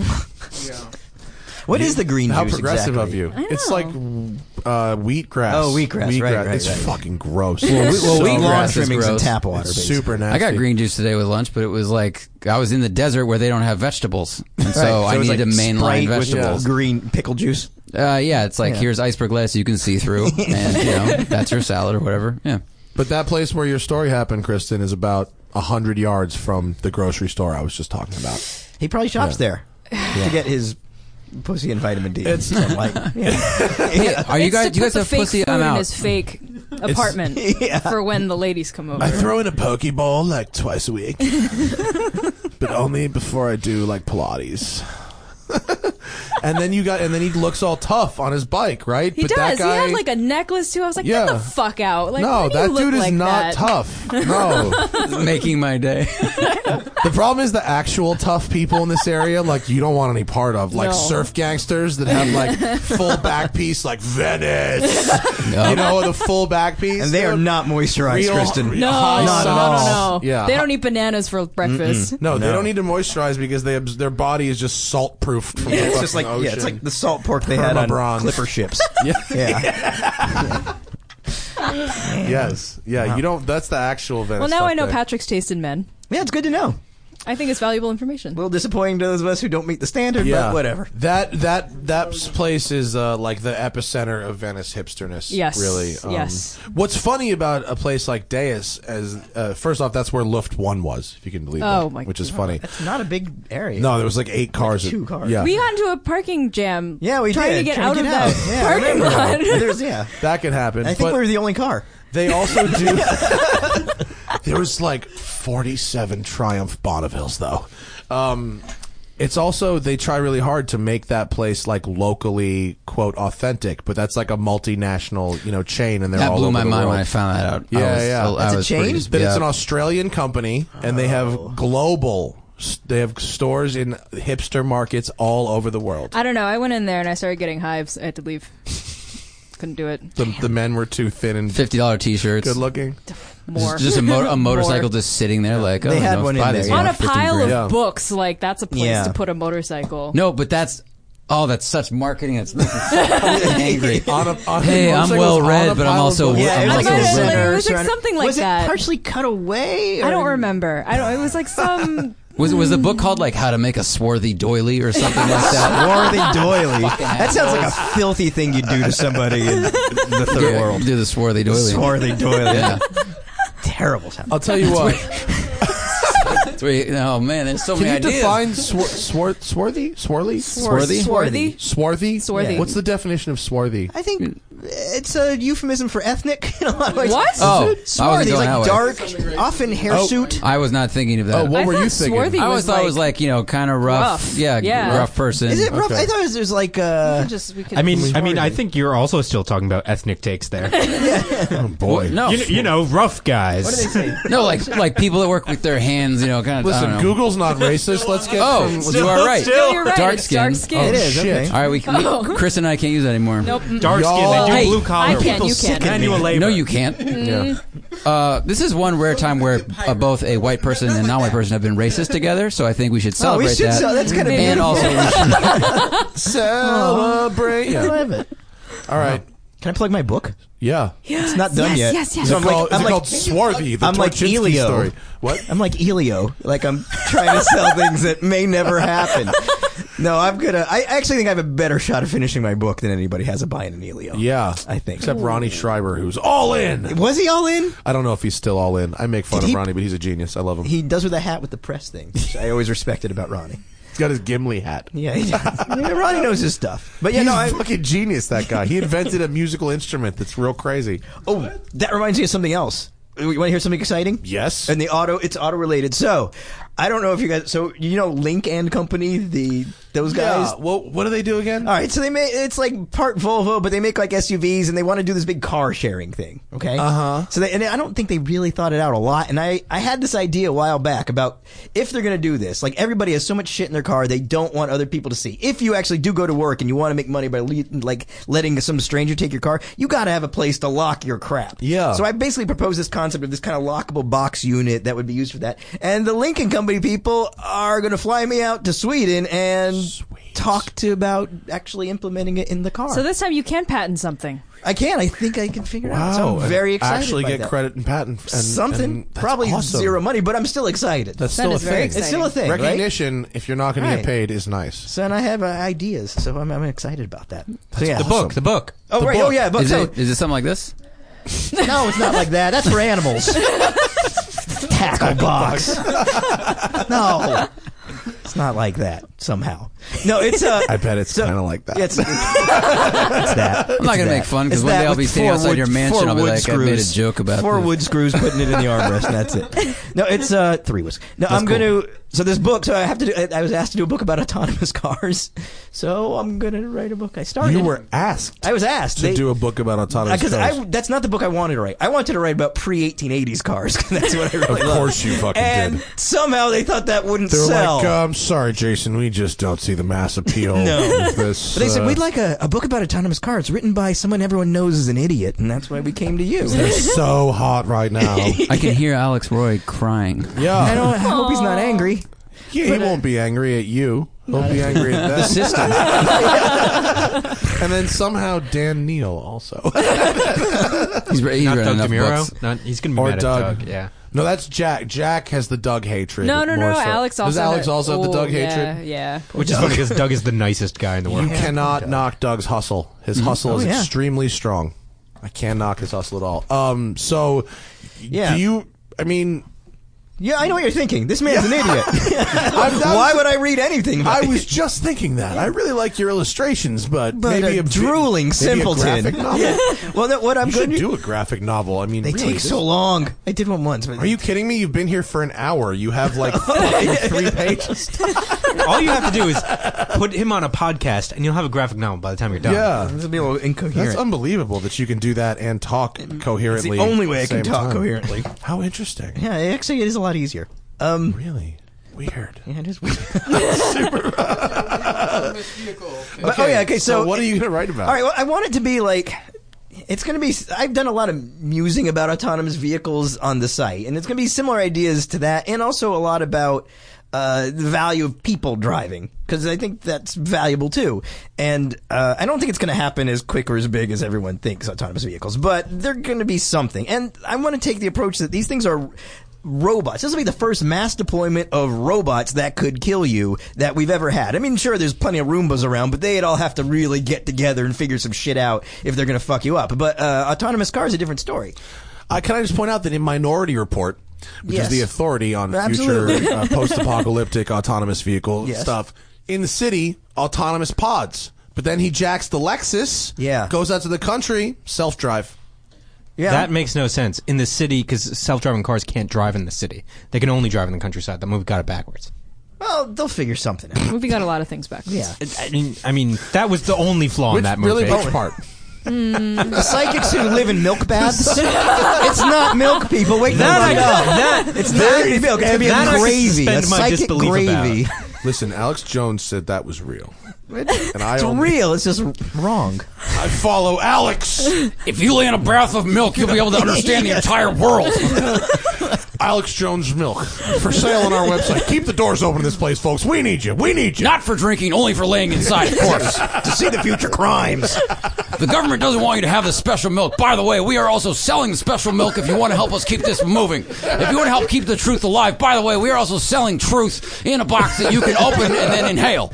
[SPEAKER 2] What is the green
[SPEAKER 3] how
[SPEAKER 2] juice
[SPEAKER 3] progressive
[SPEAKER 2] exactly?
[SPEAKER 3] of you. It's like uh, wheatgrass.
[SPEAKER 2] Oh, wheatgrass, right, right,
[SPEAKER 3] It's
[SPEAKER 2] right.
[SPEAKER 3] fucking gross.
[SPEAKER 5] Well, we- well,
[SPEAKER 3] So
[SPEAKER 5] wheatgrass
[SPEAKER 2] Lawn
[SPEAKER 5] is
[SPEAKER 3] gross.
[SPEAKER 2] trimmings and
[SPEAKER 5] gross.
[SPEAKER 2] tap water.
[SPEAKER 3] It's
[SPEAKER 2] basically.
[SPEAKER 3] super
[SPEAKER 5] I
[SPEAKER 3] nasty.
[SPEAKER 5] got green juice today with lunch, but it was like I was in the desert where they don't have vegetables, and so, Oh, I
[SPEAKER 2] it was
[SPEAKER 5] needed to
[SPEAKER 2] like
[SPEAKER 5] mainline
[SPEAKER 2] Sprite
[SPEAKER 3] uh,
[SPEAKER 2] with uh,
[SPEAKER 5] vegetables.
[SPEAKER 2] green pickle juice.
[SPEAKER 5] Uh, yeah, it's like here's iceberg lettuce you can see through, and you know that's your salad or whatever. Yeah,
[SPEAKER 3] But that place where your story happened, Kristen, is about a hundred yards from the grocery store I was just talking about.
[SPEAKER 2] He probably shops there to get his pussy and vitamin D.
[SPEAKER 3] It's-
[SPEAKER 2] So, like,
[SPEAKER 5] Hey, are you
[SPEAKER 4] It's
[SPEAKER 5] guys?
[SPEAKER 4] to
[SPEAKER 5] Do you
[SPEAKER 4] put
[SPEAKER 5] guys
[SPEAKER 4] the
[SPEAKER 5] have
[SPEAKER 4] fake
[SPEAKER 5] pussy?
[SPEAKER 4] food
[SPEAKER 5] I'm
[SPEAKER 4] in
[SPEAKER 5] out.
[SPEAKER 4] his fake apartment for when the ladies come over.
[SPEAKER 3] I throw in a pokeball like twice a week, but only before I do like Pilates. and then you got, and then he looks all tough on his bike, right?
[SPEAKER 4] he
[SPEAKER 3] but
[SPEAKER 4] does.
[SPEAKER 3] That guy,
[SPEAKER 4] he had like a necklace too. I was like,
[SPEAKER 3] Yeah.
[SPEAKER 4] get the fuck out. Like,
[SPEAKER 3] no,
[SPEAKER 4] why do
[SPEAKER 3] that
[SPEAKER 4] you look
[SPEAKER 3] dude is
[SPEAKER 4] like
[SPEAKER 3] not
[SPEAKER 4] that?
[SPEAKER 3] tough. No,
[SPEAKER 5] Making my day.
[SPEAKER 3] the problem is the actual tough people in this area, like you don't want any part of, like
[SPEAKER 4] No.
[SPEAKER 3] surf gangsters that have like full back piece, like Venice. You know, the full back piece,
[SPEAKER 2] and they are
[SPEAKER 3] Dude,
[SPEAKER 2] not moisturized,
[SPEAKER 3] real-
[SPEAKER 2] Kristen.
[SPEAKER 4] No,
[SPEAKER 3] High
[SPEAKER 4] no,
[SPEAKER 3] socks.
[SPEAKER 4] no, no, no.
[SPEAKER 3] Yeah.
[SPEAKER 4] They don't eat bananas for breakfast.
[SPEAKER 3] No, they don't need to moisturize because they abs- their body is just salt proofed from the
[SPEAKER 2] It's just like
[SPEAKER 3] fucking ocean.
[SPEAKER 2] yeah, it's like the salt pork they had on
[SPEAKER 3] Permabronze.
[SPEAKER 2] clipper ships.
[SPEAKER 3] Yeah.
[SPEAKER 2] Yeah,
[SPEAKER 3] yes, yeah. You don't. That's the actual Venice.
[SPEAKER 4] Well, now
[SPEAKER 3] stuff
[SPEAKER 4] I know
[SPEAKER 3] there.
[SPEAKER 4] Patrick's taste in men.
[SPEAKER 2] yeah, it's good to know.
[SPEAKER 4] I think it's valuable
[SPEAKER 2] A
[SPEAKER 4] information.
[SPEAKER 2] little disappointing to those of us who don't meet the standard, but whatever.
[SPEAKER 3] That that that place is uh, like the epicenter of Venice hipsterness.
[SPEAKER 4] Yes,
[SPEAKER 3] really. Um,
[SPEAKER 4] yes.
[SPEAKER 3] What's funny about a place like Deus as uh, first off, that's where Luft One was, if you can believe.
[SPEAKER 4] Oh
[SPEAKER 3] that,
[SPEAKER 4] my
[SPEAKER 3] which is funny.
[SPEAKER 2] It's not a big area.
[SPEAKER 3] No, there was like eight cars.
[SPEAKER 2] two cars.
[SPEAKER 3] Yeah.
[SPEAKER 4] We got into a parking jam.
[SPEAKER 2] Yeah, we
[SPEAKER 4] trying
[SPEAKER 2] did.
[SPEAKER 4] to get
[SPEAKER 2] Trying
[SPEAKER 4] out
[SPEAKER 2] to
[SPEAKER 4] of
[SPEAKER 2] get
[SPEAKER 4] that
[SPEAKER 2] out. Yeah, I
[SPEAKER 4] parking
[SPEAKER 2] remember.
[SPEAKER 4] lot.
[SPEAKER 2] There's yeah.
[SPEAKER 3] that could happen.
[SPEAKER 2] I think
[SPEAKER 3] but
[SPEAKER 2] we were the only car.
[SPEAKER 3] they also do. there was like 47 Triumph Bonnevilles, though. Um, it's also they try really hard to make that place like locally quote authentic, but that's like a multinational you know chain, and they're
[SPEAKER 5] That
[SPEAKER 3] all
[SPEAKER 5] blew
[SPEAKER 3] over
[SPEAKER 5] my
[SPEAKER 3] the
[SPEAKER 5] mind when
[SPEAKER 3] world.
[SPEAKER 5] I found that out. I
[SPEAKER 3] Yeah,
[SPEAKER 5] was-
[SPEAKER 3] yeah.
[SPEAKER 5] I
[SPEAKER 3] That's
[SPEAKER 2] a
[SPEAKER 5] was pretty
[SPEAKER 2] chain? Oh.
[SPEAKER 5] dis-
[SPEAKER 3] That it's
[SPEAKER 5] yeah.
[SPEAKER 3] an Australian company, and they have global. s- They have stores in hipster markets all over the world.
[SPEAKER 4] I don't know. I went in there and I started getting hives. I had to leave. Couldn't do it.
[SPEAKER 3] The, the men were too thin and
[SPEAKER 5] fifty dollar t shirts.
[SPEAKER 3] good looking.
[SPEAKER 4] More.
[SPEAKER 5] Just a, mo- a motorcycle
[SPEAKER 4] More.
[SPEAKER 5] just sitting there, like oh,
[SPEAKER 2] They had
[SPEAKER 5] no,
[SPEAKER 2] one in
[SPEAKER 5] buy
[SPEAKER 2] there,
[SPEAKER 5] this
[SPEAKER 2] yeah.
[SPEAKER 4] on a
[SPEAKER 5] 15
[SPEAKER 4] pile
[SPEAKER 5] grand.
[SPEAKER 3] Yeah.
[SPEAKER 4] of books. Like that's a place
[SPEAKER 2] Yeah.
[SPEAKER 4] to put a motorcycle.
[SPEAKER 5] No, but that's oh, that's such marketing. That's angry.
[SPEAKER 3] On a, on
[SPEAKER 5] Hey, I'm
[SPEAKER 3] motorcycles,
[SPEAKER 5] well
[SPEAKER 3] on a
[SPEAKER 5] read, but I'm
[SPEAKER 3] pile of
[SPEAKER 5] also
[SPEAKER 3] books.
[SPEAKER 5] Yeah, it
[SPEAKER 2] it was
[SPEAKER 5] I'm like
[SPEAKER 2] like
[SPEAKER 5] a
[SPEAKER 2] a
[SPEAKER 5] little
[SPEAKER 4] center
[SPEAKER 2] center.
[SPEAKER 4] It was like surrounded- something like
[SPEAKER 2] was
[SPEAKER 4] that.
[SPEAKER 2] it partially cut away?
[SPEAKER 4] I don't
[SPEAKER 2] or-
[SPEAKER 4] remember. I don't. It was like some.
[SPEAKER 5] Was was the book called like How to Make a Swarthy Doily or something like that?
[SPEAKER 2] Swarthy doily. That sounds like a filthy thing you'd do to somebody in the third
[SPEAKER 5] Yeah,
[SPEAKER 2] world.
[SPEAKER 5] Do the Swarthy Doily.
[SPEAKER 2] Swarthy doily.
[SPEAKER 5] Yeah.
[SPEAKER 2] Terrible sound.
[SPEAKER 3] I'll tell you what.
[SPEAKER 5] That's where you- oh man, there's so
[SPEAKER 3] Can
[SPEAKER 5] many
[SPEAKER 3] you
[SPEAKER 5] ideas.
[SPEAKER 3] define swar- swar- swarthy? Swarly?
[SPEAKER 5] Swarthy?
[SPEAKER 4] Swarthy?
[SPEAKER 3] Swarthy?
[SPEAKER 4] Swarthy.
[SPEAKER 3] What's the definition of swarthy?
[SPEAKER 2] I think it's a euphemism for ethnic in a lot of ways.
[SPEAKER 4] What?
[SPEAKER 5] Oh, I
[SPEAKER 2] Is it?
[SPEAKER 5] wasn't
[SPEAKER 2] Swarthy,
[SPEAKER 5] going that way. Oh.
[SPEAKER 2] like dark, often hirsute.
[SPEAKER 5] I was not thinking of that.
[SPEAKER 3] Oh, what
[SPEAKER 4] I
[SPEAKER 3] were you
[SPEAKER 4] thought
[SPEAKER 3] thinking?
[SPEAKER 4] Swarthy
[SPEAKER 5] I always
[SPEAKER 4] was
[SPEAKER 5] thought
[SPEAKER 4] like,
[SPEAKER 5] it was like you know kind of rough,
[SPEAKER 4] Rough.
[SPEAKER 5] yeah,
[SPEAKER 4] Yeah.
[SPEAKER 5] rough person.
[SPEAKER 2] Is it rough?
[SPEAKER 3] Okay.
[SPEAKER 2] I thought it was like uh,
[SPEAKER 4] Just we could.
[SPEAKER 6] I mean, I mean, I
[SPEAKER 2] Swarthy.
[SPEAKER 6] think you're also still talking about ethnic takes there.
[SPEAKER 5] Boy, no,
[SPEAKER 6] you, you know, rough guys.
[SPEAKER 5] no, like like people that work with their hands, you know, kind of.
[SPEAKER 3] Listen, Google's not racist. Let's get.
[SPEAKER 5] Oh,
[SPEAKER 3] from-
[SPEAKER 5] you are right.
[SPEAKER 4] no, you're right.
[SPEAKER 5] Dark
[SPEAKER 4] it's
[SPEAKER 5] skin.
[SPEAKER 4] Dark skin.
[SPEAKER 5] Oh,
[SPEAKER 2] It is,
[SPEAKER 3] shit.
[SPEAKER 2] okay.
[SPEAKER 5] All right, we, we- Chris and I can't use that anymore.
[SPEAKER 4] Nope. mm.
[SPEAKER 6] Dark skin. They do
[SPEAKER 5] Hey,
[SPEAKER 6] blue collar.
[SPEAKER 4] I can't.
[SPEAKER 6] work.
[SPEAKER 4] You can't.
[SPEAKER 6] Manual labor.
[SPEAKER 5] No, you can't.
[SPEAKER 3] Yeah.
[SPEAKER 5] Uh, this is one rare time where uh, both a white person and non-white person have been racist together, so I think we should
[SPEAKER 2] Oh,
[SPEAKER 5] celebrate
[SPEAKER 2] we should
[SPEAKER 5] that.
[SPEAKER 2] sell- that's gonna be
[SPEAKER 5] and also, we should-
[SPEAKER 3] Celebrate.
[SPEAKER 2] I
[SPEAKER 3] Yeah.
[SPEAKER 2] love it.
[SPEAKER 3] All right.
[SPEAKER 2] Can I plug my book?
[SPEAKER 3] Yeah.
[SPEAKER 2] It's not done
[SPEAKER 4] yes,
[SPEAKER 2] yet.
[SPEAKER 4] yes, yes.
[SPEAKER 3] Is
[SPEAKER 2] So
[SPEAKER 3] it
[SPEAKER 2] I'm like,
[SPEAKER 3] called, is
[SPEAKER 2] I'm
[SPEAKER 3] it
[SPEAKER 2] like,
[SPEAKER 3] called Swarthy? The
[SPEAKER 2] I'm like
[SPEAKER 3] Torchinsky
[SPEAKER 2] Elio.
[SPEAKER 3] story. What?
[SPEAKER 2] I'm like Elio. Like I'm trying to sell things that may never happen. No, I'm gonna. I actually think I have a better shot of finishing my book than anybody has of buying an Elio.
[SPEAKER 3] Yeah.
[SPEAKER 2] I think.
[SPEAKER 3] Except Ronnie Schreiber, who's all in.
[SPEAKER 2] was he all in?
[SPEAKER 3] I don't know if he's still all in. I make fun
[SPEAKER 2] Did
[SPEAKER 3] of
[SPEAKER 2] he-
[SPEAKER 3] Ronnie, but he's a genius. I love him.
[SPEAKER 2] He does with a hat with the press thing. Which I always respected about Ronnie.
[SPEAKER 3] He's got his Gimli hat.
[SPEAKER 2] Yeah, he does. Yeah, Ronnie knows his stuff. But yeah,
[SPEAKER 3] He's
[SPEAKER 2] no, I,
[SPEAKER 3] fucking genius, that guy. He invented a musical instrument that's real crazy.
[SPEAKER 2] Oh, that reminds me of something else. You want to hear something exciting?
[SPEAKER 3] Yes.
[SPEAKER 2] And the auto, it's auto related. So, I don't know if you guys. So you know, Link and Company, the those guys.
[SPEAKER 3] Yeah. Well, what do they do again?
[SPEAKER 2] All right, so they make it's like part Volvo, but they make like SUVs, and they want to do this big car sharing thing. Okay, uh
[SPEAKER 3] Uh-huh.
[SPEAKER 2] huh. So they, and I don't think they really thought it out a lot. And I I had this idea a while back about if they're gonna do this, like everybody has so much shit in their car they don't want other people to see. If you actually do go to work and you want to make money by le- like letting some stranger take your car, you got to have a place to lock your crap.
[SPEAKER 3] Yeah.
[SPEAKER 2] So I basically proposed this concept of this kind of lockable box unit that would be used for that. And the Lincoln Company people are gonna fly me out to Sweden and talk to about actually implementing it in the car.
[SPEAKER 4] So this time you can patent something.
[SPEAKER 2] I can. I think I can figure it out. So
[SPEAKER 3] Wow.
[SPEAKER 2] I'm very excited.
[SPEAKER 3] Oh, Actually
[SPEAKER 2] by
[SPEAKER 3] get
[SPEAKER 2] that.
[SPEAKER 3] credit and patent. And,
[SPEAKER 2] Something.
[SPEAKER 3] and that's
[SPEAKER 2] probably
[SPEAKER 3] awesome.
[SPEAKER 2] zero money, but I'm still excited.
[SPEAKER 3] That's
[SPEAKER 4] That
[SPEAKER 3] still
[SPEAKER 4] is
[SPEAKER 3] a
[SPEAKER 4] very
[SPEAKER 3] thing.
[SPEAKER 2] it's still a thing, right?
[SPEAKER 3] Recognition, if you're not going to get
[SPEAKER 2] Right.
[SPEAKER 3] paid, is nice.
[SPEAKER 2] So and I have uh, ideas, so I'm, I'm excited about that. so yeah,
[SPEAKER 5] the book, the book.
[SPEAKER 2] Oh
[SPEAKER 3] The
[SPEAKER 2] right,
[SPEAKER 3] book.
[SPEAKER 2] oh yeah, book.
[SPEAKER 5] is,
[SPEAKER 2] So,
[SPEAKER 5] it, is it something like this?
[SPEAKER 2] no, it's not like that. That's for animals. Tackle box. no. It's not like that somehow. No, it's uh,
[SPEAKER 3] I bet it's
[SPEAKER 2] so-
[SPEAKER 3] kind of like that.
[SPEAKER 2] It's, it's that.
[SPEAKER 5] I'm not
[SPEAKER 2] It's
[SPEAKER 5] gonna
[SPEAKER 2] that.
[SPEAKER 5] make fun because
[SPEAKER 2] It's
[SPEAKER 5] one
[SPEAKER 2] that
[SPEAKER 5] day I'll
[SPEAKER 2] with
[SPEAKER 5] be sitting
[SPEAKER 2] four
[SPEAKER 5] outside
[SPEAKER 2] wood-
[SPEAKER 5] your mansion.
[SPEAKER 2] four
[SPEAKER 5] I'll be
[SPEAKER 2] wood
[SPEAKER 5] like, I made a
[SPEAKER 2] screws.
[SPEAKER 5] joke about
[SPEAKER 2] four
[SPEAKER 5] this.
[SPEAKER 2] wood screws putting it in the armrest. and That's it. No, it's uh three woods. No, I'm
[SPEAKER 5] cool.
[SPEAKER 2] going to. So this book. So I have to do. I, I was asked to do a book about autonomous cars. So I'm going to write a book. I started.
[SPEAKER 3] you were asked
[SPEAKER 2] I was asked
[SPEAKER 3] to
[SPEAKER 2] They-
[SPEAKER 3] do a book about autonomous
[SPEAKER 2] because
[SPEAKER 3] cars.
[SPEAKER 2] I that's not the book I wanted to write. I wanted to write about pre 1880s cars. 'cause that's what I really
[SPEAKER 3] Of
[SPEAKER 2] love.
[SPEAKER 3] course you fucking
[SPEAKER 2] and
[SPEAKER 3] did.
[SPEAKER 2] somehow they thought that wouldn't
[SPEAKER 3] They were
[SPEAKER 2] sell.
[SPEAKER 3] like, uh, I'm sorry, Jason, we just don't see the mass appeal
[SPEAKER 2] No.
[SPEAKER 3] of this.
[SPEAKER 2] but they said
[SPEAKER 3] uh,
[SPEAKER 2] we'd like a, a book about autonomous cars written by someone everyone knows is an idiot, and that's why we came to you.
[SPEAKER 3] They're so hot right now.
[SPEAKER 5] I can hear Alex Roy crying.
[SPEAKER 2] I
[SPEAKER 3] Yeah.
[SPEAKER 2] don't. I hope he's not angry.
[SPEAKER 3] He won't be angry at you. He'll be angry at that.
[SPEAKER 5] System.
[SPEAKER 3] and then somehow Dan Neal also.
[SPEAKER 5] He's, re- he's
[SPEAKER 6] Not
[SPEAKER 5] read
[SPEAKER 6] Doug
[SPEAKER 5] enough books.
[SPEAKER 6] DeMuro. Not, he's gonna be
[SPEAKER 3] Or
[SPEAKER 6] mad
[SPEAKER 3] Doug.
[SPEAKER 6] at Doug. Yeah.
[SPEAKER 3] No, that's Jack. Jack has the Doug hatred.
[SPEAKER 4] No, no, no,
[SPEAKER 3] more
[SPEAKER 4] no.
[SPEAKER 3] so.
[SPEAKER 4] Alex also.
[SPEAKER 3] Does Alex
[SPEAKER 4] had-
[SPEAKER 3] also have the
[SPEAKER 4] oh,
[SPEAKER 3] Doug
[SPEAKER 4] yeah,
[SPEAKER 3] hatred?
[SPEAKER 4] Yeah.
[SPEAKER 6] Which is funny because Doug is the nicest guy in the world.
[SPEAKER 3] You cannot knock Doug's hustle. His hustle is
[SPEAKER 2] Mm-hmm. Oh, yeah.
[SPEAKER 3] extremely strong. I can't knock his hustle at all. Um, so
[SPEAKER 2] Yeah.
[SPEAKER 3] do you? I mean,
[SPEAKER 2] Yeah, I know what you're thinking. This man's an idiot.
[SPEAKER 3] I'm, that
[SPEAKER 2] why
[SPEAKER 3] was-
[SPEAKER 2] would I read anything? By
[SPEAKER 3] I was just thinking that. I really like your illustrations, but,
[SPEAKER 2] But
[SPEAKER 3] maybe
[SPEAKER 2] a
[SPEAKER 3] a vi-
[SPEAKER 2] drooling
[SPEAKER 3] maybe a
[SPEAKER 2] simpleton.
[SPEAKER 3] graphic novel?
[SPEAKER 2] well, that, what I'm
[SPEAKER 3] You should
[SPEAKER 2] going to
[SPEAKER 3] do a graphic novel. I mean,
[SPEAKER 2] They
[SPEAKER 3] really,
[SPEAKER 2] take
[SPEAKER 3] this-
[SPEAKER 2] so long. I did one once. But
[SPEAKER 3] Are you kidding me? You've been here for an hour. You have like fucking three pages.
[SPEAKER 6] All you have to do is put him on a podcast, and you'll have a graphic novel by the time you're done.
[SPEAKER 3] Yeah.
[SPEAKER 2] This would be a little incoherent.
[SPEAKER 3] That's unbelievable that you can do that and talk coherently.
[SPEAKER 2] It's the only way
[SPEAKER 3] at
[SPEAKER 2] I can
[SPEAKER 3] same
[SPEAKER 2] talk
[SPEAKER 3] time.
[SPEAKER 2] coherently.
[SPEAKER 3] How interesting.
[SPEAKER 2] Yeah, actually, it is a lot easier. Um,
[SPEAKER 3] Really weird.
[SPEAKER 2] yeah, it is weird. But, oh yeah, okay. So,
[SPEAKER 3] what are you going to write about?
[SPEAKER 2] All right, well, I want it to be like it's going to be. I've done a lot of musing about autonomous vehicles on the site, and it's going to be similar ideas to that, and also a lot about uh, the value of people driving because I think that's valuable too. And uh, I don't think it's going to happen as quick or as big as everyone thinks autonomous vehicles, but they're going to be something. And I want to take the approach that these things are robots. This will be the first mass deployment of robots that could kill you that we've ever had. I mean, sure, there's plenty of Roombas around, but they'd all have to really get together and figure some shit out if they're going to fuck you up. But uh, autonomous cars a different story.
[SPEAKER 3] Uh, can I just point out that in Minority Report, which
[SPEAKER 2] Yes.
[SPEAKER 3] is the authority on
[SPEAKER 2] Absolutely.
[SPEAKER 3] future uh, post-apocalyptic autonomous vehicle
[SPEAKER 2] Yes.
[SPEAKER 3] stuff, in the city, autonomous pods. But then he jacks the Lexus.
[SPEAKER 2] Yeah.
[SPEAKER 3] Goes out to the country, self-drive.
[SPEAKER 2] Yeah.
[SPEAKER 6] That makes no sense in the city because self-driving cars can't drive in the city. They can only drive in the countryside. The movie got it backwards.
[SPEAKER 2] well, they'll figure something out.
[SPEAKER 4] Movie got a lot of things back.
[SPEAKER 2] Yeah.
[SPEAKER 6] I- I mean, I mean, that was the only flaw in that movie.
[SPEAKER 3] really,
[SPEAKER 2] Oh.
[SPEAKER 3] which part?
[SPEAKER 2] The psychics who live in milk baths. it's not milk, people. Wake
[SPEAKER 8] Oh,
[SPEAKER 3] Oh
[SPEAKER 6] That I
[SPEAKER 2] the fuck up.
[SPEAKER 6] know. That
[SPEAKER 2] It's not gonna be milk. It's gonna be
[SPEAKER 6] that I
[SPEAKER 2] a
[SPEAKER 6] could
[SPEAKER 2] gravy. A
[SPEAKER 6] suspend my
[SPEAKER 2] psychic
[SPEAKER 6] disbelief
[SPEAKER 2] gravy.
[SPEAKER 6] about.
[SPEAKER 3] Listen, Alex Jones said that was real. And I
[SPEAKER 2] It's
[SPEAKER 3] only-
[SPEAKER 2] real. It's just wrong.
[SPEAKER 3] I follow Alex.
[SPEAKER 5] If you lay in a bath of milk, you'll be able to understand the entire world.
[SPEAKER 3] Alex Jones milk for sale on our website. Keep the doors open in this place, folks. We need you. We need you.
[SPEAKER 5] Not for drinking, only for laying inside, of course.
[SPEAKER 2] to see the future crimes.
[SPEAKER 5] The government doesn't want you to have the special milk. By the way, we are also selling the special milk if you want to help us keep this moving. If you want to help keep the truth alive, by the way, we are also selling truth in a box that you can open and then inhale.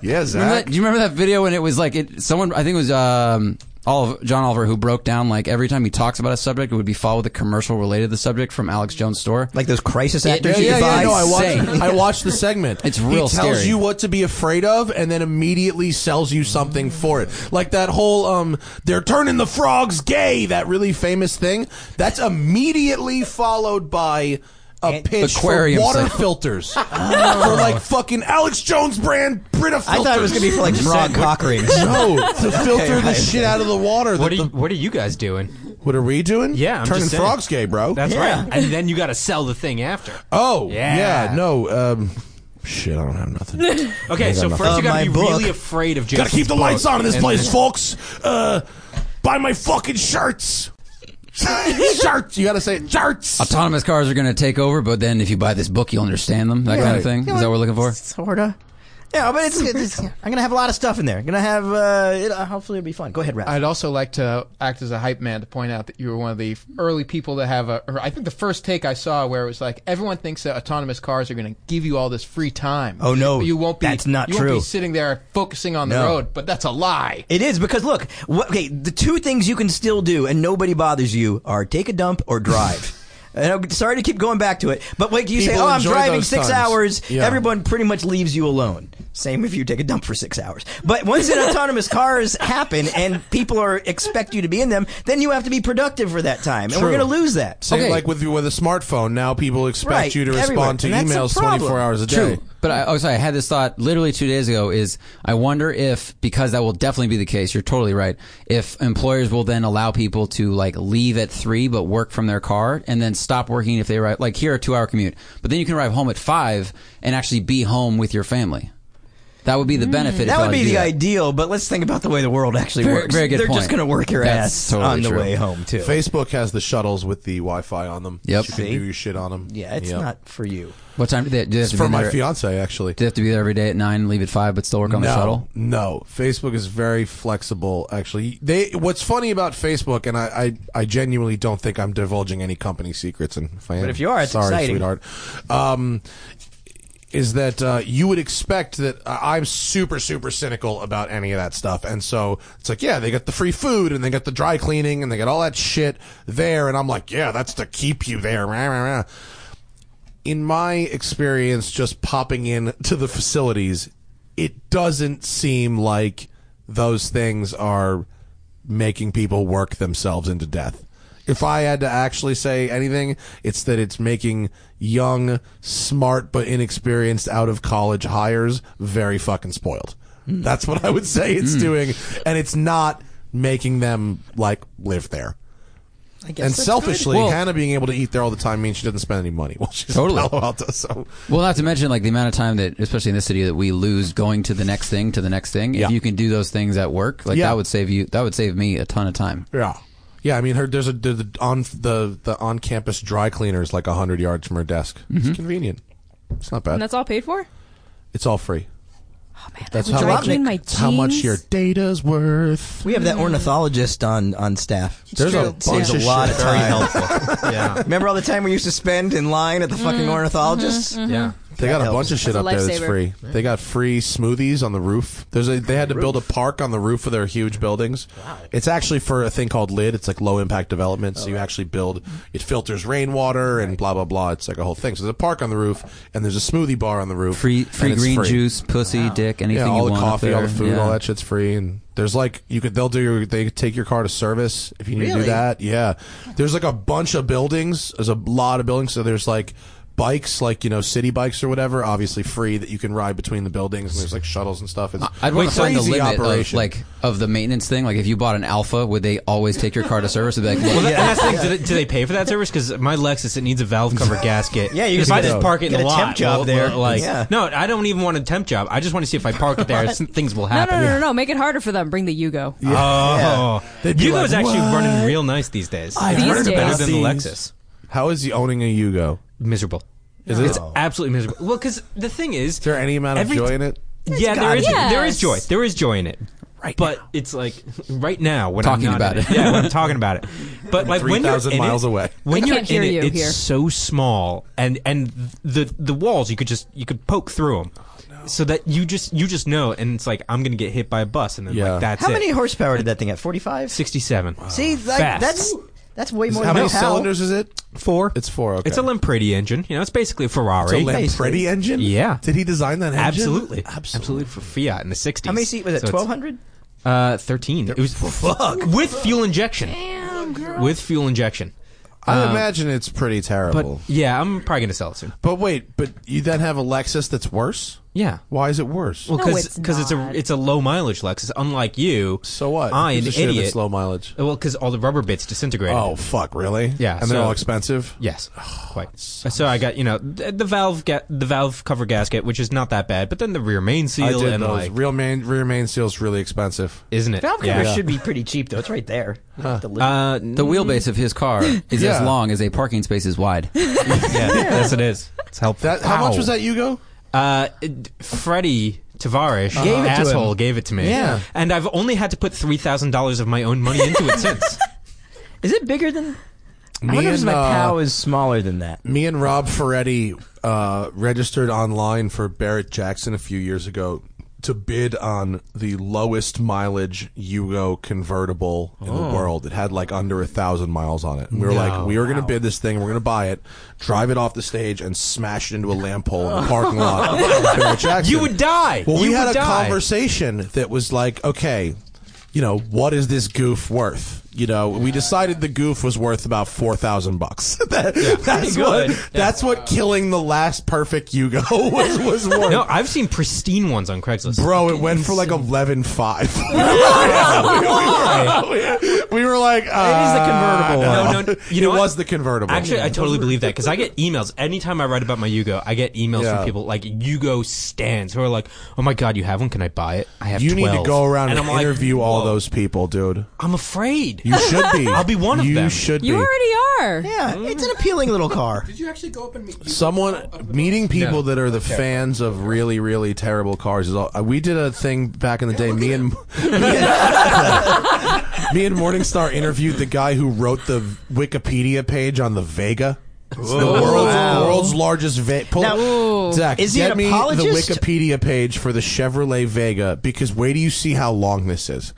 [SPEAKER 3] Yeah,
[SPEAKER 5] Remember
[SPEAKER 3] Zach.
[SPEAKER 5] that, do you remember that video when it was like it? Someone, I think it was um, Oliver, John Oliver, who broke down like every time he talks about a subject, it would be followed with a commercial related to the subject from Alex Jones' store.
[SPEAKER 2] Like those crisis
[SPEAKER 5] Yeah,
[SPEAKER 2] actors
[SPEAKER 5] yeah,
[SPEAKER 2] you
[SPEAKER 5] yeah,
[SPEAKER 2] buy.
[SPEAKER 5] yeah,
[SPEAKER 3] no, I watched,
[SPEAKER 5] Insane.
[SPEAKER 3] I watched the segment.
[SPEAKER 5] It's real
[SPEAKER 3] He tells
[SPEAKER 5] scary.
[SPEAKER 3] you what to be afraid of, and then immediately sells you something for it. Like that whole um, they're turning the frogs gay. That really famous thing. That's immediately followed by. A pitch for
[SPEAKER 5] aquarium
[SPEAKER 3] water
[SPEAKER 5] segment.
[SPEAKER 3] filters for like fucking Alex Jones brand Brita filters.
[SPEAKER 2] Oh. I thought it was gonna be for like Rod Cochrane.
[SPEAKER 3] no to filter the
[SPEAKER 2] right.
[SPEAKER 3] shit out of the water.
[SPEAKER 6] What
[SPEAKER 3] that
[SPEAKER 6] are you,
[SPEAKER 3] the-
[SPEAKER 6] what are you guys doing?
[SPEAKER 3] What are we doing?
[SPEAKER 6] Yeah, I'm
[SPEAKER 3] turning
[SPEAKER 6] just saying.
[SPEAKER 3] frogs gay, bro.
[SPEAKER 6] That's
[SPEAKER 2] Yeah.
[SPEAKER 6] right. And then you got to sell the thing after.
[SPEAKER 3] oh, yeah.
[SPEAKER 6] Yeah.
[SPEAKER 3] no, um, shit, I don't have nothing.
[SPEAKER 6] Okay, so first
[SPEAKER 2] Uh,
[SPEAKER 6] you got
[SPEAKER 2] my
[SPEAKER 6] to be
[SPEAKER 2] book.
[SPEAKER 6] really afraid of Jason's
[SPEAKER 3] Gotta keep the
[SPEAKER 6] book.
[SPEAKER 3] lights on in this
[SPEAKER 6] And-
[SPEAKER 3] place, folks. Uh, buy my fucking shirts. shirts. You gotta say it. shirts.
[SPEAKER 5] Autonomous cars are going to take over, but then if you buy this book, you'll understand them. That kind of thing. Is that what we're looking for?
[SPEAKER 2] Sorta. Yeah, but it's, it's I'm gonna have a lot of stuff in there. gonna have uh, it, uh, hopefully it'll be fun. Go ahead, Ralph.
[SPEAKER 7] I'd also like to act as a hype man to point out that you were one of the early people to have a. Or I think the first take I saw where it was like everyone thinks that autonomous cars are going to give you all this free time.
[SPEAKER 2] Oh, no.
[SPEAKER 7] you won't be.
[SPEAKER 2] That's not
[SPEAKER 7] you Won't
[SPEAKER 2] true.
[SPEAKER 7] be sitting there focusing on the
[SPEAKER 2] No.
[SPEAKER 7] road, but that's a lie.
[SPEAKER 2] it is because look, what, okay, the two things you can still do and nobody bothers you are take a dump or drive. And I'm sorry to keep going back to it, but wait, you say,
[SPEAKER 3] People
[SPEAKER 2] "Oh, I'm
[SPEAKER 3] enjoy
[SPEAKER 2] driving
[SPEAKER 3] those
[SPEAKER 2] six
[SPEAKER 3] times.
[SPEAKER 2] hours."
[SPEAKER 3] Yeah.
[SPEAKER 2] Everyone pretty much leaves you alone. Same if you take a dump for six hours. But once the autonomous cars happen and people are expect you to be in them, then you have to be productive for that time, and we're
[SPEAKER 3] True.
[SPEAKER 2] going to lose that.
[SPEAKER 3] Same
[SPEAKER 5] Okay.
[SPEAKER 3] like with with a smartphone. Now people expect
[SPEAKER 2] Right,
[SPEAKER 3] you to
[SPEAKER 2] everywhere.
[SPEAKER 3] respond to
[SPEAKER 2] And that's a
[SPEAKER 3] emails
[SPEAKER 2] problem.
[SPEAKER 3] 24 hours a day.
[SPEAKER 5] True, but I, oh, sorry, I had this thought literally two days ago. Is I wonder if because that will definitely be the case. You're totally right. If employers will then allow people to like leave at three but work from their car and then stop working if they arrive like here a two hour commute, but then you can arrive home at five and actually be home with your family. That would be the benefit. if
[SPEAKER 2] that would
[SPEAKER 5] they
[SPEAKER 2] be
[SPEAKER 5] do
[SPEAKER 2] the ideal, but let's think about the way the world actually
[SPEAKER 5] Very-
[SPEAKER 2] works.
[SPEAKER 5] very good
[SPEAKER 2] They're
[SPEAKER 5] point.
[SPEAKER 2] just going to work your
[SPEAKER 5] That's
[SPEAKER 2] ass
[SPEAKER 5] totally
[SPEAKER 2] on the
[SPEAKER 5] true.
[SPEAKER 2] way home too.
[SPEAKER 3] Facebook has the shuttles with the Wi-Fi on them.
[SPEAKER 5] Yep.
[SPEAKER 3] you can
[SPEAKER 2] See?
[SPEAKER 3] do your shit on them.
[SPEAKER 2] yeah, it's
[SPEAKER 3] Yep.
[SPEAKER 2] not for you.
[SPEAKER 5] What time do they, do they have
[SPEAKER 3] It's
[SPEAKER 5] to
[SPEAKER 3] for
[SPEAKER 5] be
[SPEAKER 3] my
[SPEAKER 5] there?
[SPEAKER 3] fiance actually.
[SPEAKER 5] do they have to be there every day at nine, leave at five, but still work on
[SPEAKER 3] no,
[SPEAKER 5] the shuttle?
[SPEAKER 3] No, Facebook is very flexible. Actually, they. What's funny about Facebook, and I, I, I genuinely don't think I'm divulging any company secrets. And if I am,
[SPEAKER 2] if you are, it's
[SPEAKER 3] sorry,
[SPEAKER 2] exciting.
[SPEAKER 3] sweetheart. Um, is that uh, you would expect that I- I'm super super cynical about any of that stuff, and so it's like, yeah, they got the free food and they got the dry cleaning and they got all that shit there, and I'm like, yeah, that's to keep you there. rah, rah, rah in my experience just popping in to the facilities it doesn't seem like those things are making people work themselves into death if i had to actually say anything it's that it's making young smart but inexperienced out of college hires very fucking spoiled that's what i would say it's doing and it's not making them like live there
[SPEAKER 2] I guess
[SPEAKER 3] and
[SPEAKER 2] that's
[SPEAKER 3] selfishly,
[SPEAKER 5] Well-
[SPEAKER 3] Hannah being able to eat there all the time means she doesn't spend any money while she's
[SPEAKER 5] Totally.
[SPEAKER 3] in Palo Alto. So
[SPEAKER 5] Well, not to mention like the amount of time that, especially in this city, that we lose going to the next thing to the next thing.
[SPEAKER 3] Yeah.
[SPEAKER 5] If you can do those things at work, like
[SPEAKER 3] Yeah.
[SPEAKER 5] that would save you. That would save me a ton of time.
[SPEAKER 3] yeah, yeah. I mean, her there's a the, the on the the on campus dry cleaner is like hundred yards from her desk.
[SPEAKER 5] Mm-hmm.
[SPEAKER 3] It's convenient. It's not
[SPEAKER 4] And
[SPEAKER 3] bad.
[SPEAKER 4] that's all paid for?
[SPEAKER 3] It's all free.
[SPEAKER 4] Oh, man.
[SPEAKER 3] That's
[SPEAKER 4] I would
[SPEAKER 3] how
[SPEAKER 4] dry
[SPEAKER 3] much-
[SPEAKER 4] clean my
[SPEAKER 3] It's how much
[SPEAKER 4] jeans.
[SPEAKER 3] your data's worth.
[SPEAKER 2] good. We have that ornithologist on on staff.
[SPEAKER 3] There's a
[SPEAKER 4] true.
[SPEAKER 3] bunch
[SPEAKER 2] Saves
[SPEAKER 3] of
[SPEAKER 2] a
[SPEAKER 3] shit.
[SPEAKER 2] lot of
[SPEAKER 6] Very
[SPEAKER 2] time.
[SPEAKER 6] helpful. yeah.
[SPEAKER 2] Remember all the time we used to spend in line at the fucking ornithologists?
[SPEAKER 6] Yeah.
[SPEAKER 3] They got a
[SPEAKER 2] helps.
[SPEAKER 3] bunch of shit
[SPEAKER 4] That's a
[SPEAKER 3] up there that's
[SPEAKER 4] lifesaver.
[SPEAKER 3] free. They got free smoothies on the roof. There's a they had to build a park on the roof of their huge buildings. Wow. It's actually for a thing called lid. It's like low impact development. So you actually build it filters rainwater and blah blah blah. It's like a whole thing. So there's a park on the roof and there's a smoothie bar on the roof.
[SPEAKER 5] Free,
[SPEAKER 3] and
[SPEAKER 5] free
[SPEAKER 3] it's
[SPEAKER 5] green juice, pussy, dick, anything
[SPEAKER 3] Yeah, all
[SPEAKER 5] you
[SPEAKER 3] the
[SPEAKER 5] want. up
[SPEAKER 3] coffee, all the
[SPEAKER 5] there.
[SPEAKER 3] food,
[SPEAKER 5] Yeah.
[SPEAKER 3] all that shit's free. And there's like you could they'll do your they take your car to service if you need to
[SPEAKER 2] Really?
[SPEAKER 3] do that. Yeah, there's like a bunch of buildings. There's a lot of buildings. So there's like bikes, like you know, city bikes or whatever, obviously free that you can ride between the buildings. And there's like shuttles and stuff. It's
[SPEAKER 5] I'd want to find the
[SPEAKER 3] crazy
[SPEAKER 5] limit of
[SPEAKER 3] operation.
[SPEAKER 5] like of the maintenance thing. Like if you bought an Alpha, would they always take your car to service? It'd be like,
[SPEAKER 6] Well, that, and that's the thing. Do they, do they pay for that service? Because my Lexus, it needs a valve cover gasket.
[SPEAKER 2] Yeah, you
[SPEAKER 6] if
[SPEAKER 2] can
[SPEAKER 6] I
[SPEAKER 2] get
[SPEAKER 6] just
[SPEAKER 2] a-
[SPEAKER 6] park it in
[SPEAKER 2] get
[SPEAKER 6] the
[SPEAKER 2] a
[SPEAKER 6] lot,
[SPEAKER 2] temp job
[SPEAKER 6] well,
[SPEAKER 2] there.
[SPEAKER 6] well, Like,
[SPEAKER 2] Yeah.
[SPEAKER 6] no, I don't even want a temp job. I just want to see if I park it there, s- things will
[SPEAKER 4] No,
[SPEAKER 6] happen.
[SPEAKER 4] no, no, no, no. Make it harder for them. Bring the Yugo.
[SPEAKER 6] Oh,
[SPEAKER 3] They'd be
[SPEAKER 6] Yugo's
[SPEAKER 3] like,
[SPEAKER 6] actually
[SPEAKER 3] "What?"
[SPEAKER 6] running real nice these days.
[SPEAKER 3] I've
[SPEAKER 4] These
[SPEAKER 6] It's
[SPEAKER 4] days.
[SPEAKER 6] better than the
[SPEAKER 3] these.
[SPEAKER 6] Lexus.
[SPEAKER 3] How is he owning a Yugo?
[SPEAKER 6] Miserable. Oh.
[SPEAKER 3] Is it?
[SPEAKER 6] It's absolutely miserable. Well, because the thing
[SPEAKER 3] Is
[SPEAKER 6] is,
[SPEAKER 3] there any amount of
[SPEAKER 6] every-
[SPEAKER 3] joy in it?
[SPEAKER 6] Yeah, there is.
[SPEAKER 4] gotta be.
[SPEAKER 6] There is joy.
[SPEAKER 4] Yes.
[SPEAKER 6] There is joy in it. Right, but it's like right now when
[SPEAKER 5] Talking
[SPEAKER 6] I'm not
[SPEAKER 5] about
[SPEAKER 6] in
[SPEAKER 5] it.
[SPEAKER 6] Yeah, when I'm talking about it. But like when you're
[SPEAKER 3] 3,000
[SPEAKER 6] in
[SPEAKER 3] miles
[SPEAKER 6] it,
[SPEAKER 3] away.
[SPEAKER 6] When
[SPEAKER 4] I
[SPEAKER 6] you're
[SPEAKER 4] can't
[SPEAKER 6] in
[SPEAKER 4] hear
[SPEAKER 6] it,
[SPEAKER 4] you
[SPEAKER 6] it's
[SPEAKER 4] here.
[SPEAKER 6] so small, and and the the walls you could just you could poke through them, so that you just you just know, and it's like I'm gonna get hit by a bus, and then
[SPEAKER 3] Yeah.
[SPEAKER 6] like that's
[SPEAKER 2] How
[SPEAKER 6] it.
[SPEAKER 2] many horsepower did that thing at? Forty five.
[SPEAKER 6] Sixty-seven.
[SPEAKER 2] See, like,
[SPEAKER 6] Fast.
[SPEAKER 2] that's that's way more
[SPEAKER 3] How
[SPEAKER 2] than
[SPEAKER 3] many
[SPEAKER 2] a PAL.
[SPEAKER 3] cylinders is it?
[SPEAKER 6] Four.
[SPEAKER 3] It's four. Okay.
[SPEAKER 6] It's a Lampredi engine. You know, it's basically a
[SPEAKER 3] It's a
[SPEAKER 6] Ferrari.
[SPEAKER 3] Lampredi engine.
[SPEAKER 6] Yeah.
[SPEAKER 3] Did he design that engine?
[SPEAKER 6] Absolutely. Absolutely for Fiat in the 60s.
[SPEAKER 2] How many seat was it?
[SPEAKER 6] So it's-
[SPEAKER 2] Twelve hundred.
[SPEAKER 6] Uh, 13. It was with fuel injection. With fuel injection.
[SPEAKER 3] I
[SPEAKER 5] Um,
[SPEAKER 3] imagine it's pretty
[SPEAKER 6] But
[SPEAKER 3] terrible.
[SPEAKER 6] yeah, I'm probably gonna sell it soon.
[SPEAKER 3] But wait, but you then have a Lexus that's worse?
[SPEAKER 6] Yeah.
[SPEAKER 3] Why is it worse?
[SPEAKER 6] Well,
[SPEAKER 4] No,
[SPEAKER 6] because
[SPEAKER 4] it's
[SPEAKER 6] it's a
[SPEAKER 4] not.
[SPEAKER 6] it's a low mileage Lexus, unlike you.
[SPEAKER 3] so what?
[SPEAKER 6] I
[SPEAKER 3] Who's
[SPEAKER 6] an
[SPEAKER 3] the shit if
[SPEAKER 6] idiot.
[SPEAKER 3] It's low mileage.
[SPEAKER 6] Well, because all the rubber bits disintegrated.
[SPEAKER 3] Oh fuck, really?
[SPEAKER 6] Yeah,
[SPEAKER 3] and they're
[SPEAKER 6] so-
[SPEAKER 3] all expensive.
[SPEAKER 6] Yes, quite. So I got you know the, the valve ga- the valve cover gasket, which is not that bad, but then the rear main seal
[SPEAKER 3] I did
[SPEAKER 6] and
[SPEAKER 3] those.
[SPEAKER 6] like
[SPEAKER 3] Real main rear main seals really expensive.
[SPEAKER 6] isn't it?
[SPEAKER 2] Valve
[SPEAKER 6] yeah.
[SPEAKER 2] cover should be pretty cheap though. It's right there. Deli-
[SPEAKER 6] Uh,
[SPEAKER 5] the wheelbase of his car is as
[SPEAKER 3] Yeah.
[SPEAKER 5] long as a parking space is wide.
[SPEAKER 6] yeah, yes it is. It's helpful.
[SPEAKER 3] That how much
[SPEAKER 6] Ow.
[SPEAKER 3] was that Yugo?
[SPEAKER 6] Uh, it- Freddie Tavares,
[SPEAKER 2] Gave it to
[SPEAKER 6] asshole,
[SPEAKER 2] him.
[SPEAKER 6] gave it to me.
[SPEAKER 2] Yeah.
[SPEAKER 6] and I've only had to put three thousand dollars of my own money into it since.
[SPEAKER 2] is it bigger than? I
[SPEAKER 3] Me
[SPEAKER 2] wonder if
[SPEAKER 3] and,
[SPEAKER 2] my
[SPEAKER 3] uh, Mm-hmm.
[SPEAKER 2] PAL is smaller than that.
[SPEAKER 3] Me and Rob Ferretti uh, registered online for Barrett Jackson a few years ago to bid on the lowest mileage Yugo convertible in
[SPEAKER 6] Oh.
[SPEAKER 3] the world. It had like under a thousand miles on it. And we were like, we are going to bid this thing. We're going to buy it, drive it off the stage, and smash it into a lamp pole in the parking lot. of Barrett Jackson.
[SPEAKER 6] You would die.
[SPEAKER 3] Well, we
[SPEAKER 6] You
[SPEAKER 3] had
[SPEAKER 6] would
[SPEAKER 3] a
[SPEAKER 6] die.
[SPEAKER 3] conversation that was like, okay, you know, what is this goof worth? You know, we decided the goof was worth about four thousand bucks. That- That's what.
[SPEAKER 6] good.
[SPEAKER 3] That's what killing the last perfect Yugo was was worth.
[SPEAKER 6] No, I've seen pristine ones on Craigslist.
[SPEAKER 3] Bro, it went for like eleven five. we, were- we were like, uh,
[SPEAKER 2] convertible
[SPEAKER 6] No, no, no. You
[SPEAKER 3] it
[SPEAKER 6] know what?
[SPEAKER 3] was the convertible.
[SPEAKER 6] Actually, I totally believe that because I get emails anytime I write about my Yugo. I get emails
[SPEAKER 3] Yeah.
[SPEAKER 6] from people like Yugo stands who are like, "Oh my god, you have one? Can I buy it? I have."
[SPEAKER 3] you need to
[SPEAKER 6] 12."
[SPEAKER 3] go around and,
[SPEAKER 6] I'm like,
[SPEAKER 3] interview all
[SPEAKER 6] "Whoa,
[SPEAKER 3] those people, dude.
[SPEAKER 6] I'm afraid.
[SPEAKER 3] You should be.
[SPEAKER 6] I'll be one of
[SPEAKER 3] you
[SPEAKER 6] them.
[SPEAKER 3] should
[SPEAKER 4] You
[SPEAKER 3] be.
[SPEAKER 4] already are.
[SPEAKER 2] Yeah, it's an appealing little car.
[SPEAKER 8] Did you actually go up and meet people?
[SPEAKER 3] Someone meeting people that are the fans of really, really terrible cars is all. uh, We did a thing back in the day. Me and me and Morningstar interviewed the guy who wrote the Wikipedia page on the Vega. It's the world's,
[SPEAKER 2] Wow.
[SPEAKER 3] world's largest Vega.
[SPEAKER 2] Now, Ooh.
[SPEAKER 3] Zach,
[SPEAKER 2] is he
[SPEAKER 3] get
[SPEAKER 2] an
[SPEAKER 3] me
[SPEAKER 2] apologist?
[SPEAKER 3] the Wikipedia page for the Chevrolet Vega because wait do you see how long this is.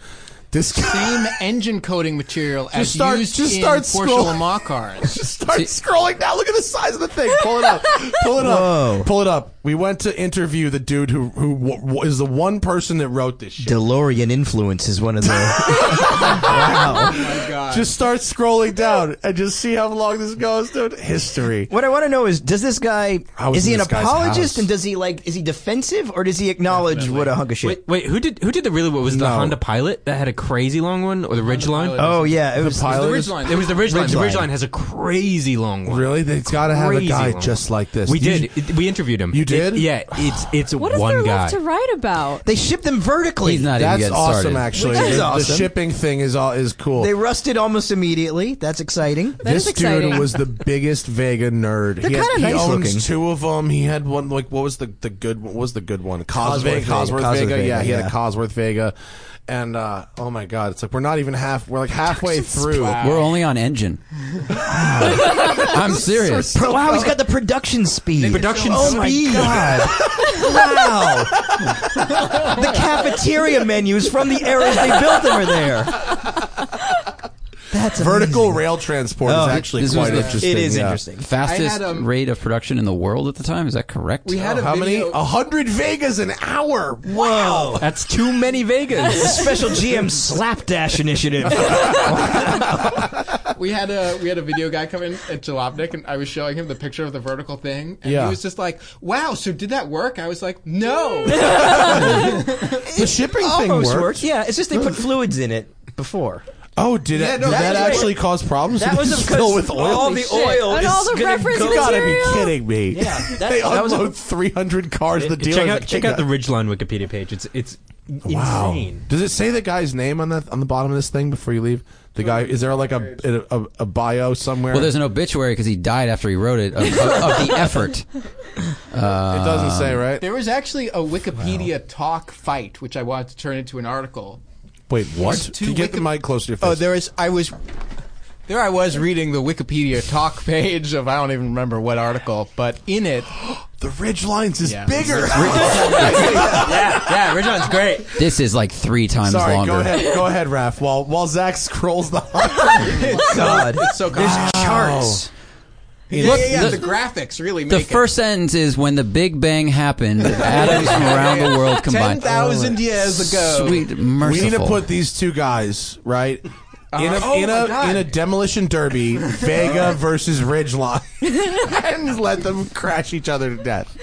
[SPEAKER 3] This guy
[SPEAKER 8] Same engine coating material as
[SPEAKER 3] start-
[SPEAKER 8] used
[SPEAKER 3] just
[SPEAKER 8] in
[SPEAKER 3] start
[SPEAKER 8] Porsche
[SPEAKER 3] scrolling.
[SPEAKER 8] Lamar cars.
[SPEAKER 3] Start scrolling down. Look at the size of the thing. Pull it up. Pull it up. Pull it up. We went to interview the dude who who w- w- is the one person that wrote this shit.
[SPEAKER 2] DeLorean influence is one of the. wow.
[SPEAKER 3] Just start scrolling down and just see how long this goes, dude. History.
[SPEAKER 2] What I want to know is, does this guy
[SPEAKER 3] I was
[SPEAKER 2] is he
[SPEAKER 3] in
[SPEAKER 2] an
[SPEAKER 3] this guy's
[SPEAKER 2] apologist
[SPEAKER 3] house.
[SPEAKER 2] and does he like is he defensive or does he acknowledge what a hunk of shit?
[SPEAKER 6] Wait, wait, who did who did the really? What was the
[SPEAKER 3] No.
[SPEAKER 6] Honda Pilot that had a crazy long one, or the Ridgeline?
[SPEAKER 2] oh yeah, it was
[SPEAKER 3] pilot
[SPEAKER 8] The
[SPEAKER 3] is-
[SPEAKER 8] Ridgeline.
[SPEAKER 6] It was the Ridgeline. The
[SPEAKER 2] Ridgeline.
[SPEAKER 6] Ridgeline has a crazy long one.
[SPEAKER 3] Really, they've got to have a
[SPEAKER 6] Crazy
[SPEAKER 3] guy
[SPEAKER 6] long
[SPEAKER 3] just
[SPEAKER 6] one.
[SPEAKER 3] like this.
[SPEAKER 6] We
[SPEAKER 3] You
[SPEAKER 6] did.
[SPEAKER 3] should-
[SPEAKER 6] It- we interviewed him.
[SPEAKER 3] You
[SPEAKER 6] It-
[SPEAKER 3] did?
[SPEAKER 6] yeah. It's it's
[SPEAKER 4] What is
[SPEAKER 6] one
[SPEAKER 4] there
[SPEAKER 6] guy.
[SPEAKER 4] left to write about?
[SPEAKER 2] They shipped them vertically.
[SPEAKER 5] He's not even
[SPEAKER 3] That's
[SPEAKER 5] getting
[SPEAKER 3] awesome.
[SPEAKER 5] started.
[SPEAKER 3] Actually,
[SPEAKER 2] Which is
[SPEAKER 3] the,
[SPEAKER 2] awesome.
[SPEAKER 3] the shipping thing is all is cool.
[SPEAKER 2] They rusted almost immediately. That's exciting.
[SPEAKER 4] That is
[SPEAKER 3] this dude
[SPEAKER 4] exciting.
[SPEAKER 3] was the biggest Vega nerd. They're he had-
[SPEAKER 2] kinda
[SPEAKER 3] he
[SPEAKER 2] nice
[SPEAKER 3] owns
[SPEAKER 2] looking.
[SPEAKER 3] two of them. He had one like what was the the good what was the good one? Cosworth,
[SPEAKER 2] Cosworth Vega.
[SPEAKER 3] Cosworth, Vega.
[SPEAKER 2] Cosworth Vega,
[SPEAKER 3] Yeah, he had
[SPEAKER 2] yeah.
[SPEAKER 3] a Cosworth Vega. And uh, oh my god, it's like we're not even half. We're like halfway through.
[SPEAKER 5] We're only on engine. I'm serious.
[SPEAKER 2] Pro- wow, he's got the production speed.
[SPEAKER 6] Production
[SPEAKER 2] oh
[SPEAKER 6] speed.
[SPEAKER 2] my god! wow, the cafeteria menus from the eras they built them are there. That's
[SPEAKER 3] Vertical rail transport
[SPEAKER 2] Oh,
[SPEAKER 3] is actually
[SPEAKER 5] this was
[SPEAKER 3] quite
[SPEAKER 5] the-
[SPEAKER 3] interesting.
[SPEAKER 2] It is
[SPEAKER 3] yeah.
[SPEAKER 2] interesting.
[SPEAKER 5] Fastest
[SPEAKER 8] I had, um,
[SPEAKER 5] rate of production in the world at the time. Is that correct? Oh.
[SPEAKER 8] We had a
[SPEAKER 3] How many?
[SPEAKER 8] video.
[SPEAKER 3] A hundred Vegas an hour.
[SPEAKER 2] Whoa!
[SPEAKER 6] That's too many Vegas.
[SPEAKER 2] The special GM slapdash initiative.
[SPEAKER 8] We had a we had a video guy come in at Jalopnik, and I was showing him the picture of the vertical thing, and
[SPEAKER 3] Yeah.
[SPEAKER 8] he was just like, "Wow, so did that work?" I was like, "No."
[SPEAKER 3] The shipping thing
[SPEAKER 2] Almost
[SPEAKER 3] worked.
[SPEAKER 2] worked. Yeah, it's just they put fluids in it before.
[SPEAKER 3] Oh, did it?
[SPEAKER 8] no,
[SPEAKER 3] did that
[SPEAKER 8] that's right.
[SPEAKER 3] actually cause problems?
[SPEAKER 2] That
[SPEAKER 3] Did
[SPEAKER 2] was
[SPEAKER 3] it
[SPEAKER 2] because
[SPEAKER 3] fill with oil.
[SPEAKER 2] all the oil
[SPEAKER 4] And
[SPEAKER 2] is
[SPEAKER 4] all the
[SPEAKER 2] gonna
[SPEAKER 4] reference
[SPEAKER 2] go-
[SPEAKER 3] You gotta be
[SPEAKER 4] material.
[SPEAKER 3] kidding me.
[SPEAKER 2] Yeah, that-
[SPEAKER 3] they
[SPEAKER 2] that was a-
[SPEAKER 3] unload 300 cars. the dealers
[SPEAKER 6] check
[SPEAKER 3] are
[SPEAKER 6] out check
[SPEAKER 3] like,
[SPEAKER 6] out the Ridgeline Wikipedia page. It's it's
[SPEAKER 3] Wow.
[SPEAKER 6] insane.
[SPEAKER 3] Does it say the guy's name on the on the bottom of this thing before you leave? The guy is there like a a, a, a bio somewhere?
[SPEAKER 5] well, there's an obituary because he died after he wrote it of, of, of the effort.
[SPEAKER 3] it doesn't say right.
[SPEAKER 8] There was actually a Wikipedia talk fight, which I wanted to turn into an article.
[SPEAKER 3] Wait, what?
[SPEAKER 8] There's two
[SPEAKER 3] Can you get the
[SPEAKER 8] Wiki-
[SPEAKER 3] mic closer to your face?
[SPEAKER 8] Oh, there is. I was there. I was reading the Wikipedia talk page of I don't even remember what article, but in it,
[SPEAKER 3] the ridge lines is
[SPEAKER 8] Yeah.
[SPEAKER 3] bigger.
[SPEAKER 6] Yeah, Ridgeline's great.
[SPEAKER 5] This is like three times
[SPEAKER 3] Sorry,
[SPEAKER 5] longer.
[SPEAKER 3] go ahead, go ahead, Raph. While while Zach scrolls the it's
[SPEAKER 2] God,
[SPEAKER 8] it's so complicated.
[SPEAKER 2] charts.
[SPEAKER 8] Yeah,
[SPEAKER 5] Look,
[SPEAKER 8] yeah, yeah,
[SPEAKER 5] the-
[SPEAKER 8] the, graphics really
[SPEAKER 5] The
[SPEAKER 8] make
[SPEAKER 5] first sentence is when the Big Bang happened, atoms from around the world
[SPEAKER 8] it. ten
[SPEAKER 5] combined. Oh,
[SPEAKER 8] thousand years ago.
[SPEAKER 5] Sweet,
[SPEAKER 3] We
[SPEAKER 5] merciful.
[SPEAKER 3] need to put these two guys right. In a,
[SPEAKER 8] Oh
[SPEAKER 3] in,
[SPEAKER 8] my
[SPEAKER 3] a,
[SPEAKER 8] God.
[SPEAKER 3] in a demolition derby, Vega versus Ridgeline, and let them crash each other to death.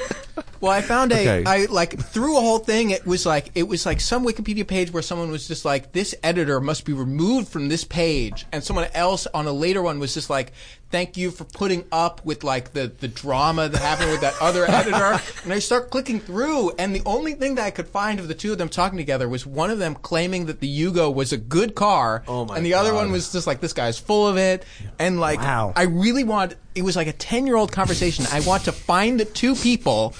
[SPEAKER 8] Well, I found a I
[SPEAKER 3] Okay.
[SPEAKER 8] like through a whole thing. It was like it was like some Wikipedia page where someone was just like, "This editor must be removed from this page," and someone else on a later one was just like, "Thank you for putting up with like the the drama that happened with that other editor." And I start clicking through, and the only thing that I could find of the two of them talking together was one of them claiming that the Yugo was a good car,
[SPEAKER 3] Oh my
[SPEAKER 8] and the other one was just like, "This guy's full of it," and like
[SPEAKER 2] Wow.
[SPEAKER 8] I really want. It was like a ten-year-old conversation. I want to find the two people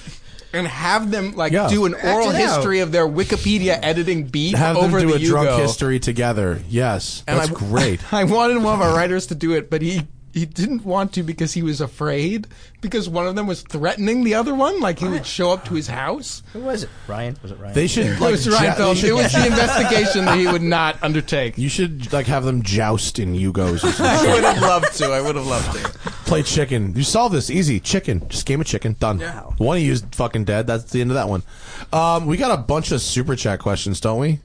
[SPEAKER 8] and have them like
[SPEAKER 3] Yeah.
[SPEAKER 8] do an
[SPEAKER 3] Act
[SPEAKER 8] oral
[SPEAKER 3] it
[SPEAKER 8] history of their Wikipedia editing beat
[SPEAKER 3] Have them
[SPEAKER 8] over
[SPEAKER 3] do
[SPEAKER 8] the
[SPEAKER 3] a drunk
[SPEAKER 8] Yugo.
[SPEAKER 3] history together. Yes,
[SPEAKER 8] And
[SPEAKER 3] that's
[SPEAKER 8] I-
[SPEAKER 3] great.
[SPEAKER 8] I wanted one of our writers to do it, but he he didn't want to because he was afraid because one of them was threatening the other one like he would show up to his house
[SPEAKER 2] Who was it? Ryan? Was it Ryan?
[SPEAKER 3] They should
[SPEAKER 8] it
[SPEAKER 3] like
[SPEAKER 8] was
[SPEAKER 3] jou- they
[SPEAKER 8] Reinfeld.
[SPEAKER 3] should-
[SPEAKER 8] it was the investigation that he would not undertake
[SPEAKER 3] you should like have them joust in Yugos or something.
[SPEAKER 8] I would have loved to I would have loved to
[SPEAKER 3] Play chicken. You solve this easy. Chicken. Just game of chicken. Done. One of you's fucking dead. That's the end of that one. Um, we got a bunch of super chat questions, don't we?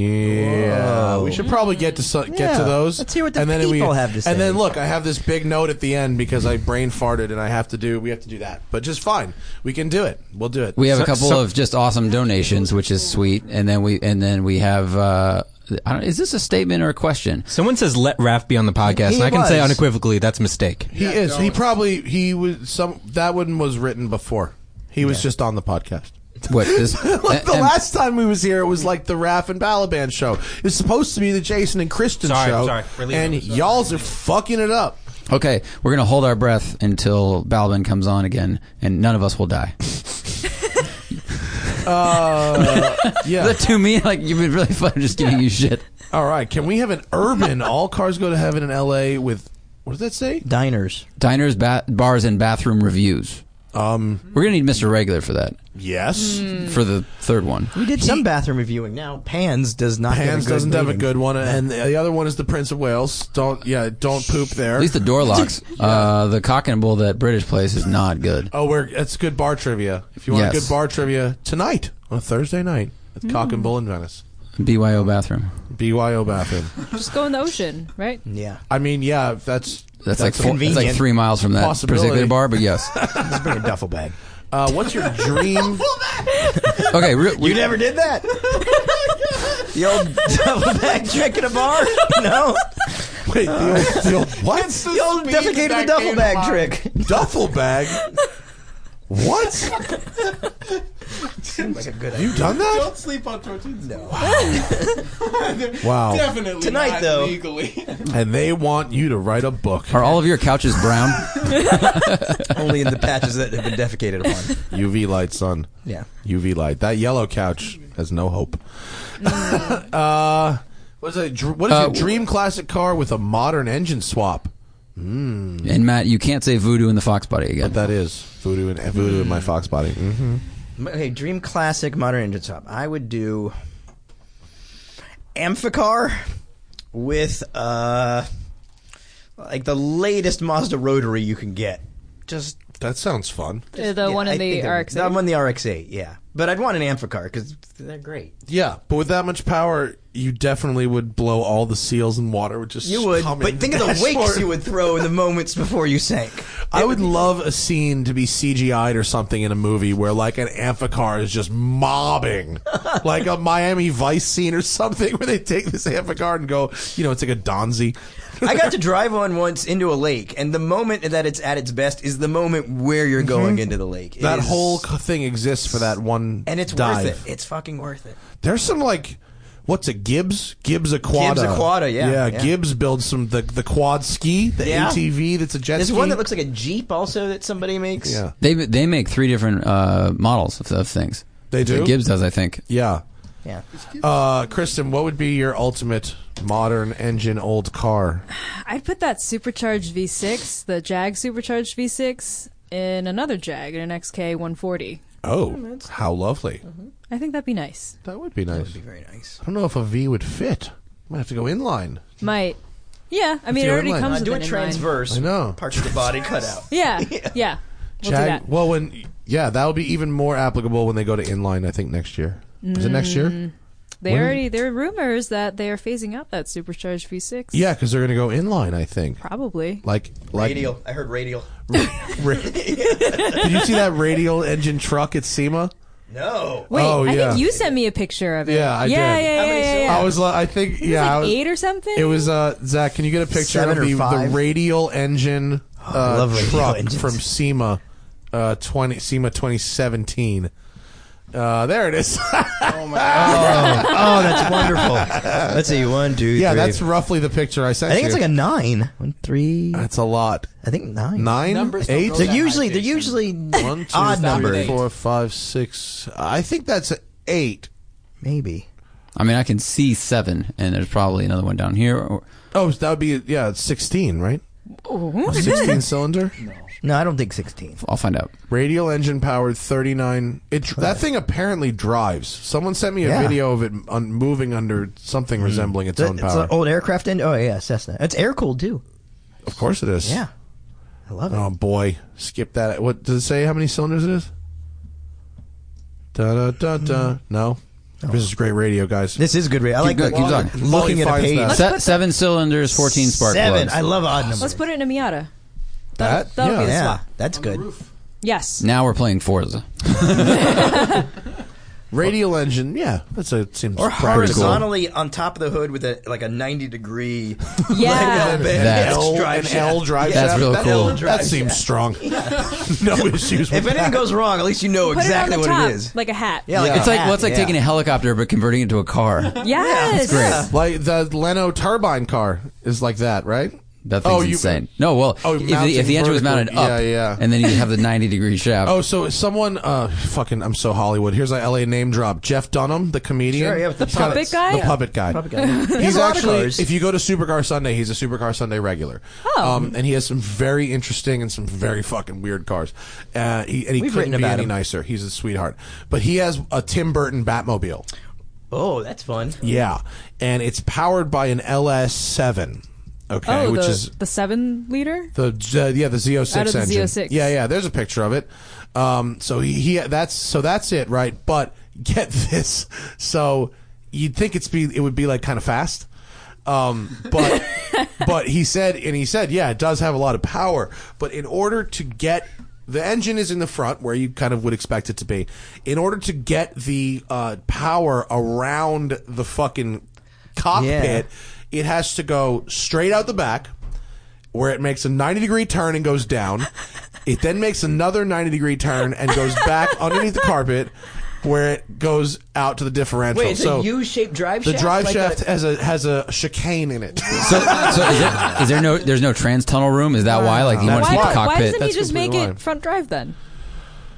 [SPEAKER 3] Yeah, we should probably get to so, get to
[SPEAKER 2] Yeah.
[SPEAKER 3] those.
[SPEAKER 2] Let's hear what the people have to say.
[SPEAKER 3] And then look, I have this big note at the end because I brain farted and I have to do. We have to do that, but just fine. We can do it. We'll do it.
[SPEAKER 5] We have a
[SPEAKER 6] So-
[SPEAKER 5] couple
[SPEAKER 6] so-
[SPEAKER 5] of just awesome donations, which is sweet, and then we and then we have. Uh, I don't, is this a statement or a question?
[SPEAKER 6] Someone says let Raph be on the podcast,
[SPEAKER 2] He
[SPEAKER 6] and I can say
[SPEAKER 2] was.
[SPEAKER 6] unequivocally that's a mistake.
[SPEAKER 3] He is. He probably he was some that one was written before. He was just on the podcast.
[SPEAKER 5] What this?
[SPEAKER 3] like the
[SPEAKER 5] and-
[SPEAKER 3] last time we was here, it was like the Raph and Balaban show. It's supposed to be the Jason and Kristen
[SPEAKER 6] Sorry,
[SPEAKER 3] show,
[SPEAKER 6] sorry. We're leaving.
[SPEAKER 3] and y'all's are fucking it up.
[SPEAKER 5] Okay, we're gonna hold our breath until Balvin comes on again, and none of us will die.
[SPEAKER 3] Uh, yeah.
[SPEAKER 5] That to me, like you've been really fun just giving you shit.
[SPEAKER 3] All right. Can we have an urban all cars go to heaven in L.A. with what does that say?
[SPEAKER 2] Diners.
[SPEAKER 5] Diners, ba- bars, and bathroom reviews.
[SPEAKER 3] Um.
[SPEAKER 5] We're gonna need Mr. Regular for that
[SPEAKER 3] Yes.
[SPEAKER 5] for the third one.
[SPEAKER 2] We did some bathroom reviewing. Now Pans does not. have a
[SPEAKER 3] Pans
[SPEAKER 2] good
[SPEAKER 3] doesn't have a
[SPEAKER 2] rating.
[SPEAKER 3] good one, and the other one is the Prince of Wales. Don't yeah. Don't poop there.
[SPEAKER 5] At least the door locks. Uh, the cock and bull that British place is not good.
[SPEAKER 3] Oh, we're that's good bar trivia. If you want
[SPEAKER 5] Yes.
[SPEAKER 3] good bar trivia tonight on a Thursday night at Cock and Bull in Venice,
[SPEAKER 5] BYO bathroom.
[SPEAKER 3] BYO bathroom.
[SPEAKER 4] Just go in the ocean, right?
[SPEAKER 2] Yeah.
[SPEAKER 3] I mean, yeah, if that's
[SPEAKER 5] That's, like four, that's like
[SPEAKER 2] convenient.
[SPEAKER 5] three miles from that
[SPEAKER 3] Possibility.
[SPEAKER 5] particular bar, but yes.
[SPEAKER 2] Let's bring a duffel bag.
[SPEAKER 3] Uh, what's your dream?
[SPEAKER 5] Okay, re- we-
[SPEAKER 2] You never did that. the old duffel bag trick at a bar? No.
[SPEAKER 3] Wait, the old, the old what?
[SPEAKER 2] The old defecate in the duffel bag trick.
[SPEAKER 3] Duffel bag. What?
[SPEAKER 2] Like a good
[SPEAKER 3] You done that?
[SPEAKER 8] don't sleep on tortured
[SPEAKER 3] Wow.
[SPEAKER 8] definitely
[SPEAKER 2] Tonight,
[SPEAKER 8] not
[SPEAKER 2] though.
[SPEAKER 8] legally
[SPEAKER 3] And they want you to write a book.
[SPEAKER 5] are all of your couches brown?
[SPEAKER 2] Only in the patches that have been defecated upon.
[SPEAKER 3] UV light, son.
[SPEAKER 2] Yeah.
[SPEAKER 3] UV light. That yellow couch has no hope. uh, what is, a, dr- what is
[SPEAKER 5] Uh,
[SPEAKER 3] your dream classic car with a modern engine swap?
[SPEAKER 5] and Matt, you can't say voodoo in the fox body again.
[SPEAKER 3] That is voodoo and voodoo in my fox body. Mm-hmm.
[SPEAKER 2] Okay, dream classic modern engine swap. I would do Amphicar with uh like the latest Mazda rotary you can get. Just
[SPEAKER 3] That sounds fun.
[SPEAKER 4] Uh, the
[SPEAKER 2] yeah,
[SPEAKER 4] one
[SPEAKER 2] I
[SPEAKER 4] in the
[SPEAKER 2] think I would-
[SPEAKER 4] RX.
[SPEAKER 2] The one in the RX-8, yeah. But I'd want an Amphicar because they're great.
[SPEAKER 3] Yeah, but with that much power, you definitely would blow all the seals and water would just
[SPEAKER 2] You would,
[SPEAKER 3] come in
[SPEAKER 2] but think of the
[SPEAKER 3] dashboard.
[SPEAKER 2] wakes you would throw in the moments before you sank.
[SPEAKER 3] I would love a scene to be CGI'd or something in a movie where like an amphicar is just mobbing, like a Miami Vice scene or something, where they take this amphicar and go, you know, it's like a Donzi.
[SPEAKER 2] I got to drive one once into a lake, and the moment that it's at its best is the moment where you're going into the lake. It
[SPEAKER 3] Mm-hmm. That
[SPEAKER 2] is-
[SPEAKER 3] whole c- thing exists for that one.
[SPEAKER 2] and it's
[SPEAKER 3] dive.
[SPEAKER 2] worth it. It's fucking worth it.
[SPEAKER 3] There's some like. What's a Gibbs? Gibbs Aquada.
[SPEAKER 2] Gibbs Aquada, yeah,
[SPEAKER 3] yeah.
[SPEAKER 2] yeah.
[SPEAKER 3] Gibbs builds some the the quad ski, the
[SPEAKER 2] Yeah.
[SPEAKER 3] ATV that's a jet
[SPEAKER 2] There's
[SPEAKER 3] ski.
[SPEAKER 2] one that looks like a jeep also that somebody makes.
[SPEAKER 3] Yeah.
[SPEAKER 5] They they make three different uh, models of, of things.
[SPEAKER 3] They do?
[SPEAKER 5] Gibbs does, I think.
[SPEAKER 3] Yeah.
[SPEAKER 2] yeah.
[SPEAKER 3] Uh, Kristen, what would be your ultimate modern engine old car?
[SPEAKER 4] I'd put that supercharged V6, the Jag supercharged V6, in another Jag, in an XK140.
[SPEAKER 3] Oh, how lovely.
[SPEAKER 4] I think that'd be nice.
[SPEAKER 3] That would be nice.
[SPEAKER 2] Very nice.
[SPEAKER 3] I don't know if a V would fit. Might have to go inline.
[SPEAKER 4] Might. Yeah, I mean, it
[SPEAKER 3] your
[SPEAKER 4] already
[SPEAKER 3] inline.
[SPEAKER 4] comes
[SPEAKER 2] Uh, do
[SPEAKER 4] with
[SPEAKER 2] a
[SPEAKER 4] an inline.
[SPEAKER 2] transverse.
[SPEAKER 3] I know.
[SPEAKER 2] Parts of the body cut out.
[SPEAKER 4] Yeah, yeah. We'll do
[SPEAKER 3] Jag-
[SPEAKER 4] that.
[SPEAKER 3] well, when yeah, that would be even more applicable when they go to inline. I think next year. Is it next
[SPEAKER 4] Mm.
[SPEAKER 3] year?
[SPEAKER 4] They
[SPEAKER 3] when-
[SPEAKER 4] already there are rumors that they are phasing out that supercharged V6.
[SPEAKER 3] Yeah, because they're going to go inline. I think.
[SPEAKER 4] probably.
[SPEAKER 3] Like like.
[SPEAKER 2] Radial. I heard radial.
[SPEAKER 3] Ra- Did you see that radial engine truck at SEMA?
[SPEAKER 2] No.
[SPEAKER 4] Wait,
[SPEAKER 3] Oh,
[SPEAKER 4] I
[SPEAKER 3] yeah.
[SPEAKER 4] think you sent me a picture of it.
[SPEAKER 3] Yeah, I
[SPEAKER 4] yeah,
[SPEAKER 3] did.
[SPEAKER 4] Yeah,
[SPEAKER 2] How
[SPEAKER 4] yeah,
[SPEAKER 2] many
[SPEAKER 4] yeah,
[SPEAKER 2] syllables?
[SPEAKER 4] yeah.
[SPEAKER 3] I was like, I think
[SPEAKER 4] It was
[SPEAKER 3] yeah, I
[SPEAKER 4] like
[SPEAKER 3] was-
[SPEAKER 4] eight or something.
[SPEAKER 3] It was uh Zach. Can you get a picture
[SPEAKER 2] Seven
[SPEAKER 3] of
[SPEAKER 2] or
[SPEAKER 3] the, the
[SPEAKER 2] five?
[SPEAKER 3] radial engine
[SPEAKER 2] I
[SPEAKER 3] uh,
[SPEAKER 2] love radial
[SPEAKER 3] truck
[SPEAKER 2] engines.
[SPEAKER 3] from SEMA, uh, twenty SEMA twenty seventeen? Uh, there it is.
[SPEAKER 2] Oh, that's wonderful. Let's see. One, two,
[SPEAKER 3] yeah,
[SPEAKER 2] three.
[SPEAKER 3] that's roughly the picture I sent.
[SPEAKER 2] I think it's like a nine. One, three.
[SPEAKER 3] That's a lot.
[SPEAKER 2] I think nine.
[SPEAKER 3] Uh, Nine,
[SPEAKER 8] Numbers don't
[SPEAKER 3] eight,
[SPEAKER 8] go
[SPEAKER 2] They're
[SPEAKER 8] that
[SPEAKER 2] usually
[SPEAKER 8] high,
[SPEAKER 2] they're
[SPEAKER 8] Jason.
[SPEAKER 2] usually
[SPEAKER 3] one, two,
[SPEAKER 2] odd
[SPEAKER 3] three,
[SPEAKER 2] numbers.
[SPEAKER 3] four, five, six. I think that's a eight.
[SPEAKER 2] Maybe.
[SPEAKER 5] I mean, I can see seven, and there's probably another one down here. Or,
[SPEAKER 3] Oh, so that would be yeah, it's sixteen, right? 16 cylinder
[SPEAKER 2] No, I don't think 16.
[SPEAKER 5] I'll find out.
[SPEAKER 3] radial engine powered 39 it that thing apparently drives someone sent me a
[SPEAKER 2] Yeah.
[SPEAKER 3] video of it un- moving under something resembling its own
[SPEAKER 2] it's
[SPEAKER 3] power
[SPEAKER 2] an old aircraft engine. Oh, yeah, Cessna. It's air cooled, too.
[SPEAKER 3] of course it is
[SPEAKER 2] Yeah. I love it.
[SPEAKER 3] oh boy skip that what does it say how many cylinders it is da da da da no this is great radio guys
[SPEAKER 2] This is good. radio. I like
[SPEAKER 5] going,
[SPEAKER 2] the-
[SPEAKER 5] keep going.
[SPEAKER 2] looking
[SPEAKER 3] Molly
[SPEAKER 2] at a
[SPEAKER 3] finds
[SPEAKER 2] page.
[SPEAKER 3] that.
[SPEAKER 5] Se- seven cylinders, fourteen spark
[SPEAKER 2] Seven.
[SPEAKER 5] plugs.
[SPEAKER 2] I love odd numbers.
[SPEAKER 4] Let's put it in a Miata.
[SPEAKER 3] that
[SPEAKER 4] that'll be the
[SPEAKER 2] yeah,
[SPEAKER 4] swap.
[SPEAKER 2] that's good.
[SPEAKER 4] Yes.
[SPEAKER 5] now we're playing Forza.
[SPEAKER 3] radial engine yeah that's a seems
[SPEAKER 2] Or
[SPEAKER 3] pretty cool.
[SPEAKER 2] horizontally on top of the hood with a like a 90 degree.
[SPEAKER 3] uh,
[SPEAKER 4] Yeah.
[SPEAKER 5] That's-
[SPEAKER 3] L,
[SPEAKER 2] drive
[SPEAKER 3] an
[SPEAKER 2] shaft.
[SPEAKER 3] L drive
[SPEAKER 5] That's
[SPEAKER 3] shaft.
[SPEAKER 5] real
[SPEAKER 3] that,
[SPEAKER 5] cool.
[SPEAKER 3] That seems strong. no issues.
[SPEAKER 2] If
[SPEAKER 3] With
[SPEAKER 2] anything goes wrong, at least you know
[SPEAKER 4] Put
[SPEAKER 2] exactly
[SPEAKER 4] it on the
[SPEAKER 2] what
[SPEAKER 4] top,
[SPEAKER 2] it is.
[SPEAKER 4] like a hat.
[SPEAKER 2] yeah, like
[SPEAKER 5] Oh, It's
[SPEAKER 2] a
[SPEAKER 5] like
[SPEAKER 2] hat,
[SPEAKER 5] well, it's like
[SPEAKER 2] yeah.
[SPEAKER 5] taking a helicopter but converting it to a car.
[SPEAKER 4] Yes.
[SPEAKER 5] Great.
[SPEAKER 3] like the Leno turbine car is like that, right?
[SPEAKER 5] That thing's
[SPEAKER 3] Oh, you-
[SPEAKER 5] insane. No, well,
[SPEAKER 3] Oh,
[SPEAKER 5] if, the,
[SPEAKER 3] mounting
[SPEAKER 5] if the engine was mounted
[SPEAKER 3] vertical.
[SPEAKER 5] up,
[SPEAKER 3] Yeah, yeah.
[SPEAKER 5] and then you'd have the ninety degree shaft.
[SPEAKER 3] Oh, so someone, uh, fucking, I'm so Hollywood. Here's my LA name drop. Jeff Dunham, the comedian.
[SPEAKER 2] Sure, yeah, with the
[SPEAKER 3] He's got
[SPEAKER 4] puppet
[SPEAKER 3] a-
[SPEAKER 4] guy?
[SPEAKER 3] The
[SPEAKER 4] Yeah.
[SPEAKER 3] puppet guy. he's
[SPEAKER 2] a lot of
[SPEAKER 3] actually,
[SPEAKER 2] cars.
[SPEAKER 3] if you go to Supercar Sunday, he's a Supercar Sunday regular. Oh. Um, and he has some very interesting and some very fucking weird cars. Uh, he, and he
[SPEAKER 2] We've
[SPEAKER 3] couldn't
[SPEAKER 2] written
[SPEAKER 3] be
[SPEAKER 2] about
[SPEAKER 3] any
[SPEAKER 2] him.
[SPEAKER 3] nicer. He's a sweetheart. But he has a Tim Burton Batmobile.
[SPEAKER 2] Oh, that's fun.
[SPEAKER 3] Yeah. And it's powered by an LS7. Okay,
[SPEAKER 4] Oh,
[SPEAKER 3] which
[SPEAKER 4] the,
[SPEAKER 3] is
[SPEAKER 4] the seven liter.
[SPEAKER 3] the uh, yeah the Z06
[SPEAKER 4] Out of the
[SPEAKER 3] engine.
[SPEAKER 4] Z06.
[SPEAKER 3] Yeah, yeah. There's a picture of it. Um, so he, he that's so that's it, right? But get this. So you'd think it's be it would be like kind of fast. Um, but but he said and he said yeah, it does have a lot of power. But in order to get the engine is in the front where you kind of would expect it to be. In order to get the uh, power around the fucking cockpit, it has to go straight out the back where it makes a 90 degree turn and goes down. It then makes another 90 degree turn and goes back underneath the carpet where it goes out to the differential.
[SPEAKER 2] Wait, it's
[SPEAKER 3] so
[SPEAKER 2] a U-shaped drive
[SPEAKER 3] the
[SPEAKER 2] shaft.
[SPEAKER 3] drive
[SPEAKER 2] Like
[SPEAKER 3] shaft
[SPEAKER 2] a-
[SPEAKER 3] has a has a chicane in it.
[SPEAKER 5] so, so is, there, is there no there's no trans tunnel room? Is that why? Like you want
[SPEAKER 3] That's
[SPEAKER 5] to keep
[SPEAKER 4] Why,
[SPEAKER 5] the
[SPEAKER 4] why
[SPEAKER 5] cockpit?
[SPEAKER 4] doesn't he
[SPEAKER 3] That's
[SPEAKER 4] just make
[SPEAKER 3] completely
[SPEAKER 4] it
[SPEAKER 3] lying.
[SPEAKER 4] front drive then?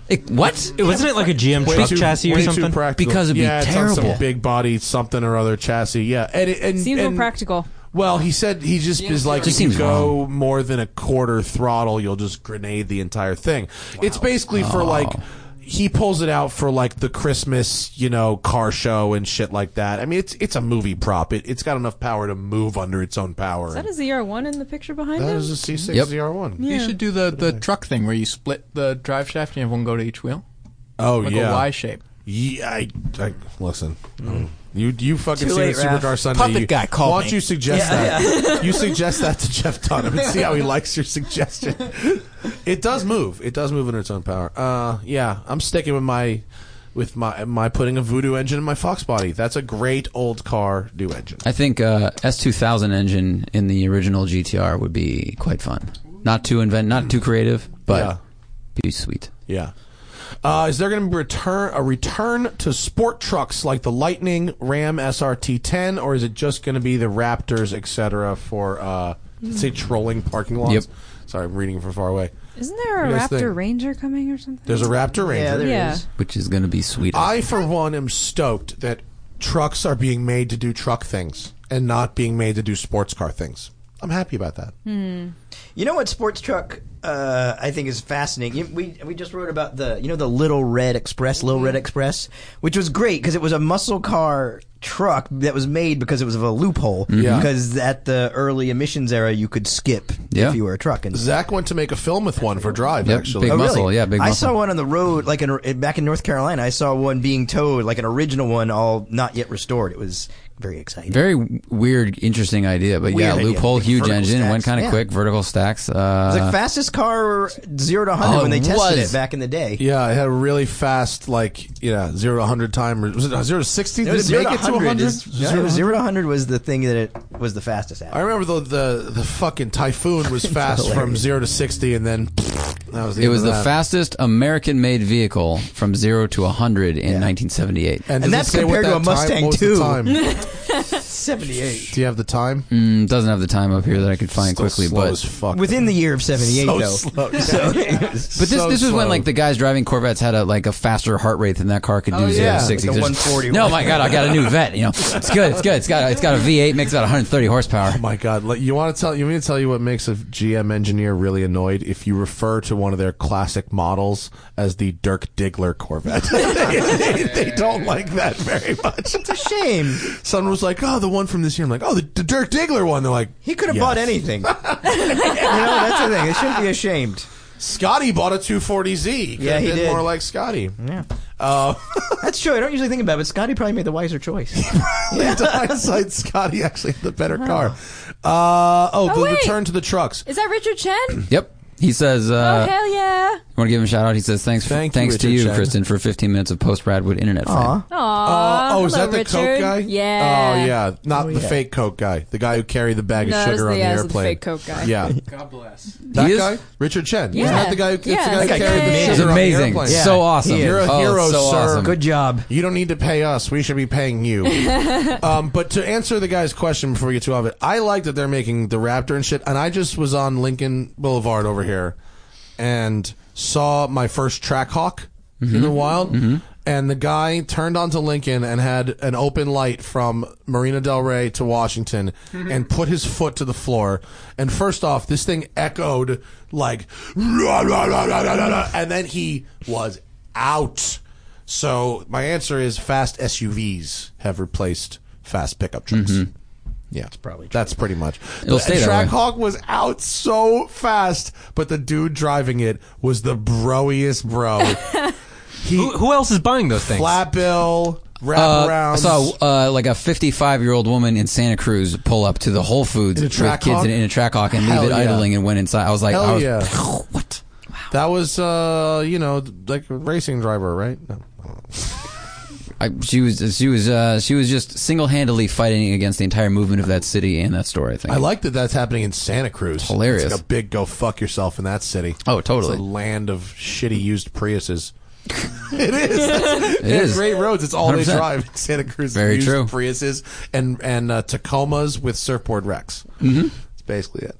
[SPEAKER 5] It- what?
[SPEAKER 6] Wasn't it like a GM
[SPEAKER 3] Way
[SPEAKER 6] truck
[SPEAKER 3] too-
[SPEAKER 6] chassis or
[SPEAKER 3] way too
[SPEAKER 6] something?
[SPEAKER 3] practical.
[SPEAKER 5] Because it'd be
[SPEAKER 3] yeah, it's on some
[SPEAKER 5] terrible.
[SPEAKER 3] big body something or other chassis. Yeah, and it- and
[SPEAKER 4] Seems
[SPEAKER 3] and,
[SPEAKER 4] more practical.
[SPEAKER 3] Well, he said he just is like
[SPEAKER 5] Just
[SPEAKER 3] if you
[SPEAKER 5] seems
[SPEAKER 3] go more than a quarter throttle, you'll just grenade the entire thing. It's basically for like he pulls it out for like the Christmas, you know, car show and shit like that. I mean, it's it's a movie prop. It it's got enough power to move under its own power.
[SPEAKER 4] Is that a ZR1 in the picture behind
[SPEAKER 3] that
[SPEAKER 4] him?
[SPEAKER 3] is a C six
[SPEAKER 5] Yep.
[SPEAKER 3] ZR one.
[SPEAKER 7] You should do the, the truck thing where you split the drive shaft and you have one go to each wheel.
[SPEAKER 3] Oh
[SPEAKER 7] Like
[SPEAKER 3] yeah,
[SPEAKER 7] a Y shape.
[SPEAKER 3] Yeah, I, I listen.
[SPEAKER 7] Mm-hmm.
[SPEAKER 3] Um, You you fucking
[SPEAKER 2] Too
[SPEAKER 3] see
[SPEAKER 2] late,
[SPEAKER 3] the
[SPEAKER 2] Raph.
[SPEAKER 3] Supercar Sunday.
[SPEAKER 7] Puppet
[SPEAKER 3] you,
[SPEAKER 7] guy called
[SPEAKER 3] Why don't
[SPEAKER 7] me.
[SPEAKER 3] you suggest that? You suggest that to Jeff Dunham and see how he likes your suggestion. It does move. It does move under its own power. Uh, yeah, I'm sticking with my with my my putting a voodoo engine in my Fox body. That's a great old car new engine.
[SPEAKER 5] I think uh, S2000 engine in the original GTR would be quite fun. Not too invent, not too creative, but
[SPEAKER 3] Yeah.
[SPEAKER 5] be sweet.
[SPEAKER 3] Yeah. Uh, is there going to be return a return to sport trucks like the Lightning, Ram SRT10, or is it just going to be the Raptors, etc. For uh, let's say trolling parking lots?
[SPEAKER 5] Yep.
[SPEAKER 3] Sorry, I'm reading from far away.
[SPEAKER 4] Isn't there a
[SPEAKER 3] What do you guys
[SPEAKER 4] Raptor
[SPEAKER 3] think?
[SPEAKER 4] Ranger coming or something?
[SPEAKER 3] There's a Raptor Ranger.
[SPEAKER 2] yeah, there it
[SPEAKER 4] Yeah.
[SPEAKER 2] is.
[SPEAKER 5] Which is going to be sweet.
[SPEAKER 3] I, for one, am stoked that trucks are being made to do truck things and not being made to do sports car things. I'm happy about that.
[SPEAKER 2] Hmm. You know what sports truck uh, I think is fascinating. You- We we just wrote about the you know the Little Red Express,
[SPEAKER 5] Mm-hmm.
[SPEAKER 2] Little Red Express, which was great because it was a muscle car truck that was made because it was of a loophole.
[SPEAKER 5] Mm-hmm.
[SPEAKER 3] Yeah.
[SPEAKER 2] Because at the early emissions era, you could skip
[SPEAKER 5] Yeah.
[SPEAKER 2] if you were a truck. And
[SPEAKER 3] Zach went to make a film with one for Drive,
[SPEAKER 5] Yep,
[SPEAKER 3] actually.
[SPEAKER 2] Oh,
[SPEAKER 5] big muscle, yeah, big
[SPEAKER 2] I
[SPEAKER 5] muscle.
[SPEAKER 2] saw one on the road, like in, in- back in North Carolina. I saw one being towed, like an original one, all not yet restored. It was very exciting.
[SPEAKER 5] Very w- weird, interesting idea, but yeah,
[SPEAKER 2] Weird idea.
[SPEAKER 5] loophole,
[SPEAKER 2] Like
[SPEAKER 5] huge
[SPEAKER 2] vertical
[SPEAKER 5] engine, went
[SPEAKER 2] stacks,
[SPEAKER 5] kind of
[SPEAKER 2] yeah.
[SPEAKER 5] quick, vertical stacks. Uh,
[SPEAKER 2] it was the fastest car zero to hundred
[SPEAKER 5] Oh,
[SPEAKER 2] when they
[SPEAKER 5] it
[SPEAKER 2] tested
[SPEAKER 5] was.
[SPEAKER 2] it back in the day.
[SPEAKER 3] Yeah, it had a really fast, like, yeah, zero to 100 time. Or, was it uh, zero to 60?
[SPEAKER 2] No,
[SPEAKER 3] Did it
[SPEAKER 2] zero
[SPEAKER 3] make
[SPEAKER 2] to
[SPEAKER 3] it to
[SPEAKER 2] 100
[SPEAKER 3] 100?
[SPEAKER 2] is- zero, zero to 100 was the thing that it was the fastest at.
[SPEAKER 3] I remember the the, the fucking typhoon was fast from
[SPEAKER 2] hilarious.
[SPEAKER 3] zero to sixty, and then that was the
[SPEAKER 5] it
[SPEAKER 3] end
[SPEAKER 5] was
[SPEAKER 3] of
[SPEAKER 5] the
[SPEAKER 3] that.
[SPEAKER 5] fastest American-made vehicle from zero to hundred in 1978.
[SPEAKER 2] And
[SPEAKER 3] does it
[SPEAKER 2] that's
[SPEAKER 3] say what
[SPEAKER 2] compared to
[SPEAKER 3] that
[SPEAKER 2] a Mustang
[SPEAKER 3] time, what was the
[SPEAKER 2] too.
[SPEAKER 3] time?
[SPEAKER 2] 78.
[SPEAKER 3] Do you have the time?
[SPEAKER 5] Mm, doesn't have the time up here that I could find
[SPEAKER 3] Still
[SPEAKER 5] quickly,
[SPEAKER 3] slow
[SPEAKER 5] but
[SPEAKER 3] as fuck.
[SPEAKER 2] Within the year of 78,
[SPEAKER 3] so
[SPEAKER 2] though.
[SPEAKER 3] slow.
[SPEAKER 5] But this
[SPEAKER 3] So
[SPEAKER 5] this was
[SPEAKER 3] slow.
[SPEAKER 5] when like the guys driving Corvettes had a like a faster heart rate than that car could do.
[SPEAKER 2] Oh,
[SPEAKER 5] zero
[SPEAKER 2] yeah.
[SPEAKER 5] to sixty.
[SPEAKER 2] Like a
[SPEAKER 5] There's-
[SPEAKER 2] 140.
[SPEAKER 5] No, my god, I got a new vet. You know, it's good. It's good. It's got it's got a V8, makes about 130 horsepower.
[SPEAKER 3] Oh my god! Like, You want to tell you want me to tell you what makes a GM engineer really annoyed if you refer to one of their classic models as the Dirk Diggler Corvette. they, they don't like that very much.
[SPEAKER 2] It's a shame.
[SPEAKER 3] Someone was like, "Oh, the one from this year." I'm like, "Oh, the, the Dirk Diggler one." They're like,
[SPEAKER 2] He could have
[SPEAKER 3] "Yes."
[SPEAKER 2] bought anything. you know, that's the thing. They shouldn't be ashamed.
[SPEAKER 3] Scotty bought a 240Z. Could
[SPEAKER 2] Yeah,
[SPEAKER 3] have
[SPEAKER 2] he
[SPEAKER 3] been
[SPEAKER 2] did.
[SPEAKER 3] More like Scotty.
[SPEAKER 2] Yeah.
[SPEAKER 3] Uh,
[SPEAKER 2] That's true. I don't usually think about it, but Scotty probably made the wiser choice.
[SPEAKER 3] in hindsight, Scotty actually had the better car. Uh, oh,
[SPEAKER 4] Oh,
[SPEAKER 3] the
[SPEAKER 4] wait.
[SPEAKER 3] return to the trucks.
[SPEAKER 4] Is that Richard Chen?
[SPEAKER 5] Yep. He says,
[SPEAKER 4] oh
[SPEAKER 5] uh,
[SPEAKER 4] hell yeah!
[SPEAKER 5] "Want to give him a shout out?" He says, "Thanks,
[SPEAKER 3] Thank you,
[SPEAKER 5] thanks to
[SPEAKER 3] Richard
[SPEAKER 5] you,
[SPEAKER 3] Chen.
[SPEAKER 5] Kristen, for 15 minutes of post Radwood internet fame."
[SPEAKER 2] Aw.
[SPEAKER 4] Aww.
[SPEAKER 3] Uh, oh, is
[SPEAKER 4] hello,
[SPEAKER 3] that the
[SPEAKER 4] Richard.
[SPEAKER 3] Coke guy?
[SPEAKER 4] Yeah.
[SPEAKER 3] Oh, yeah. Not the
[SPEAKER 2] yeah.
[SPEAKER 3] fake Coke guy. The guy who carried the bag
[SPEAKER 4] No,
[SPEAKER 3] of
[SPEAKER 4] it was
[SPEAKER 3] sugar
[SPEAKER 4] the,
[SPEAKER 3] on the
[SPEAKER 4] yeah, it was the
[SPEAKER 3] airplane.
[SPEAKER 4] fake Coke guy.
[SPEAKER 3] Yeah.
[SPEAKER 8] God bless.
[SPEAKER 3] That
[SPEAKER 5] He is-
[SPEAKER 3] guy? Richard Chen. He's
[SPEAKER 4] Yeah.
[SPEAKER 3] not the guy who, it's
[SPEAKER 4] Yeah,
[SPEAKER 3] the guy
[SPEAKER 4] that
[SPEAKER 3] who
[SPEAKER 4] guy
[SPEAKER 3] carried
[SPEAKER 4] is-
[SPEAKER 3] the
[SPEAKER 5] He's
[SPEAKER 3] sugar on the
[SPEAKER 5] amazing.
[SPEAKER 3] airplane.
[SPEAKER 5] So awesome.
[SPEAKER 3] You're a
[SPEAKER 5] Oh,
[SPEAKER 3] hero,
[SPEAKER 5] so
[SPEAKER 3] sir.
[SPEAKER 5] awesome.
[SPEAKER 2] Good job.
[SPEAKER 3] You don't need to pay us. We should be paying you. um, but to answer the guy's question before we get too off it, I like that they're making the Raptor and shit. And I just was on Lincoln Boulevard over here and saw my first track hawk in the wild. And the guy turned onto Lincoln and had an open light from Marina Del Rey to Washington and put his foot to the floor. And first off, this thing echoed like, "Rah, rah, rah, rah, rah, rah, rah," and then he was out. So my answer is fast SUVs have replaced fast pickup trucks.
[SPEAKER 5] Mm-hmm.
[SPEAKER 3] Yeah, that's
[SPEAKER 2] probably true.
[SPEAKER 3] that's pretty much.
[SPEAKER 5] It'll
[SPEAKER 3] the
[SPEAKER 5] stay that way.
[SPEAKER 3] Trackhawk was out so fast, but the dude driving it was the broiest bro.
[SPEAKER 6] Who, who else is buying those things?
[SPEAKER 3] Flat bill,
[SPEAKER 5] Uh,
[SPEAKER 3] wraparound.
[SPEAKER 5] I saw uh, like a 55 year old woman in Santa Cruz pull up to the Whole Foods
[SPEAKER 3] In a
[SPEAKER 5] with
[SPEAKER 3] track
[SPEAKER 5] kids
[SPEAKER 3] hawk?
[SPEAKER 5] in, in a track hawk and
[SPEAKER 3] Hell
[SPEAKER 5] leave it
[SPEAKER 3] yeah.
[SPEAKER 5] idling and went inside. I was like,
[SPEAKER 3] Hell
[SPEAKER 5] I was,
[SPEAKER 3] yeah.
[SPEAKER 5] what?
[SPEAKER 3] that was uh, you know, like a racing driver, right? No.
[SPEAKER 5] I, she was she was uh, she was just single handedly fighting against the entire movement of that city and that store. I think.
[SPEAKER 3] I like that that's happening in Santa Cruz.
[SPEAKER 5] hilarious.
[SPEAKER 3] It's like a big go fuck yourself in that city.
[SPEAKER 5] Oh, totally.
[SPEAKER 3] It's a land of shitty used Priuses. it is.
[SPEAKER 5] it is.
[SPEAKER 3] Great roads. It's all they
[SPEAKER 5] 100%.
[SPEAKER 3] drive in Santa Cruz.
[SPEAKER 5] Very
[SPEAKER 3] used
[SPEAKER 5] true.
[SPEAKER 3] Priuses and and uh, Tacomas with surfboard wrecks. Mm-hmm. That's basically it.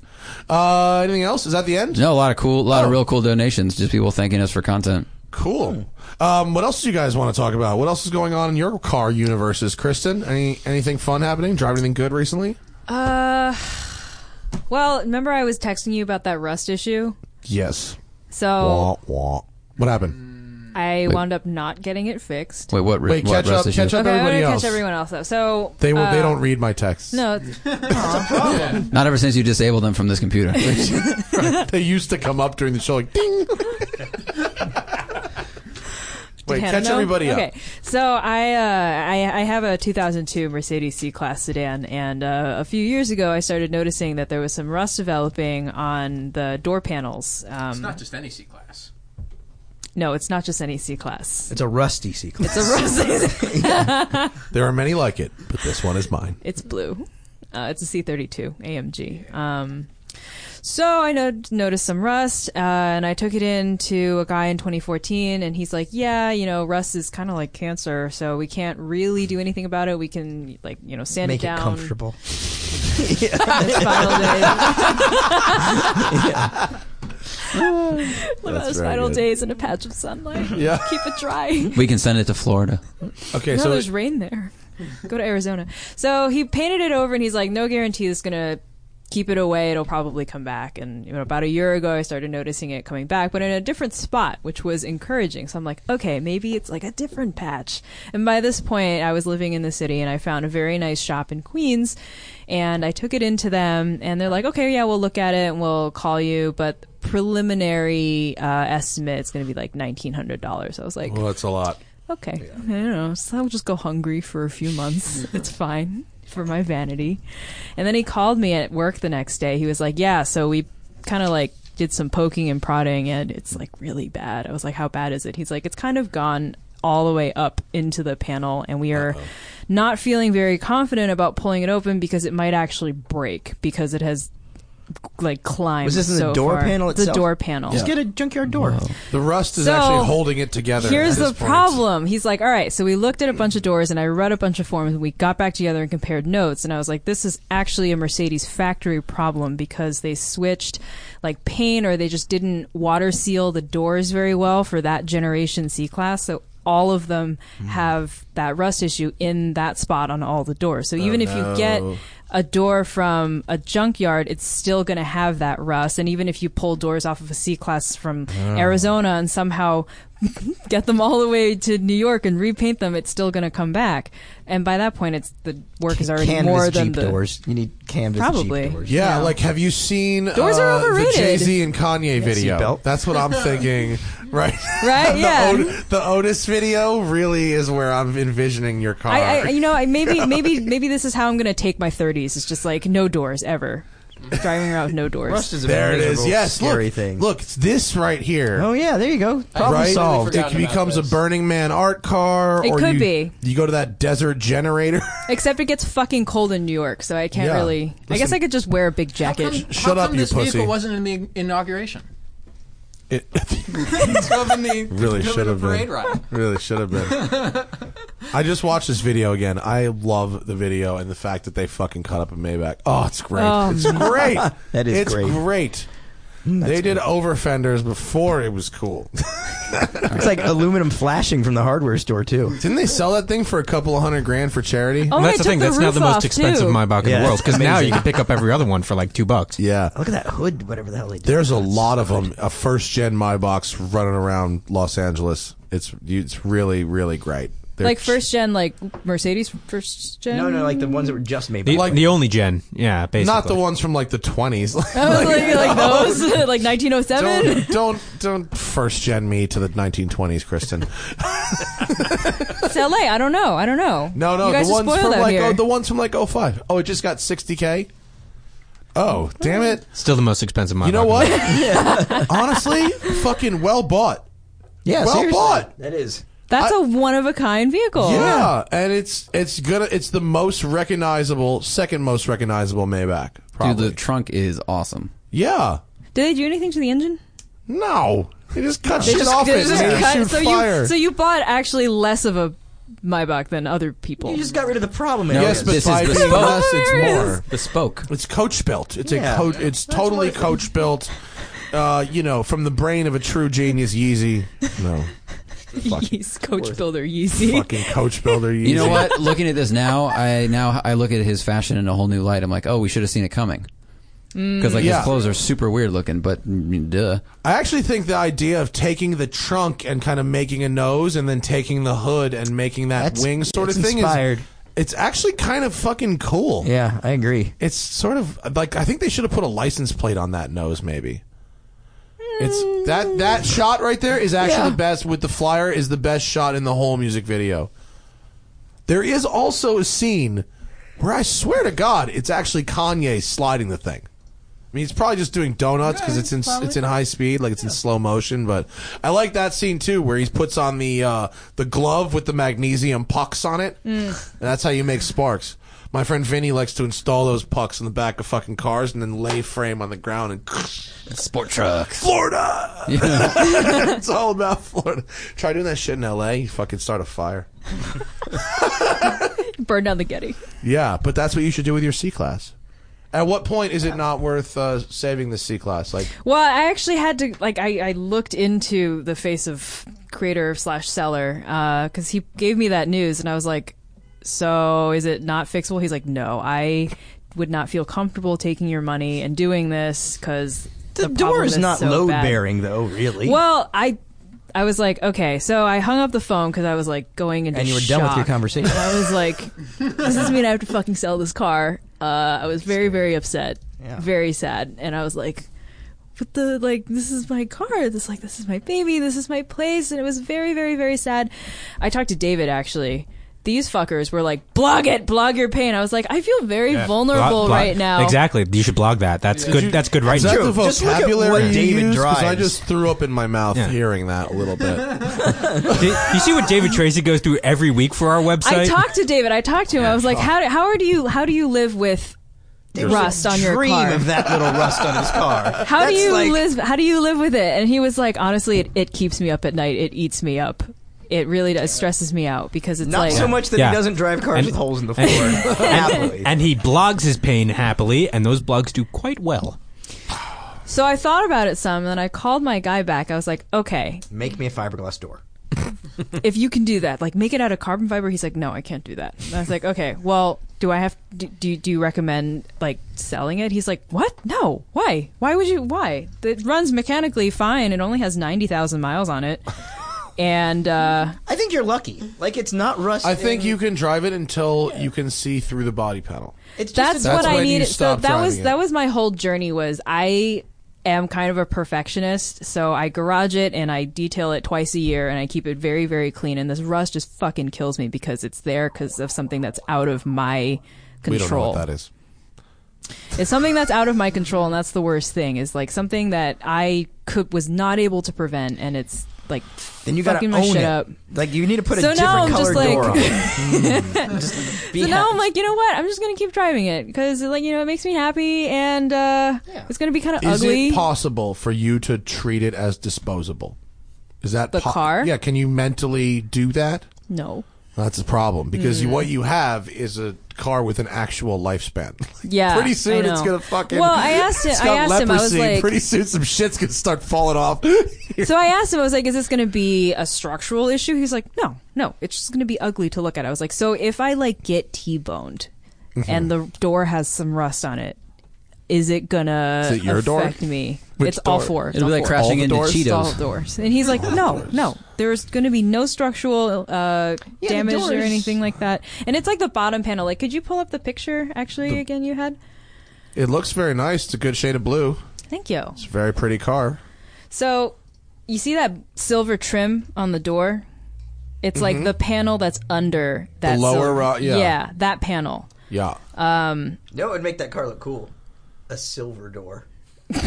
[SPEAKER 3] Uh, anything else? Is that the end?
[SPEAKER 5] No, a lot of cool, a lot of
[SPEAKER 3] Oh.
[SPEAKER 5] real cool donations. Just people thanking us for content.
[SPEAKER 3] Cool. Um, what else do you guys want to talk about? What else is going on in your car universes, Kristen? Any anything fun happening? Drive anything good recently?
[SPEAKER 4] Uh, well, remember I was texting you about that rust issue,
[SPEAKER 3] Yes.
[SPEAKER 4] so
[SPEAKER 3] Wah, wah. What happened?
[SPEAKER 4] I wound up not getting it fixed.
[SPEAKER 5] Wait, what?
[SPEAKER 3] Wait,
[SPEAKER 5] what
[SPEAKER 3] catch up,
[SPEAKER 5] rest issue?
[SPEAKER 3] catch up,
[SPEAKER 4] okay, I'm
[SPEAKER 3] everybody
[SPEAKER 4] gonna
[SPEAKER 3] else.
[SPEAKER 4] catch everyone else though. So
[SPEAKER 3] They will, they
[SPEAKER 4] uh,
[SPEAKER 3] don't read my texts.
[SPEAKER 4] No, it's-
[SPEAKER 5] Not ever since you disabled them from this computer.
[SPEAKER 3] they used to come up during the show like ding. Wait,
[SPEAKER 4] Hannah,
[SPEAKER 3] catch
[SPEAKER 4] no?
[SPEAKER 3] everybody up.
[SPEAKER 4] Okay, so I, uh, I I have a 2002 Mercedes C-Class sedan, and uh, a few years ago I started noticing that there was some rust developing on the door panels. Um,
[SPEAKER 8] It's not just any C class.
[SPEAKER 4] no, it's not just any C-Class.
[SPEAKER 2] It's a rusty sequence.
[SPEAKER 4] It's a rust.
[SPEAKER 3] There are many like it, but this one is mine.
[SPEAKER 4] it's blue. Uh, it's a C32 AMG. Um, so I no- noticed some rust, uh, and I took it in to a guy in 2014, and he's like, "Yeah, you know, rust is kind of like cancer, so we can't really do anything about it. We can like, you know, sand
[SPEAKER 2] Make
[SPEAKER 4] it down,
[SPEAKER 2] it comfortable.
[SPEAKER 4] It's final day. Live out
[SPEAKER 3] That's
[SPEAKER 4] his
[SPEAKER 3] very
[SPEAKER 4] final
[SPEAKER 3] good.
[SPEAKER 4] days in a patch of sunlight.
[SPEAKER 3] Yeah.
[SPEAKER 4] Keep it dry.
[SPEAKER 5] we can send it to Florida.
[SPEAKER 3] Okay,
[SPEAKER 4] no,
[SPEAKER 3] so
[SPEAKER 4] there's rain there. Go to Arizona. So he painted it over, and he's like, "No guarantee this is gonna keep it away. It'll probably come back." And you know, about a year ago, I started noticing it coming back, but in a different spot, which was encouraging. So I'm like, "Okay, maybe it's like a different patch." And by this point, I was living in the city, and I found a very nice shop in Queens, and I took it into them, and they're like, "Okay, yeah, we'll look at it and we'll call you," but preliminary uh, estimate is going to be like $1900 i was like
[SPEAKER 3] well, that's a lot.
[SPEAKER 4] Okay. I don't know. So I'll just go hungry for a few months. it's fine for my vanity. And then he called me at work the next day. He was like, Yeah, so we kind of like did some poking and prodding, and it's like really bad. I was like, How bad is it? He's like, It's kind of gone all the way up into the panel, and we are not feeling very confident about pulling it open because it might actually break because it has like climb.
[SPEAKER 2] Was this in the
[SPEAKER 4] so
[SPEAKER 2] door
[SPEAKER 4] far.
[SPEAKER 2] panel
[SPEAKER 4] The
[SPEAKER 2] itself?
[SPEAKER 4] door panel.
[SPEAKER 2] Just
[SPEAKER 6] Get a junkyard door.
[SPEAKER 3] The rust is
[SPEAKER 4] So,
[SPEAKER 3] actually holding it together. at
[SPEAKER 4] Here's
[SPEAKER 3] this
[SPEAKER 4] the
[SPEAKER 3] point.
[SPEAKER 4] problem. He's like, all right, so we looked at a bunch of doors and I read a bunch of forms and we got back together and compared notes. And I was like, this is actually a Mercedes factory problem because they switched like paint or they just didn't water seal the doors very well for that generation C class. So all of them have that rust issue in that spot on all the doors. So even if you get a door from a junkyard, it's still going to have that rust. And even if you pull doors off of a C class from Arizona and somehow get them all the way to New York and repaint them, it's still going to come back. And by that point, it's the work is already
[SPEAKER 2] canvas
[SPEAKER 4] more than
[SPEAKER 2] Jeep
[SPEAKER 4] the
[SPEAKER 2] doors. You need canvas
[SPEAKER 4] Probably.
[SPEAKER 2] Jeep doors.
[SPEAKER 3] Yeah,
[SPEAKER 4] Yeah.
[SPEAKER 3] like have you seen
[SPEAKER 4] Doors are
[SPEAKER 3] uh,
[SPEAKER 4] overrated.
[SPEAKER 3] the Jay Z and Kanye video?
[SPEAKER 2] seatbelt.
[SPEAKER 3] That's what I'm thinking. Right.
[SPEAKER 4] right.
[SPEAKER 3] the,
[SPEAKER 4] yeah.
[SPEAKER 3] Ot- the Otis video really is where I'm envisioning your car.
[SPEAKER 4] I, I, you know, I maybe, maybe, maybe this is how I'm going to take my 30s. It's just like no doors ever, driving around with no doors.
[SPEAKER 2] Rust is a
[SPEAKER 3] there it is.
[SPEAKER 2] miserable,
[SPEAKER 3] Yes.
[SPEAKER 2] scary
[SPEAKER 3] look,
[SPEAKER 2] thing.
[SPEAKER 3] look, it's this right here.
[SPEAKER 2] Oh yeah, there you go. Problem
[SPEAKER 3] right?
[SPEAKER 2] solved.
[SPEAKER 3] It
[SPEAKER 8] forgotten about
[SPEAKER 3] becomes a
[SPEAKER 8] this.
[SPEAKER 3] Burning Man art car.
[SPEAKER 4] It
[SPEAKER 3] or
[SPEAKER 4] could
[SPEAKER 3] you,
[SPEAKER 4] be.
[SPEAKER 3] You go to that desert generator.
[SPEAKER 4] Except it gets fucking cold in New York, so I can't
[SPEAKER 3] Yeah.
[SPEAKER 4] really. I guess I could just wear a big
[SPEAKER 8] How
[SPEAKER 4] jacket.
[SPEAKER 8] come-
[SPEAKER 3] Shut
[SPEAKER 8] how
[SPEAKER 3] up,
[SPEAKER 8] come
[SPEAKER 3] you
[SPEAKER 8] this
[SPEAKER 3] pussy.
[SPEAKER 8] vehicle wasn't in the inauguration.
[SPEAKER 3] it
[SPEAKER 8] It's up in the
[SPEAKER 3] really
[SPEAKER 8] it's up in
[SPEAKER 3] should
[SPEAKER 8] the
[SPEAKER 3] have
[SPEAKER 8] parade
[SPEAKER 3] been.
[SPEAKER 8] route.
[SPEAKER 3] Really should have been. I just watched this video again. I love the video and the fact that they fucking cut up a Maybach. Oh, it's great.
[SPEAKER 4] Oh,
[SPEAKER 3] it's great.
[SPEAKER 2] That is
[SPEAKER 3] it's
[SPEAKER 2] great.
[SPEAKER 3] great. they did over fenders before it was cool.
[SPEAKER 2] It's like aluminum flashing from the hardware store too.
[SPEAKER 3] Didn't they sell that thing for a couple of hundred grand for charity?
[SPEAKER 4] Oh,
[SPEAKER 6] And that's
[SPEAKER 4] I
[SPEAKER 6] the thing.
[SPEAKER 4] took
[SPEAKER 6] that's
[SPEAKER 4] the
[SPEAKER 6] now
[SPEAKER 4] roof
[SPEAKER 6] the
[SPEAKER 4] off,
[SPEAKER 6] most expensive
[SPEAKER 4] too.
[SPEAKER 6] my Maybach in
[SPEAKER 2] Yeah,
[SPEAKER 6] the world
[SPEAKER 2] it's
[SPEAKER 6] because now you
[SPEAKER 2] amazing.
[SPEAKER 6] can pick up every other one for like two bucks.
[SPEAKER 3] Yeah.
[SPEAKER 2] Look at that hood, whatever the hell they did.
[SPEAKER 3] There's a lot of them. A first gen My Box running around Los Angeles. It's it's really really great. They're
[SPEAKER 4] Like first gen, like Mercedes first gen.
[SPEAKER 2] no, no, like the ones that were just made.
[SPEAKER 6] The, the only gen, yeah, basically.
[SPEAKER 3] not the ones from like the 20s.
[SPEAKER 4] I was like, like those, like 1907.
[SPEAKER 3] don't don't don't first gen me to the 1920s, Kristen.
[SPEAKER 4] It's LA. I don't know. I don't know.
[SPEAKER 3] No, no,
[SPEAKER 4] you guys
[SPEAKER 3] the
[SPEAKER 4] are
[SPEAKER 3] ones
[SPEAKER 4] spoiled
[SPEAKER 3] from
[SPEAKER 4] out
[SPEAKER 3] like
[SPEAKER 4] here.
[SPEAKER 3] oh, the ones from like 05. Oh, it just got 60k. Oh, damn it.
[SPEAKER 6] Still the most expensive Maybach.
[SPEAKER 3] You know
[SPEAKER 6] in the
[SPEAKER 3] what? Honestly, fucking well bought.
[SPEAKER 2] yeah,
[SPEAKER 3] well
[SPEAKER 2] seriously.
[SPEAKER 3] bought.
[SPEAKER 2] That is.
[SPEAKER 4] That's
[SPEAKER 3] I-
[SPEAKER 4] a one of a kind vehicle.
[SPEAKER 3] Yeah, and it's it's gonna it's the most recognizable, second most recognizable Maybach.
[SPEAKER 5] Dude,
[SPEAKER 3] Probably.
[SPEAKER 5] the trunk is awesome.
[SPEAKER 3] yeah.
[SPEAKER 4] Did they do anything to the engine?
[SPEAKER 3] No, they just cut
[SPEAKER 4] They
[SPEAKER 3] shit off
[SPEAKER 4] they
[SPEAKER 3] it. and they
[SPEAKER 4] cut-
[SPEAKER 3] shoot
[SPEAKER 4] so
[SPEAKER 3] fire.
[SPEAKER 4] you so you bought actually less of a Maybach than other people.
[SPEAKER 2] You just got rid of the problem. area.
[SPEAKER 3] yes, but
[SPEAKER 5] this
[SPEAKER 3] by
[SPEAKER 5] is
[SPEAKER 3] being
[SPEAKER 5] bespoke.
[SPEAKER 3] less, it's more.
[SPEAKER 5] Bespoke.
[SPEAKER 3] It's coach built. It's a
[SPEAKER 2] Yeah.
[SPEAKER 3] coach. It's totally coach built. Uh, you know, from the brain of a true genius, Yeezy. No,
[SPEAKER 4] Yeez, coach builder Yeezy.
[SPEAKER 3] fucking coach builder. Yeezy.
[SPEAKER 5] You know what? Looking at this now, I now I look at his fashion in a whole new light. I'm like, oh, we should have seen it coming. Because like
[SPEAKER 3] Mm. Yeah.
[SPEAKER 5] his clothes are super weird looking, but mm, duh.
[SPEAKER 3] I actually think the idea of taking the trunk and kind of making a nose, and then taking the hood and making that
[SPEAKER 2] That's-
[SPEAKER 3] wing sort of
[SPEAKER 2] it's
[SPEAKER 3] thing
[SPEAKER 2] inspired.
[SPEAKER 3] is. It's actually kind of fucking cool.
[SPEAKER 2] Yeah, I agree.
[SPEAKER 3] It's sort of like I think they should have put a license plate on that nose, maybe. It's that that shot right there is actually
[SPEAKER 2] Yeah.
[SPEAKER 3] the best with the flyer is the best shot in the whole music video. There is also a scene where I swear to God, it's actually Kanye sliding the thing. I mean, he's probably just doing donuts because it's in it's in high speed, like it's in slow motion. But I like that scene too, where he puts on the uh, the glove with the magnesium pucks on it, and that's how you make sparks. My friend Vinny likes to install those pucks in the back of fucking cars and then lay frame on the ground and
[SPEAKER 5] Sport trucks.
[SPEAKER 3] Florida. it's all about Florida. Try doing that shit in L.A. You fucking start a fire.
[SPEAKER 4] Burn down the Getty.
[SPEAKER 3] Yeah, but that's what you should do with your C class. At what point is it not worth uh, saving the C class? Like,
[SPEAKER 4] Well, I actually had to like I, I looked into the face of creator slash seller because he gave me that news and I was like, so is it not fixable? He's like, no, I would not feel comfortable taking your money and doing this because
[SPEAKER 2] The, door
[SPEAKER 4] problem
[SPEAKER 2] is not
[SPEAKER 4] so
[SPEAKER 2] load
[SPEAKER 4] bad.
[SPEAKER 2] bearing though, really.
[SPEAKER 4] Well, I I was like, okay, so I hung up the phone because I was like going into
[SPEAKER 2] and you were done with your
[SPEAKER 4] shock.
[SPEAKER 2] conversation.
[SPEAKER 4] I was like, "Does this mean I have to fucking sell this car?" Uh, I was very, very upset,
[SPEAKER 2] Yeah.
[SPEAKER 4] very sad, and I was like, "But the like, this is my car. This like, this is my baby. This is my place." And it was very, very, very sad. I talked to David actually. These fuckers were like, "Blog it, blog your pain." I was like, "I feel very vulnerable
[SPEAKER 6] Blog- blog-
[SPEAKER 4] right now."
[SPEAKER 6] Exactly. You should blog that. That's good. that's good
[SPEAKER 3] Is
[SPEAKER 6] writing.
[SPEAKER 3] that
[SPEAKER 2] True.
[SPEAKER 3] the
[SPEAKER 2] Just look at
[SPEAKER 3] vocabulary
[SPEAKER 2] what
[SPEAKER 3] you
[SPEAKER 2] David
[SPEAKER 3] use? 'Cause I
[SPEAKER 2] drives.
[SPEAKER 3] just threw up in my mouth
[SPEAKER 6] Yeah.
[SPEAKER 3] hearing that a little bit.
[SPEAKER 6] Da- you see what David Tracy goes through every week for our website?
[SPEAKER 4] I talked to David. I talked to him. I was like, how do, how are do you how do you live with
[SPEAKER 3] You're-
[SPEAKER 4] rust on your
[SPEAKER 2] dream
[SPEAKER 4] car.
[SPEAKER 2] of that little rust on his car.
[SPEAKER 4] How
[SPEAKER 2] That's
[SPEAKER 4] do you
[SPEAKER 2] like,
[SPEAKER 4] live? How do you live with it? And he was like, honestly, it, it keeps me up at night. It eats me up. It really does stresses me out because it's
[SPEAKER 2] Not
[SPEAKER 4] like
[SPEAKER 2] so much that
[SPEAKER 6] Yeah.
[SPEAKER 2] he doesn't drive cars
[SPEAKER 6] And-
[SPEAKER 2] with holes in the floor. Happily.
[SPEAKER 6] And he blogs his pain happily, and those blogs do quite well.
[SPEAKER 4] So I thought about it some, and then I called my guy back. I was like, okay,
[SPEAKER 2] Make me a fiberglass door.
[SPEAKER 4] if you can do that, like make it out of carbon fiber. He's like, no, I can't do that. And I was like, okay, well, do I have? Do, do do you recommend like selling it? He's like, what? No, why? Why would you? Why? It runs mechanically fine. It only has ninety thousand miles on it, and uh,
[SPEAKER 2] I think you're lucky. Like it's not rust.
[SPEAKER 3] I think you can drive it until you can see through the body panel.
[SPEAKER 2] It's just
[SPEAKER 4] that's
[SPEAKER 2] a-
[SPEAKER 4] what
[SPEAKER 3] when
[SPEAKER 4] I
[SPEAKER 3] you
[SPEAKER 4] needed. So
[SPEAKER 3] stop
[SPEAKER 4] that was
[SPEAKER 3] driving it.
[SPEAKER 4] that was my whole journey. Was I am kind of a perfectionist, so I garage it and I detail it twice a year, and I keep it very very clean. And this rust just fucking kills me because it's there because of something that's out of my
[SPEAKER 3] We
[SPEAKER 4] control.
[SPEAKER 3] don't know what that is.
[SPEAKER 4] It's something that's out of my control, and that's the worst thing. Is like something that I could was not able to prevent, and it's like
[SPEAKER 2] Then you gotta
[SPEAKER 4] fucking my
[SPEAKER 2] own
[SPEAKER 4] shit
[SPEAKER 2] it.
[SPEAKER 4] up.
[SPEAKER 2] Like you need to put
[SPEAKER 4] So
[SPEAKER 2] a different
[SPEAKER 4] now I'm
[SPEAKER 2] colored
[SPEAKER 4] just like-
[SPEAKER 2] door on. it. Mm. Just be
[SPEAKER 4] So now
[SPEAKER 2] happy.
[SPEAKER 4] I'm like, you know what? I'm just gonna keep driving it because, like, you know, it makes me happy, and uh, it's gonna be kind of
[SPEAKER 3] Is
[SPEAKER 4] ugly.
[SPEAKER 3] it possible for you to treat it as disposable? Is that
[SPEAKER 4] The car?
[SPEAKER 3] Yeah, can you mentally do that?
[SPEAKER 4] no.
[SPEAKER 3] That's the problem because
[SPEAKER 4] Mm.
[SPEAKER 3] you, what you have is a car with an actual lifespan.
[SPEAKER 4] Yeah,
[SPEAKER 3] pretty
[SPEAKER 4] I
[SPEAKER 3] soon it's
[SPEAKER 4] know.
[SPEAKER 3] gonna fucking.
[SPEAKER 4] Well, I asked him-
[SPEAKER 3] it's
[SPEAKER 4] I
[SPEAKER 3] got
[SPEAKER 4] asked him, I was
[SPEAKER 3] leprosy.
[SPEAKER 4] like-
[SPEAKER 3] pretty soon some shit's gonna start falling off.
[SPEAKER 4] so I asked him, I was like, is this going to be a structural issue? He's like, no, no, it's just going to be ugly to look at. I was like, so if I like get T-boned
[SPEAKER 3] Mm-hmm.
[SPEAKER 4] and the door has some rust on it, is it going to
[SPEAKER 3] Is it your door?
[SPEAKER 4] affect me?
[SPEAKER 3] Which
[SPEAKER 4] it's all
[SPEAKER 3] door?
[SPEAKER 4] four. It's
[SPEAKER 5] It'll be
[SPEAKER 4] all
[SPEAKER 5] like
[SPEAKER 4] four.
[SPEAKER 5] crashing
[SPEAKER 3] the
[SPEAKER 5] into
[SPEAKER 3] doors?
[SPEAKER 5] Cheetos.
[SPEAKER 4] It's all doors. And he's like, no, no, there's going to be no structural uh, damage or
[SPEAKER 7] doors-
[SPEAKER 4] anything like that. And it's like the bottom panel. Like, could you pull up the picture actually again you had?
[SPEAKER 3] it looks very nice. It's a good shade of blue.
[SPEAKER 4] Thank you.
[SPEAKER 3] It's a very pretty car.
[SPEAKER 4] So you see that silver trim on the door? It's like the panel that's under that
[SPEAKER 3] Mm-hmm. lower
[SPEAKER 4] silver-
[SPEAKER 3] ro- yeah.
[SPEAKER 4] yeah, that panel.
[SPEAKER 3] Yeah,
[SPEAKER 2] Uh, No, it would make that car look cool. A silver door.
[SPEAKER 4] Most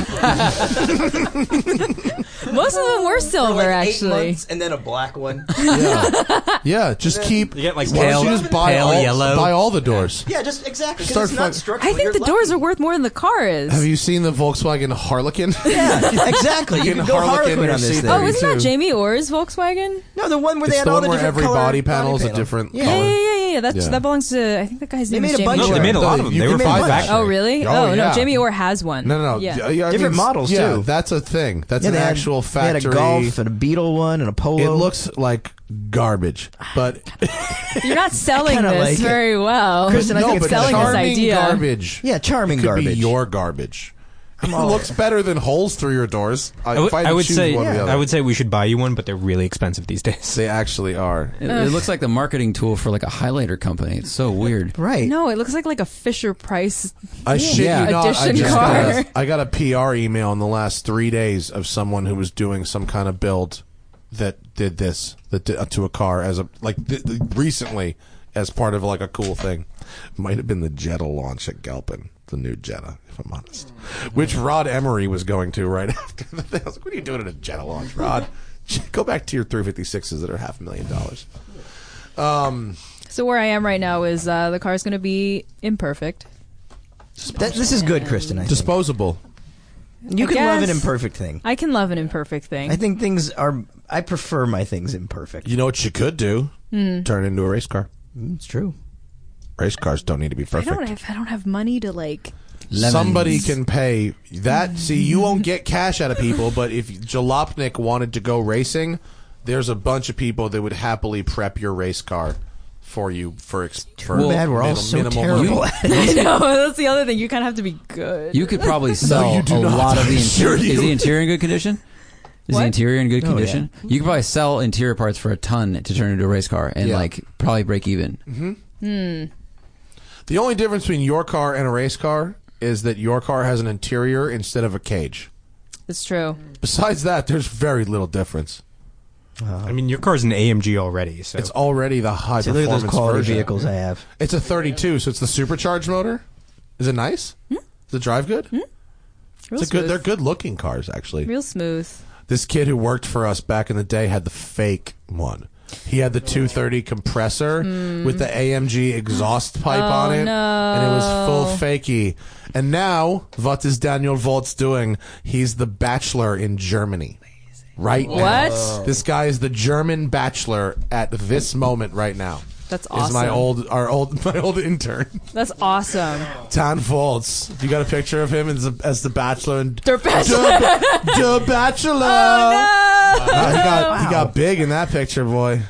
[SPEAKER 4] of them Oh, were silver,
[SPEAKER 2] For like eight
[SPEAKER 4] actually.
[SPEAKER 2] months and then a black one.
[SPEAKER 3] yeah, yeah. Just keep.
[SPEAKER 6] You get, like,
[SPEAKER 3] why don't you
[SPEAKER 6] pale-
[SPEAKER 3] just buy
[SPEAKER 6] pale
[SPEAKER 3] all,
[SPEAKER 6] yellow.
[SPEAKER 3] Buy all the doors.
[SPEAKER 2] yeah, just exactly. 'cause
[SPEAKER 3] Start
[SPEAKER 2] it's
[SPEAKER 3] fucking-
[SPEAKER 2] not structural.
[SPEAKER 4] I think
[SPEAKER 2] You're
[SPEAKER 4] the doors
[SPEAKER 2] lucky.
[SPEAKER 4] are worth more than the car is.
[SPEAKER 3] Oh, Have you seen the Volkswagen Harlequin?
[SPEAKER 2] Yeah, exactly. You
[SPEAKER 3] Fucking
[SPEAKER 2] can go
[SPEAKER 3] Harlequin
[SPEAKER 2] Harlequin on
[SPEAKER 3] receipt
[SPEAKER 2] this thing.
[SPEAKER 4] oh, isn't that
[SPEAKER 3] 32.
[SPEAKER 4] Jamie Orr's Volkswagen?
[SPEAKER 2] No, the one where they
[SPEAKER 3] it's
[SPEAKER 2] had
[SPEAKER 3] the
[SPEAKER 2] all
[SPEAKER 3] one
[SPEAKER 2] the
[SPEAKER 3] where
[SPEAKER 2] different
[SPEAKER 3] every
[SPEAKER 2] color
[SPEAKER 3] body panel is a
[SPEAKER 2] panel.
[SPEAKER 3] different
[SPEAKER 2] Yeah.
[SPEAKER 4] Yeah,
[SPEAKER 3] color.
[SPEAKER 4] yeah, yeah, yeah. That's,
[SPEAKER 3] Yeah.
[SPEAKER 4] That belongs to. I think that guy's
[SPEAKER 2] They
[SPEAKER 4] name
[SPEAKER 2] made
[SPEAKER 4] is
[SPEAKER 2] a
[SPEAKER 4] Jamie
[SPEAKER 2] bunch
[SPEAKER 6] No,
[SPEAKER 2] Sure.
[SPEAKER 6] they
[SPEAKER 4] Orr.
[SPEAKER 6] made a lot of them.
[SPEAKER 3] You
[SPEAKER 6] They were
[SPEAKER 3] can
[SPEAKER 6] from
[SPEAKER 3] buy
[SPEAKER 6] the
[SPEAKER 3] that.
[SPEAKER 6] factory.
[SPEAKER 4] Oh, really?
[SPEAKER 3] Oh,
[SPEAKER 4] Oh, no,
[SPEAKER 3] yeah.
[SPEAKER 4] Jamie Orr has one.
[SPEAKER 3] No, no, no.
[SPEAKER 4] Yeah.
[SPEAKER 3] Yeah, yeah, I
[SPEAKER 2] Different
[SPEAKER 3] mean,
[SPEAKER 2] models,
[SPEAKER 3] yeah,
[SPEAKER 2] too.
[SPEAKER 3] That's a thing. That's
[SPEAKER 2] Yeah,
[SPEAKER 3] an
[SPEAKER 2] they had-
[SPEAKER 3] actual factory.
[SPEAKER 2] They had a golf and a beetle one and a polo.
[SPEAKER 3] It looks like garbage, but
[SPEAKER 4] You're not selling
[SPEAKER 2] kinda
[SPEAKER 4] this
[SPEAKER 2] like it.
[SPEAKER 4] very well.
[SPEAKER 2] Kristen, I
[SPEAKER 3] no,
[SPEAKER 2] think
[SPEAKER 3] but
[SPEAKER 2] it's
[SPEAKER 4] selling this
[SPEAKER 3] charming
[SPEAKER 4] idea.
[SPEAKER 3] garbage.
[SPEAKER 2] yeah, charming
[SPEAKER 3] it could
[SPEAKER 2] garbage.
[SPEAKER 3] be your garbage. It looks better than holes through your doors. I,
[SPEAKER 6] I would-
[SPEAKER 3] if I, had
[SPEAKER 6] I
[SPEAKER 3] to
[SPEAKER 6] would
[SPEAKER 3] choose
[SPEAKER 6] say
[SPEAKER 3] one or the other.
[SPEAKER 6] I would say we should buy you one, but they're really expensive these days.
[SPEAKER 3] They actually are.
[SPEAKER 5] It, it looks like the marketing tool for like a highlighter company. It's so weird.
[SPEAKER 2] right.
[SPEAKER 4] No, it looks like like a Fisher Price.
[SPEAKER 3] I shit
[SPEAKER 5] Yeah.
[SPEAKER 3] you not. I
[SPEAKER 4] Edition
[SPEAKER 3] just
[SPEAKER 4] car.
[SPEAKER 3] Got a, I got a PR email in the last three days of someone who was doing some kind of build that did this that did, uh, to a car as a like th- th- recently as part of like a cool thing. Might have been the Jetta launch at Galpin, the new Jetta, if I'm honest. Which Rod Emery was going to right after the thing. I was like, "What are you doing at a Jetta launch, Rod? Go back to your 356s that are half a million dollars." Um,
[SPEAKER 4] So where I am right now is uh, the car's going to be imperfect.
[SPEAKER 2] That- this is good, Kristen. I think.
[SPEAKER 3] disposable.
[SPEAKER 2] you
[SPEAKER 4] I
[SPEAKER 2] can love an
[SPEAKER 4] guess.
[SPEAKER 2] imperfect thing.
[SPEAKER 4] I can love an imperfect thing.
[SPEAKER 2] I think things are. I prefer my things imperfect.
[SPEAKER 3] You know what you could do?
[SPEAKER 4] Hmm.
[SPEAKER 3] Turn it into a race car.
[SPEAKER 2] Mm, It's true.
[SPEAKER 3] Race cars don't need to be
[SPEAKER 4] I
[SPEAKER 3] perfect.
[SPEAKER 4] don't have I don't have money to like.
[SPEAKER 5] Lemons.
[SPEAKER 3] Somebody can pay that. See, you won't get cash out of people, but if Jalopnik wanted to go racing, there's a bunch of people that would happily prep your race car for you for ex- for
[SPEAKER 5] Well,
[SPEAKER 2] Bad. We're all
[SPEAKER 3] minim-
[SPEAKER 2] so
[SPEAKER 3] minimal
[SPEAKER 2] terrible
[SPEAKER 3] money.
[SPEAKER 2] at it.
[SPEAKER 4] I know that's the other thing. You kind of have to be good.
[SPEAKER 5] You could probably sell
[SPEAKER 3] you do
[SPEAKER 5] a
[SPEAKER 3] not.
[SPEAKER 5] lot of the
[SPEAKER 3] I assure
[SPEAKER 5] interior. Is
[SPEAKER 3] you.
[SPEAKER 5] the interior in good condition? Is
[SPEAKER 4] What?
[SPEAKER 5] the interior in good
[SPEAKER 2] Oh, yeah.
[SPEAKER 5] condition? You could probably sell interior parts for a ton to turn into a race car and
[SPEAKER 3] Yeah.
[SPEAKER 5] like probably break even.
[SPEAKER 3] The only difference between your car and a race car is that your car has an interior instead of a cage.
[SPEAKER 4] It's true.
[SPEAKER 3] Besides that, there's very little difference.
[SPEAKER 6] I mean, your car's an AMG already, so
[SPEAKER 3] It's already the high
[SPEAKER 2] See, look
[SPEAKER 3] performance
[SPEAKER 2] at those quality
[SPEAKER 3] version.
[SPEAKER 2] vehicles I have.
[SPEAKER 3] It's a 32, so it's the supercharged motor. Is it nice?
[SPEAKER 2] Hmm?
[SPEAKER 3] Does it drive good?
[SPEAKER 4] Real
[SPEAKER 3] It's a good.
[SPEAKER 4] smooth.
[SPEAKER 3] They're good looking cars, actually.
[SPEAKER 4] Real smooth.
[SPEAKER 3] this kid who worked for us back in the day had the fake one. He had the 230 compressor
[SPEAKER 4] Hmm.
[SPEAKER 3] with the AMG exhaust pipe
[SPEAKER 4] Oh,
[SPEAKER 3] on it, and it was full fakey. And now, what is Daniel Volz doing? He's the bachelor in Germany. Right now.
[SPEAKER 4] What?
[SPEAKER 3] This guy is the German bachelor at this moment right now.
[SPEAKER 4] That's
[SPEAKER 3] Is my
[SPEAKER 4] awesome.
[SPEAKER 3] old our old my old intern.
[SPEAKER 4] That's awesome.
[SPEAKER 3] Tan Volz. You got a picture of him as, as the Bachelor and
[SPEAKER 4] Der Bachelor.
[SPEAKER 3] The Bachelor.
[SPEAKER 4] Oh, No!
[SPEAKER 3] Wow, he got he got big in that picture, boy.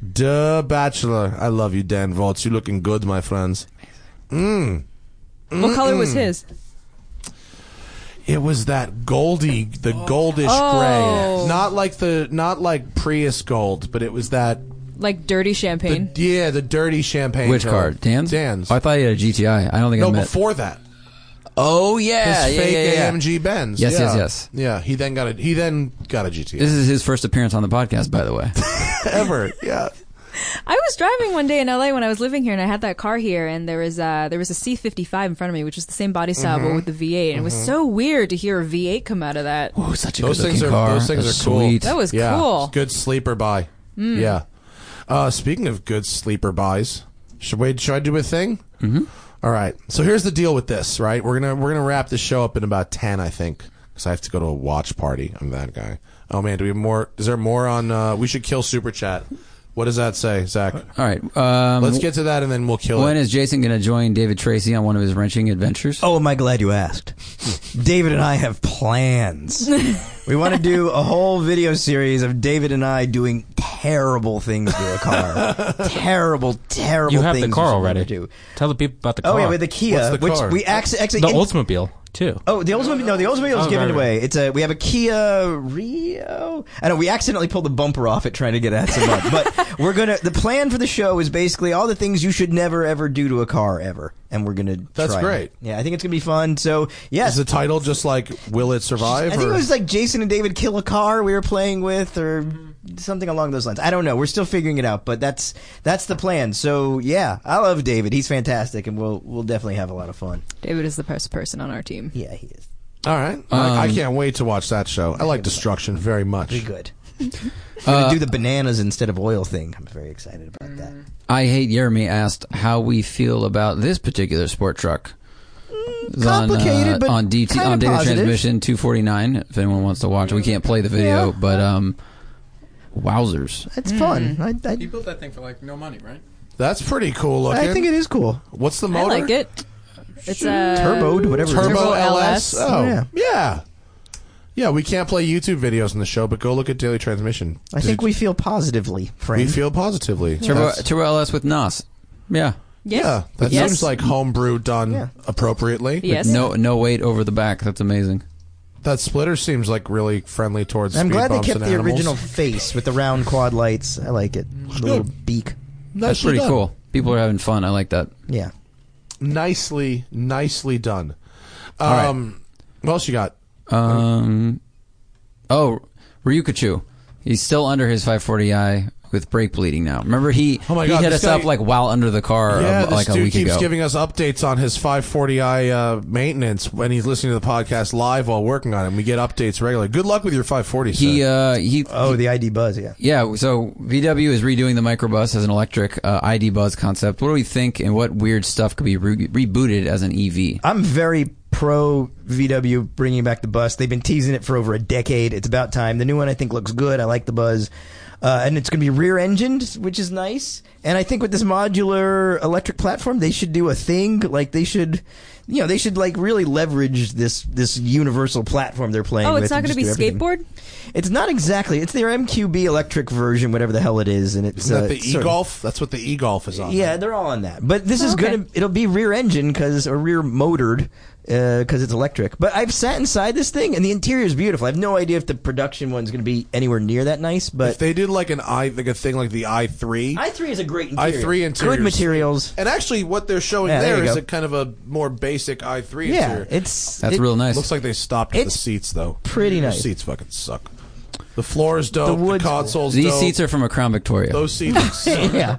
[SPEAKER 3] The Bachelor. I love you, Dan Volz. You're looking good, my friends.
[SPEAKER 4] What color
[SPEAKER 3] Mm.
[SPEAKER 4] was his?
[SPEAKER 3] It was that goldy, the goldish
[SPEAKER 4] Oh.
[SPEAKER 3] gray, not like the not like Prius gold, but it was that.
[SPEAKER 4] Like dirty
[SPEAKER 3] The,
[SPEAKER 4] champagne.
[SPEAKER 3] yeah, the dirty champagne.
[SPEAKER 5] Which
[SPEAKER 3] color.
[SPEAKER 5] card? Dan's?
[SPEAKER 3] Dan's.
[SPEAKER 5] Oh, I thought he had a GTI. I don't think
[SPEAKER 3] no,
[SPEAKER 5] I met.
[SPEAKER 3] before that.
[SPEAKER 5] Oh yeah,
[SPEAKER 3] his
[SPEAKER 5] yeah,
[SPEAKER 3] fake
[SPEAKER 5] yeah, yeah, yeah.
[SPEAKER 3] AMG Benz.
[SPEAKER 5] Yes,
[SPEAKER 3] yeah.
[SPEAKER 5] yes, yes.
[SPEAKER 3] Yeah, he then got a he then got a GT.
[SPEAKER 5] This is his first appearance on the podcast, by the way.
[SPEAKER 3] ever. Yeah.
[SPEAKER 4] I was driving one day in LA when I was living here, and I had that car here, and there was uh, there was a C55 in front of me, which is the same body style
[SPEAKER 3] Mm-hmm.
[SPEAKER 4] but with the V8, and it was so weird to hear a V8 come out of that.
[SPEAKER 5] Ooh, such a
[SPEAKER 3] Those
[SPEAKER 5] good-looking
[SPEAKER 3] things are-
[SPEAKER 5] car.
[SPEAKER 3] those things
[SPEAKER 5] That's
[SPEAKER 3] are cool.
[SPEAKER 5] Sweet.
[SPEAKER 4] That was
[SPEAKER 3] yeah.
[SPEAKER 4] cool.
[SPEAKER 3] Good sleeper buy.
[SPEAKER 2] Mm.
[SPEAKER 3] Yeah. Uh, speaking of good sleeper buys, should we should I do a thing? Mm-hmm. right. So here's the deal with this, right? We're gonna we're gonna wrap the show up in about ten, I think, because I have to go to a watch party. I'm that guy. Oh man, do we have more? Is there more on? Uh, we should kill super chat. What does that say, Zach?
[SPEAKER 5] All right. Um,
[SPEAKER 3] Let's get to that and then we'll kill
[SPEAKER 5] When
[SPEAKER 3] it.
[SPEAKER 5] is Jason going to join David Tracy on one of his wrenching adventures?
[SPEAKER 2] Oh, am I glad you asked? David and I have plans. we want to do a whole video series of David and I doing terrible things to a car. terrible, terrible.
[SPEAKER 6] You have the
[SPEAKER 2] things
[SPEAKER 6] car
[SPEAKER 2] we want
[SPEAKER 6] already.
[SPEAKER 2] to Do.
[SPEAKER 6] Tell the people about the car.
[SPEAKER 2] Oh yeah, with the Kia,
[SPEAKER 3] What's the
[SPEAKER 2] which
[SPEAKER 3] car?
[SPEAKER 2] we actually, actually
[SPEAKER 6] the
[SPEAKER 2] in-
[SPEAKER 6] Oldsmobile too.
[SPEAKER 2] Oh, the Oldsmobile. No, the Oldsmobile was
[SPEAKER 6] Oh,
[SPEAKER 2] given
[SPEAKER 6] right,
[SPEAKER 2] away. It's a we have a Kia Rio. I know we accidentally pulled the bumper off it trying to get at someone, but we're gonna. The plan for the show is basically all the things you should never ever do to a car ever, and we're gonna.
[SPEAKER 3] That's
[SPEAKER 2] try 'em.
[SPEAKER 3] great.
[SPEAKER 2] Yeah, I think it's gonna be fun. So
[SPEAKER 3] Is
[SPEAKER 2] yes.
[SPEAKER 3] the title just like "Will It
[SPEAKER 2] I
[SPEAKER 3] Survive"?
[SPEAKER 2] think it
[SPEAKER 3] or-
[SPEAKER 2] was like Jason and David kill a car we were playing with, or something along those lines. I don't know. We're still figuring it out, but that's that's the plan. So yeah, I love David. He's fantastic, and we'll we'll definitely have a lot of fun.
[SPEAKER 4] David is the best person on our team.
[SPEAKER 2] Yeah, he is.
[SPEAKER 3] All right. I, I
[SPEAKER 5] Um,
[SPEAKER 3] can't wait to watch that show. I like Destruction very much.
[SPEAKER 2] Be good. We're gonna do the bananas instead of oil thing. I'm very excited about that.
[SPEAKER 5] I hate Jeremy asked how we feel about this particular sport truck. It was
[SPEAKER 2] complicated, but
[SPEAKER 5] on DT
[SPEAKER 2] kinda
[SPEAKER 5] on data
[SPEAKER 2] positive.
[SPEAKER 5] transmission 249. If anyone wants to watch, it. we can't play the video,
[SPEAKER 2] Yeah.
[SPEAKER 5] but um, wowzers!
[SPEAKER 2] It's fun. I, I,
[SPEAKER 8] You built that thing for like no money, right?
[SPEAKER 3] That's pretty cool looking.
[SPEAKER 2] I think it is cool.
[SPEAKER 3] What's the
[SPEAKER 4] I
[SPEAKER 3] motor? Uh,
[SPEAKER 4] like it. It's uh, a
[SPEAKER 2] Turboed, whatever.
[SPEAKER 3] Turbo,
[SPEAKER 4] Turbo
[SPEAKER 3] LS.
[SPEAKER 4] LS.
[SPEAKER 3] Oh,
[SPEAKER 2] Yeah.
[SPEAKER 3] yeah. yeah. we can't play YouTube videos in the show, but go look at Daily Transmission.
[SPEAKER 2] I think we feel positively,
[SPEAKER 3] we
[SPEAKER 2] Frank.
[SPEAKER 3] feel positively.
[SPEAKER 5] Turbo,
[SPEAKER 3] That's-
[SPEAKER 5] turbo LS with NOS. Yeah,
[SPEAKER 4] Yes.
[SPEAKER 3] yeah, that
[SPEAKER 4] Yes.
[SPEAKER 3] seems like homebrew done
[SPEAKER 2] Yeah.
[SPEAKER 3] appropriately.
[SPEAKER 4] Yes. Oh,
[SPEAKER 5] no no weight over the back. That's amazing.
[SPEAKER 3] That splitter seems like really friendly towards.
[SPEAKER 2] I'm
[SPEAKER 3] speed
[SPEAKER 2] glad they
[SPEAKER 3] bumps
[SPEAKER 2] kept
[SPEAKER 3] and
[SPEAKER 2] the
[SPEAKER 3] animals.
[SPEAKER 2] original face with the round quad lights. I like it. The little beak.
[SPEAKER 5] That's
[SPEAKER 3] Nicely
[SPEAKER 5] pretty
[SPEAKER 3] done.
[SPEAKER 5] cool. People are having fun. I like that.
[SPEAKER 2] Yeah.
[SPEAKER 3] Nicely, nicely done.
[SPEAKER 5] right.
[SPEAKER 3] Um, what else you got?
[SPEAKER 5] Um, oh, Ryukachu. He's still under his 540i with brake bleeding now. Remember he
[SPEAKER 3] Oh my
[SPEAKER 5] he
[SPEAKER 3] God,
[SPEAKER 5] hit us
[SPEAKER 3] this
[SPEAKER 5] up
[SPEAKER 3] guy-
[SPEAKER 5] like while under the car um,
[SPEAKER 3] Yeah, this
[SPEAKER 5] like a
[SPEAKER 3] dude
[SPEAKER 5] week
[SPEAKER 3] keeps
[SPEAKER 5] ago.
[SPEAKER 3] giving us updates on his 540i uh, maintenance when he's listening to the podcast live while working on it. We get updates regularly. Good luck with your 540.
[SPEAKER 5] he
[SPEAKER 3] sir.
[SPEAKER 5] uh he
[SPEAKER 2] Oh, the ID Buzz. Yeah.
[SPEAKER 5] yeah. So VW is redoing the microbus as an electric uh, ID Buzz concept. What do we think, and what weird stuff could be re- rebooted as an E EV?
[SPEAKER 2] I'm very pro VW bringing back the bus. They've been teasing it for over a decade. It's about time. The new one I think looks good. I like the buzz. Uh, and it's going to be rear engined, which is nice. And I think with this modular electric platform, they should do a thing. Like they should, you know, they should like really leverage this this universal platform they're playing
[SPEAKER 4] Oh,
[SPEAKER 2] with.
[SPEAKER 4] it's not
[SPEAKER 2] and
[SPEAKER 4] going to
[SPEAKER 2] just
[SPEAKER 4] be
[SPEAKER 2] do everything.
[SPEAKER 4] skateboard.
[SPEAKER 2] It's not exactly. It's their MQB electric version, whatever the hell it is. And it's
[SPEAKER 3] Isn't that
[SPEAKER 2] uh,
[SPEAKER 3] the
[SPEAKER 2] it's sort of-
[SPEAKER 3] e-golf? That's what the e-golf is on.
[SPEAKER 2] yeah, they're all on that. But this
[SPEAKER 4] Oh,
[SPEAKER 2] is
[SPEAKER 4] okay.
[SPEAKER 2] gonna it'll be rear engine because or rear motored because it's electric. But I've sat inside this thing and the interior is beautiful. I have no idea if the production one's gonna be anywhere near that nice,
[SPEAKER 3] If
[SPEAKER 2] but
[SPEAKER 3] they did like an i like a thing like the i three,
[SPEAKER 2] i three is a great
[SPEAKER 3] i
[SPEAKER 2] interior.
[SPEAKER 3] three interior,
[SPEAKER 2] good materials.
[SPEAKER 3] and actually what they're showing
[SPEAKER 2] Yeah, there
[SPEAKER 3] there
[SPEAKER 2] you
[SPEAKER 3] is
[SPEAKER 2] go.
[SPEAKER 3] a kind of a more basic i three
[SPEAKER 2] Yeah,
[SPEAKER 3] interior.
[SPEAKER 2] it's
[SPEAKER 5] That's
[SPEAKER 2] it-
[SPEAKER 5] real nice.
[SPEAKER 3] looks like they stopped at the
[SPEAKER 2] It's
[SPEAKER 3] seats though.
[SPEAKER 2] pretty
[SPEAKER 3] Those
[SPEAKER 2] nice.
[SPEAKER 3] Seats fucking suck. The floor is dope. The,
[SPEAKER 2] wood's cool.
[SPEAKER 3] consoles.
[SPEAKER 5] These
[SPEAKER 3] dope.
[SPEAKER 5] seats are from a Crown Victoria.
[SPEAKER 3] those seats. suck.
[SPEAKER 2] Yeah,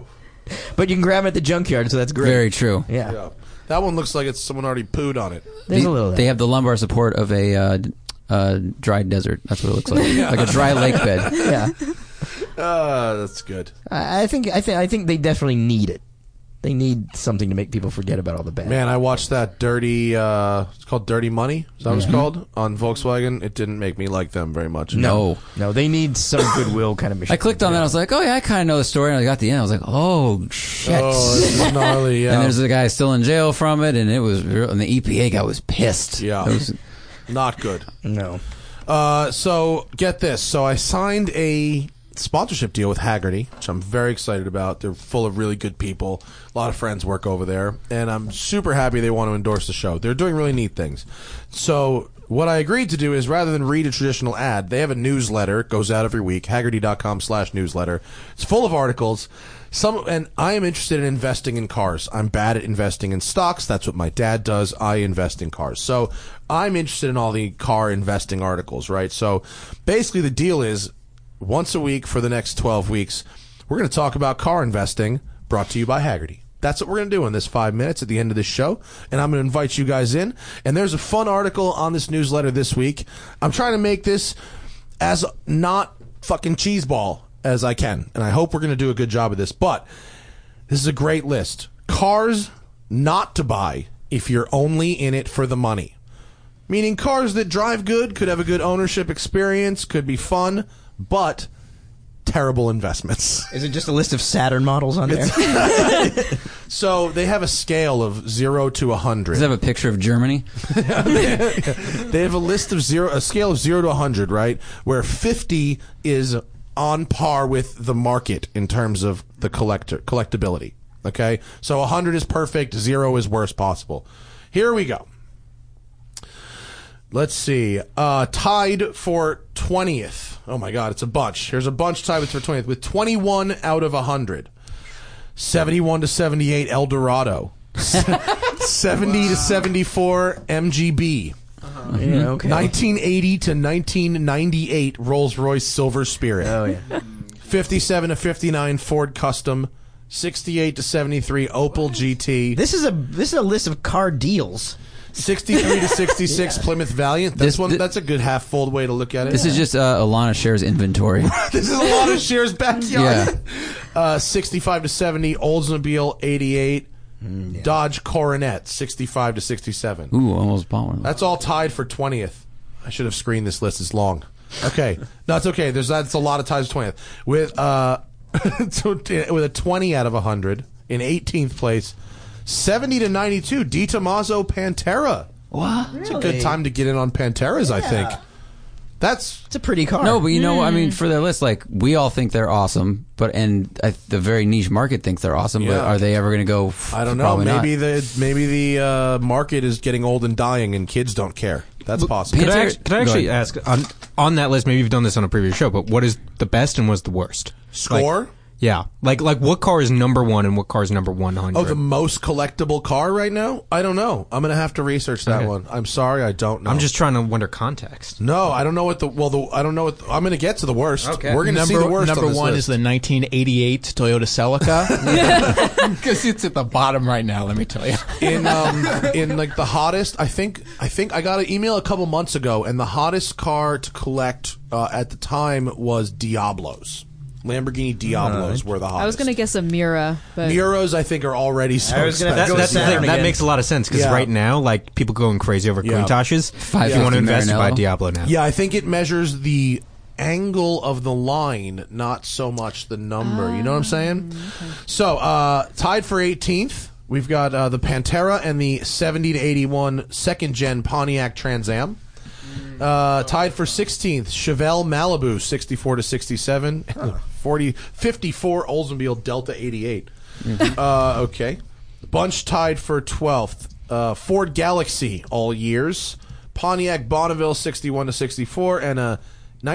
[SPEAKER 2] but you can grab them at the junkyard, so that's great.
[SPEAKER 5] Very true.
[SPEAKER 2] Yeah,
[SPEAKER 3] Yeah. That one looks like it's someone already pooed on it.
[SPEAKER 2] there's
[SPEAKER 5] they,
[SPEAKER 2] a little. Of
[SPEAKER 5] they
[SPEAKER 2] that.
[SPEAKER 5] have the lumbar support of a uh, d- uh, dry desert. That's what it looks like, like a dry lake bed.
[SPEAKER 2] yeah, Ah,
[SPEAKER 3] Uh, that's good.
[SPEAKER 2] I I think I think I think they definitely need it. They need something to make people forget about all the bad.
[SPEAKER 3] Man, I watched that dirty. Uh, it's called Dirty Money. Is that what it's called on Volkswagen? It didn't make me like them very much.
[SPEAKER 5] No.
[SPEAKER 2] No, they need some goodwill kind of machine.
[SPEAKER 5] Oh. I clicked on that. I was like, oh yeah, I kind of know the story. And I got the end. I was like, oh shit.
[SPEAKER 3] Oh, it's gnarly. Yeah.
[SPEAKER 5] And there's a guy still in jail from it, and it was, real, and the EPA guy was pissed.
[SPEAKER 3] yeah.
[SPEAKER 5] It was-
[SPEAKER 3] Not good.
[SPEAKER 2] No.
[SPEAKER 3] Uh, so get this. So I signed a sponsorship deal with Haggerty, which I'm very excited about. They're full of really good people. A lot of friends work over there, and I'm super happy they want to endorse the show. They're doing really neat things. So what I agreed to do is rather than read a traditional ad, they have a newsletter it goes out every week. Haggerty.com slash newsletter. It's full of articles. Some and I am interested in investing in cars. I'm bad at investing in stocks. That's what my dad does. I invest in cars. So I'm interested in all the car investing articles, right? So basically the deal is once a week for the next 12 weeks, we're going to talk about car investing brought to you by Haggerty. That's what we're going to do in this five minutes at the end of this show. And I'm going to invite you guys in. And there's a fun article on this newsletter this week. I'm trying to make this as not fucking cheeseball as I can. And I hope we're going to do a good job of this. But this is a great list. Cars not to buy if you're only in it for the money. Meaning cars that drive good, could have a good ownership experience, could be fun, but terrible investments.
[SPEAKER 2] Is it just a list of Saturn models on there?
[SPEAKER 3] So they have a scale of 0 to
[SPEAKER 5] Does
[SPEAKER 3] 100.
[SPEAKER 5] it have a picture of Germany?
[SPEAKER 3] They have a list of 0 a scale of 0 to 100, right? Where 50 is on par with the market in terms of the collector collectability, okay? So 100 is perfect, 0 is worst possible. Here we go. Let's see. Uh, tied for 20th. Oh my God, it's a bunch. Here's a bunch tied for 20th with 21 out of 100. 71 to 78 El Dorado. 70 to 74 MGB.
[SPEAKER 2] yeah, okay.
[SPEAKER 3] 1980 to 1998 Rolls Royce Silver Spirit.
[SPEAKER 2] Oh yeah.
[SPEAKER 3] 57 to 59 Ford Custom. 68 to 73 Opel GT.
[SPEAKER 2] This is a this is a list of car deals.
[SPEAKER 3] 63 to 66 Plymouth Valiant. That's
[SPEAKER 5] This-
[SPEAKER 3] one.
[SPEAKER 5] thi-
[SPEAKER 3] that's a good half fold way to look at it.
[SPEAKER 5] This is just uh, Alana shares inventory.
[SPEAKER 3] this is a lot of shares backyard.
[SPEAKER 5] Yeah.
[SPEAKER 3] Uh, 65 to 70 Oldsmobile 88
[SPEAKER 5] Mm,
[SPEAKER 3] Dodge Coronet 65 to 67.
[SPEAKER 5] Ooh, almost bought one. of those.
[SPEAKER 3] That's all tied for 20th. I should have screened this list. It's long. Okay. no, it's okay. There's that's a lot of times 20th. With uh so t- with a 20 out of 100 in 18th place, 70 to 92 Di Tommaso Pantera.
[SPEAKER 5] What?
[SPEAKER 3] It's a good time to get in on Panteras, I think. That's
[SPEAKER 2] It's a pretty car.
[SPEAKER 5] No, Oh, but you know, what I mean,
[SPEAKER 3] Hmm.
[SPEAKER 5] for their list, like we all think they're awesome, but and I, the very niche market thinks they're awesome.
[SPEAKER 3] Yeah.
[SPEAKER 5] But are they ever going to go?
[SPEAKER 3] I don't know.
[SPEAKER 5] Probably not.
[SPEAKER 3] Maybe the maybe the uh, market is getting old and dying and kids don't care. That's possible.
[SPEAKER 5] Pan-
[SPEAKER 6] Could I,
[SPEAKER 5] Pantera-
[SPEAKER 6] act- could I
[SPEAKER 5] Go
[SPEAKER 6] actually
[SPEAKER 5] ahead.
[SPEAKER 6] ask on on that list? Maybe you've done this on a previous show, but what is the best and what's the worst
[SPEAKER 3] Score?
[SPEAKER 6] Like, yeah, like like what car is number one and what car is number one hundred?
[SPEAKER 3] Oh, the most collectible car right now? I don't know. I'm gonna have to research that
[SPEAKER 6] Okay.
[SPEAKER 3] one. I'm sorry, I don't know.
[SPEAKER 6] I'm just trying to wonder context.
[SPEAKER 3] No, I don't know what the well. The I don't know what the, I'm going to get to the worst.
[SPEAKER 6] Okay.
[SPEAKER 3] We're going to see the worst.
[SPEAKER 8] number
[SPEAKER 3] on this
[SPEAKER 8] one is
[SPEAKER 3] list.
[SPEAKER 8] the 1988 Toyota Celica because it's at the bottom right now. Let me tell you.
[SPEAKER 3] in um, in like the hottest. I think I think I got an email a couple months ago, and the hottest car to collect uh, at the time was Diablos. Lamborghini Diablos were the hottest.
[SPEAKER 4] I was gonna guess a Mira, but
[SPEAKER 3] Muros. I think are already so
[SPEAKER 2] I was gonna-
[SPEAKER 6] That,
[SPEAKER 3] expensive.
[SPEAKER 2] Go
[SPEAKER 6] that's the
[SPEAKER 2] Saturn
[SPEAKER 6] thing. That
[SPEAKER 2] again.
[SPEAKER 6] makes a lot of sense because
[SPEAKER 3] Yeah.
[SPEAKER 6] right now, like people going crazy over
[SPEAKER 3] Yeah.
[SPEAKER 6] Quintashes. If you want
[SPEAKER 5] 550
[SPEAKER 6] to invest, you buy
[SPEAKER 5] Marinello.
[SPEAKER 6] Diablo now.
[SPEAKER 3] yeah, I think it measures the angle of the line, not so much the number. you know what I'm saying? So uh, tied for 18th, we've got uh, the Pantera and the 70 to 81 second gen Pontiac Trans Am. Uh, tied for 16th, Chevelle Malibu 64 to 67, 40, 54 Oldsmobile Delta 88. Uh, okay. Bunch tied for 12th. Uh, Ford Galaxy all years. Pontiac Bonneville 61 to 64 and a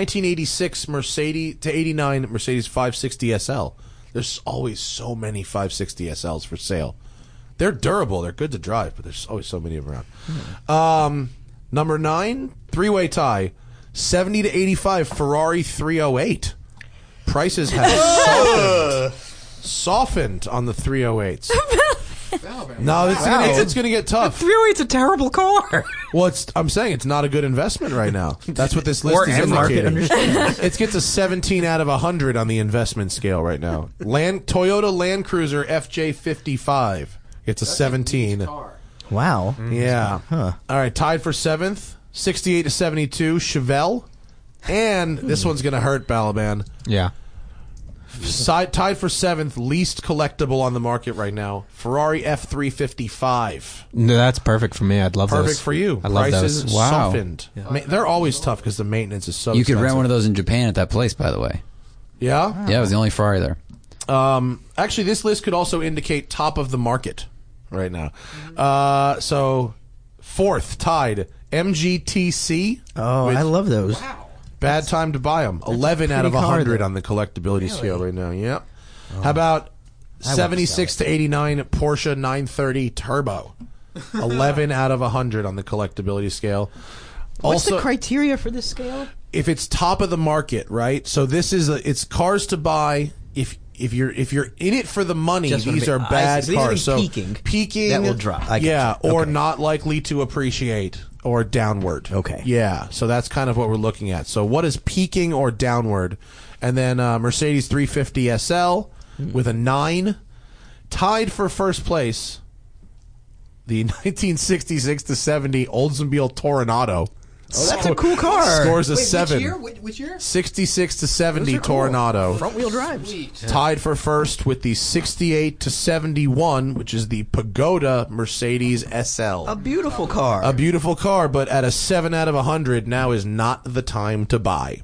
[SPEAKER 3] 1986 Mercedes to 89 Mercedes 560 SL. There's always so many 560 SLs for sale. They're durable. They're good to drive, but there's always so many of them around. Um, number nine, three way tie, seventy to eighty five Ferrari three oh eight. Prices have softened, softened on the three oh eights. No, it's gonna, it's gonna get tough.
[SPEAKER 6] Really, it's a terrible car.
[SPEAKER 3] Well, it's, I'm saying it's not a good investment right now. That's what this list
[SPEAKER 6] Or
[SPEAKER 3] is
[SPEAKER 6] end market
[SPEAKER 3] indicating. it gets a 17 out of 100 on the investment scale right now. Land Toyota Land Cruiser FJ55. It's a 17.
[SPEAKER 2] Wow.
[SPEAKER 3] Yeah. All right, tied for seventh, 68 to 72, Chevelle. And this one's going to hurt Balaban.
[SPEAKER 6] Yeah.
[SPEAKER 3] Side, tied for seventh, least collectible on the market right now, Ferrari F355.
[SPEAKER 6] No, that's perfect for me. I'd love
[SPEAKER 3] Perfect
[SPEAKER 6] those.
[SPEAKER 3] for you.
[SPEAKER 6] I love
[SPEAKER 3] Prices
[SPEAKER 6] those. Wow.
[SPEAKER 3] softened. Ma- they're always tough because the maintenance is so
[SPEAKER 5] You could
[SPEAKER 3] expensive.
[SPEAKER 5] rent one of those in Japan at that place, by the way.
[SPEAKER 3] Yeah?
[SPEAKER 5] Yeah, it was the only Ferrari there.
[SPEAKER 3] Um, actually, this list could also indicate top of the market right now.
[SPEAKER 2] Mm-hmm.
[SPEAKER 3] Uh, so, fourth tied MGTC.
[SPEAKER 2] Oh,
[SPEAKER 3] with
[SPEAKER 2] I love those.
[SPEAKER 3] Bad time to buy them. Eleven out of
[SPEAKER 2] pretty car,
[SPEAKER 3] hundred
[SPEAKER 2] though. Oh.
[SPEAKER 3] on the collectability scale right now. Yep. How about seventy-six to eighty-nine Porsche nine thirty Turbo? Eleven out of hundred on the collectability scale.
[SPEAKER 2] What's
[SPEAKER 3] also,
[SPEAKER 2] the criteria for this scale?
[SPEAKER 3] if it's top of the market, right? So this is a, it's cars to buy. If if you're if you're in it for the money,
[SPEAKER 2] Just wanna
[SPEAKER 3] these
[SPEAKER 2] be-
[SPEAKER 3] are
[SPEAKER 2] I see.
[SPEAKER 3] bad
[SPEAKER 2] So these
[SPEAKER 3] cars.
[SPEAKER 2] are
[SPEAKER 3] so
[SPEAKER 2] peaking.
[SPEAKER 3] peaking
[SPEAKER 2] That will drop. I
[SPEAKER 3] yeah,
[SPEAKER 2] gotcha.
[SPEAKER 3] or
[SPEAKER 2] Okay.
[SPEAKER 3] not likely to appreciate or downward.
[SPEAKER 2] Okay.
[SPEAKER 3] yeah. So that's kind of what we're looking at. So what is peaking or downward? And then uh, Mercedes 350 SL
[SPEAKER 2] Hmm.
[SPEAKER 3] with a nine, tied for first place. The 1966 to 70 Oldsmobile Toronado.
[SPEAKER 2] Oh, that's a cool car.
[SPEAKER 3] Scores a
[SPEAKER 8] Wait,
[SPEAKER 3] seven.
[SPEAKER 8] Which year? Which, which year?
[SPEAKER 3] 66 to 70 Tornado.
[SPEAKER 2] Front wheel drives.
[SPEAKER 3] Tied for first with the 68 to 71, which is the Pagoda Mercedes SL.
[SPEAKER 2] A beautiful car.
[SPEAKER 3] A beautiful car, but at a 7 out of 100, now is not the time to buy.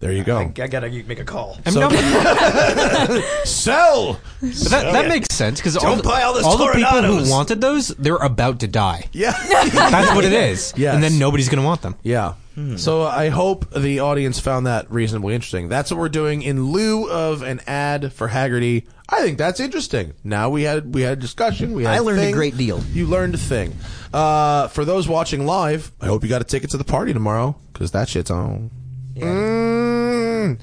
[SPEAKER 3] There you go.
[SPEAKER 2] I gotta make a call.
[SPEAKER 6] I mean, no, but
[SPEAKER 3] Sell!
[SPEAKER 6] that, that makes sense because all,
[SPEAKER 2] Don't buy all
[SPEAKER 6] the,
[SPEAKER 2] this
[SPEAKER 6] all the people
[SPEAKER 2] Coronados.
[SPEAKER 6] who wanted those, they're about to die.
[SPEAKER 3] Yeah.
[SPEAKER 6] That's what it is.
[SPEAKER 3] Yes.
[SPEAKER 6] And then nobody's going to want them.
[SPEAKER 3] Yeah.
[SPEAKER 2] Hmm.
[SPEAKER 3] So I hope the audience found that reasonably interesting. That's what we're doing in lieu of an ad for Haggerty. I think that's interesting. Now we had we had a discussion. We had
[SPEAKER 2] I learned a
[SPEAKER 3] thing.
[SPEAKER 2] great deal.
[SPEAKER 3] You learned a thing. Uh, for those watching live, I hope you got a ticket to the party tomorrow because that shit's on. Mm.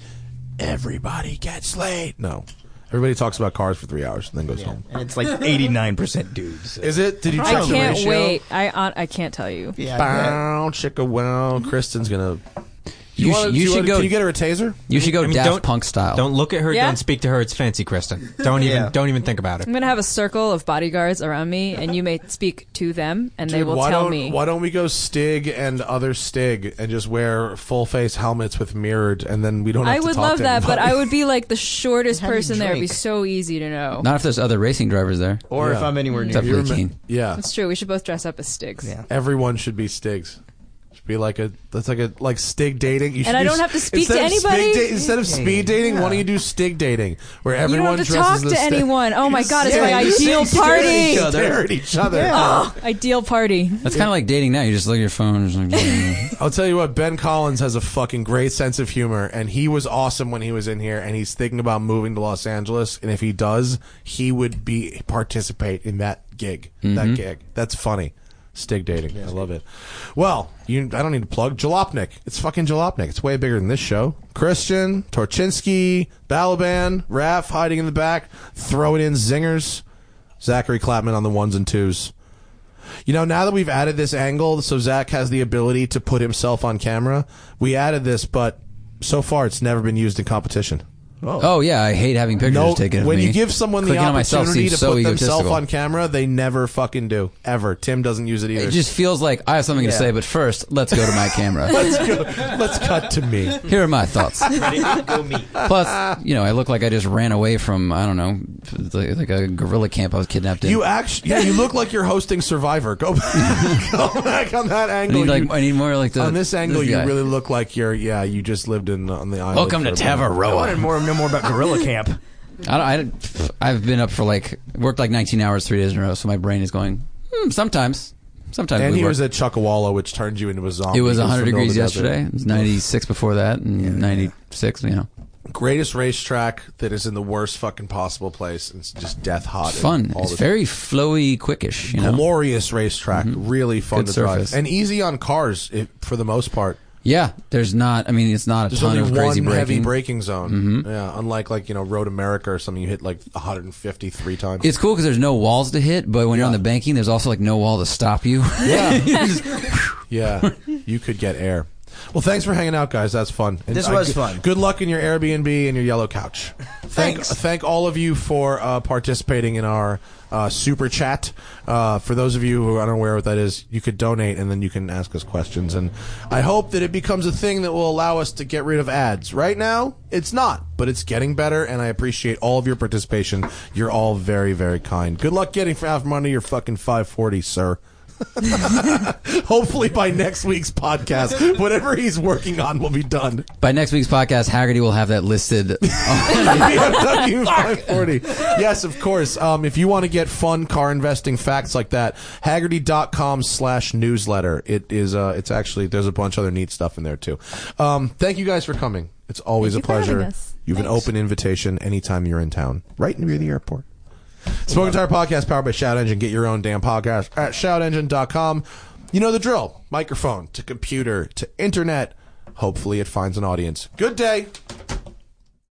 [SPEAKER 3] everybody gets laid. No, everybody talks about cars for three hours and then goes home.
[SPEAKER 2] And it's like 89% dudes.
[SPEAKER 3] Is it? Did you check
[SPEAKER 4] I
[SPEAKER 3] the
[SPEAKER 4] can't
[SPEAKER 3] ratio?
[SPEAKER 4] wait. I uh, I can't tell you.
[SPEAKER 3] Bow, chicka wow. Kristen's gonna.
[SPEAKER 5] You, sh-
[SPEAKER 3] wanna- do
[SPEAKER 5] you should
[SPEAKER 3] wanna-
[SPEAKER 5] go.
[SPEAKER 3] Can you get her a taser?
[SPEAKER 5] you should go
[SPEAKER 6] I mean,
[SPEAKER 5] Daft
[SPEAKER 6] don't-
[SPEAKER 5] Punk style.
[SPEAKER 6] Don't look at her.
[SPEAKER 4] Yeah.
[SPEAKER 6] Don't speak to her. It's fancy, Kristen. Don't even.
[SPEAKER 2] Yeah.
[SPEAKER 6] Don't even think about it.
[SPEAKER 4] I'm gonna have a circle of bodyguards around me, and you may speak to them, and they
[SPEAKER 3] Dude,
[SPEAKER 4] will
[SPEAKER 3] why
[SPEAKER 4] tell
[SPEAKER 3] don't,
[SPEAKER 4] me.
[SPEAKER 3] Why don't we go Stig and other Stig and just wear full face helmets with mirrored, and then we don't. Have
[SPEAKER 4] I
[SPEAKER 3] to
[SPEAKER 4] would
[SPEAKER 3] talk
[SPEAKER 4] love
[SPEAKER 3] to
[SPEAKER 4] that, but I
[SPEAKER 3] anybody.
[SPEAKER 4] would be like the shortest
[SPEAKER 2] How do you
[SPEAKER 4] person there. It'd be
[SPEAKER 2] drink?
[SPEAKER 4] so easy to know.
[SPEAKER 5] Not if there's other racing drivers there.
[SPEAKER 2] Or
[SPEAKER 3] Yeah.
[SPEAKER 2] if I'm anywhere near
[SPEAKER 5] Except
[SPEAKER 2] you.
[SPEAKER 5] Lee Keane.
[SPEAKER 3] Yeah,
[SPEAKER 4] That's true. We should both dress up as Stigs.
[SPEAKER 2] Yeah.
[SPEAKER 3] everyone should be Stigs. Should be like a that's like a like Stig dating. You should
[SPEAKER 4] I
[SPEAKER 3] do
[SPEAKER 4] don't
[SPEAKER 3] s-
[SPEAKER 4] have to speak
[SPEAKER 3] instead
[SPEAKER 4] to
[SPEAKER 3] of Stig
[SPEAKER 4] anybody?
[SPEAKER 3] da- instead of speed dating, why don't you do Stig dating, where
[SPEAKER 4] You
[SPEAKER 3] everyone
[SPEAKER 4] don't have to
[SPEAKER 3] dresses
[SPEAKER 4] talk
[SPEAKER 3] as
[SPEAKER 4] to
[SPEAKER 3] Stig?
[SPEAKER 4] anyone. Oh my god, it's
[SPEAKER 3] Yeah,
[SPEAKER 4] my
[SPEAKER 3] you
[SPEAKER 4] ideal
[SPEAKER 3] stare at each
[SPEAKER 4] party.
[SPEAKER 3] other. Stare at each other.
[SPEAKER 4] Oh, ideal party.
[SPEAKER 5] That's kind of like dating now. You just look at your phone. And just like,
[SPEAKER 3] I'll tell you what, Ben Collins has a fucking great sense of humor, and he was awesome when he was in here, and he's thinking about moving to Los Angeles, and if he does, he would be participate in that gig. That gig. That's funny. Stig dating. I love it. Well, you I don't need to plug Jalopnik. It's fucking Jalopnik. It's way bigger than this show. Christian, Torchinsky, Balaban, Raph hiding in the back, throwing in zingers. Zachary Clapman on the ones and twos. You know, now that we've added this angle, so Zach has the ability to put himself on camera. We added this, but so far it's never been used in competition.
[SPEAKER 5] oh yeah, I hate having pictures
[SPEAKER 3] No,
[SPEAKER 5] taken of
[SPEAKER 3] when
[SPEAKER 5] me.
[SPEAKER 3] you give someone the
[SPEAKER 5] Clicking on myself
[SPEAKER 3] opportunity
[SPEAKER 5] seems
[SPEAKER 3] to
[SPEAKER 5] so
[SPEAKER 3] put themselves
[SPEAKER 5] egotistical.
[SPEAKER 3] on camera, they never fucking do ever. Tim doesn't use it either.
[SPEAKER 5] it just feels like I have something to say, but first, let's go to my camera.
[SPEAKER 3] let's go. Let's cut to me.
[SPEAKER 5] Here are my thoughts. Plus, you know, I look like I just ran away from I don't know, like, like a gorilla camp I was kidnapped in.
[SPEAKER 3] You actually, yeah, you look like you're hosting Survivor. Go back, go back on that
[SPEAKER 5] I
[SPEAKER 3] angle.
[SPEAKER 5] need like
[SPEAKER 3] You-
[SPEAKER 5] I need more like the
[SPEAKER 3] on this angle, you
[SPEAKER 5] guy.
[SPEAKER 3] really look like you're. Yeah, you just lived in on the island.
[SPEAKER 5] Welcome to
[SPEAKER 3] for a minute.
[SPEAKER 2] I wanted
[SPEAKER 5] Tavaroa.
[SPEAKER 2] more, know more about Gorilla Camp.
[SPEAKER 5] I, don't- I don't- I've been up for like worked like 19 hours three days in a row, so my brain is going. Hmm, sometimes, sometimes.
[SPEAKER 3] And
[SPEAKER 5] we
[SPEAKER 3] he
[SPEAKER 5] work.
[SPEAKER 3] was at Chuckawalla, which turned you into a zombie.
[SPEAKER 5] it was
[SPEAKER 3] He
[SPEAKER 5] 100
[SPEAKER 3] from the
[SPEAKER 5] degrees
[SPEAKER 3] middle of the desert.
[SPEAKER 5] yesterday. It was 96 before that, and 96. You know,
[SPEAKER 3] greatest racetrack that is in the worst fucking possible place. It's just death hot.
[SPEAKER 5] it's fun.
[SPEAKER 3] and all
[SPEAKER 5] It's
[SPEAKER 3] this-
[SPEAKER 5] very flowy, quickish. You know,
[SPEAKER 3] glorious racetrack. Really fun
[SPEAKER 5] Good
[SPEAKER 3] to
[SPEAKER 5] surface.
[SPEAKER 3] drive and easy on cars if, for the most part.
[SPEAKER 5] Yeah, there's not. I mean, it's not a
[SPEAKER 3] There's
[SPEAKER 5] ton
[SPEAKER 3] only
[SPEAKER 5] of
[SPEAKER 3] one
[SPEAKER 5] crazy
[SPEAKER 3] heavy
[SPEAKER 5] braking. Mm-hmm.
[SPEAKER 3] braking zone. Yeah, unlike like you know Road America or something, you hit like 153 times.
[SPEAKER 5] It's cool because there's no walls to hit, but when you're on the banking, there's also like no wall to stop you.
[SPEAKER 3] Yeah. yeah. You could get air. Well, thanks for hanging out, guys. That's fun. And
[SPEAKER 2] This was
[SPEAKER 3] good-
[SPEAKER 2] fun.
[SPEAKER 3] Good luck in your Airbnb and your yellow couch. Thank,
[SPEAKER 2] Thanks.
[SPEAKER 3] Thank all of you for uh, participating in our uh, super chat. Uh, for those of you who are unaware what that is, you could donate and then you can ask us questions. And I hope that it becomes a thing that will allow us to get rid of ads. Right now, it's not, but it's getting better. And I appreciate all of your participation. You're all very, very kind. Good luck getting half money. You're fucking five forty, sir. Hopefully by next week's podcast, whatever he's working on will be done.
[SPEAKER 5] By next week's podcast, Haggerty will have that listed.
[SPEAKER 3] BMW 540. Yes, of course. Um, if you want to get fun car investing facts like that, Haggerty.com slash newsletter. It is, uh, it's actually, there's a bunch of other neat stuff in there too. Um, thank you guys for coming. It's always
[SPEAKER 4] Thank
[SPEAKER 3] a
[SPEAKER 4] you for
[SPEAKER 3] pleasure.
[SPEAKER 4] having us.
[SPEAKER 3] You have an open invitation anytime you're in town, right near the airport. Smoking Tire Podcast powered by Shout Engine. Get your own damn podcast at shoutengine.com. You know the drill microphone to computer to internet. Hopefully, it finds an audience. Good day.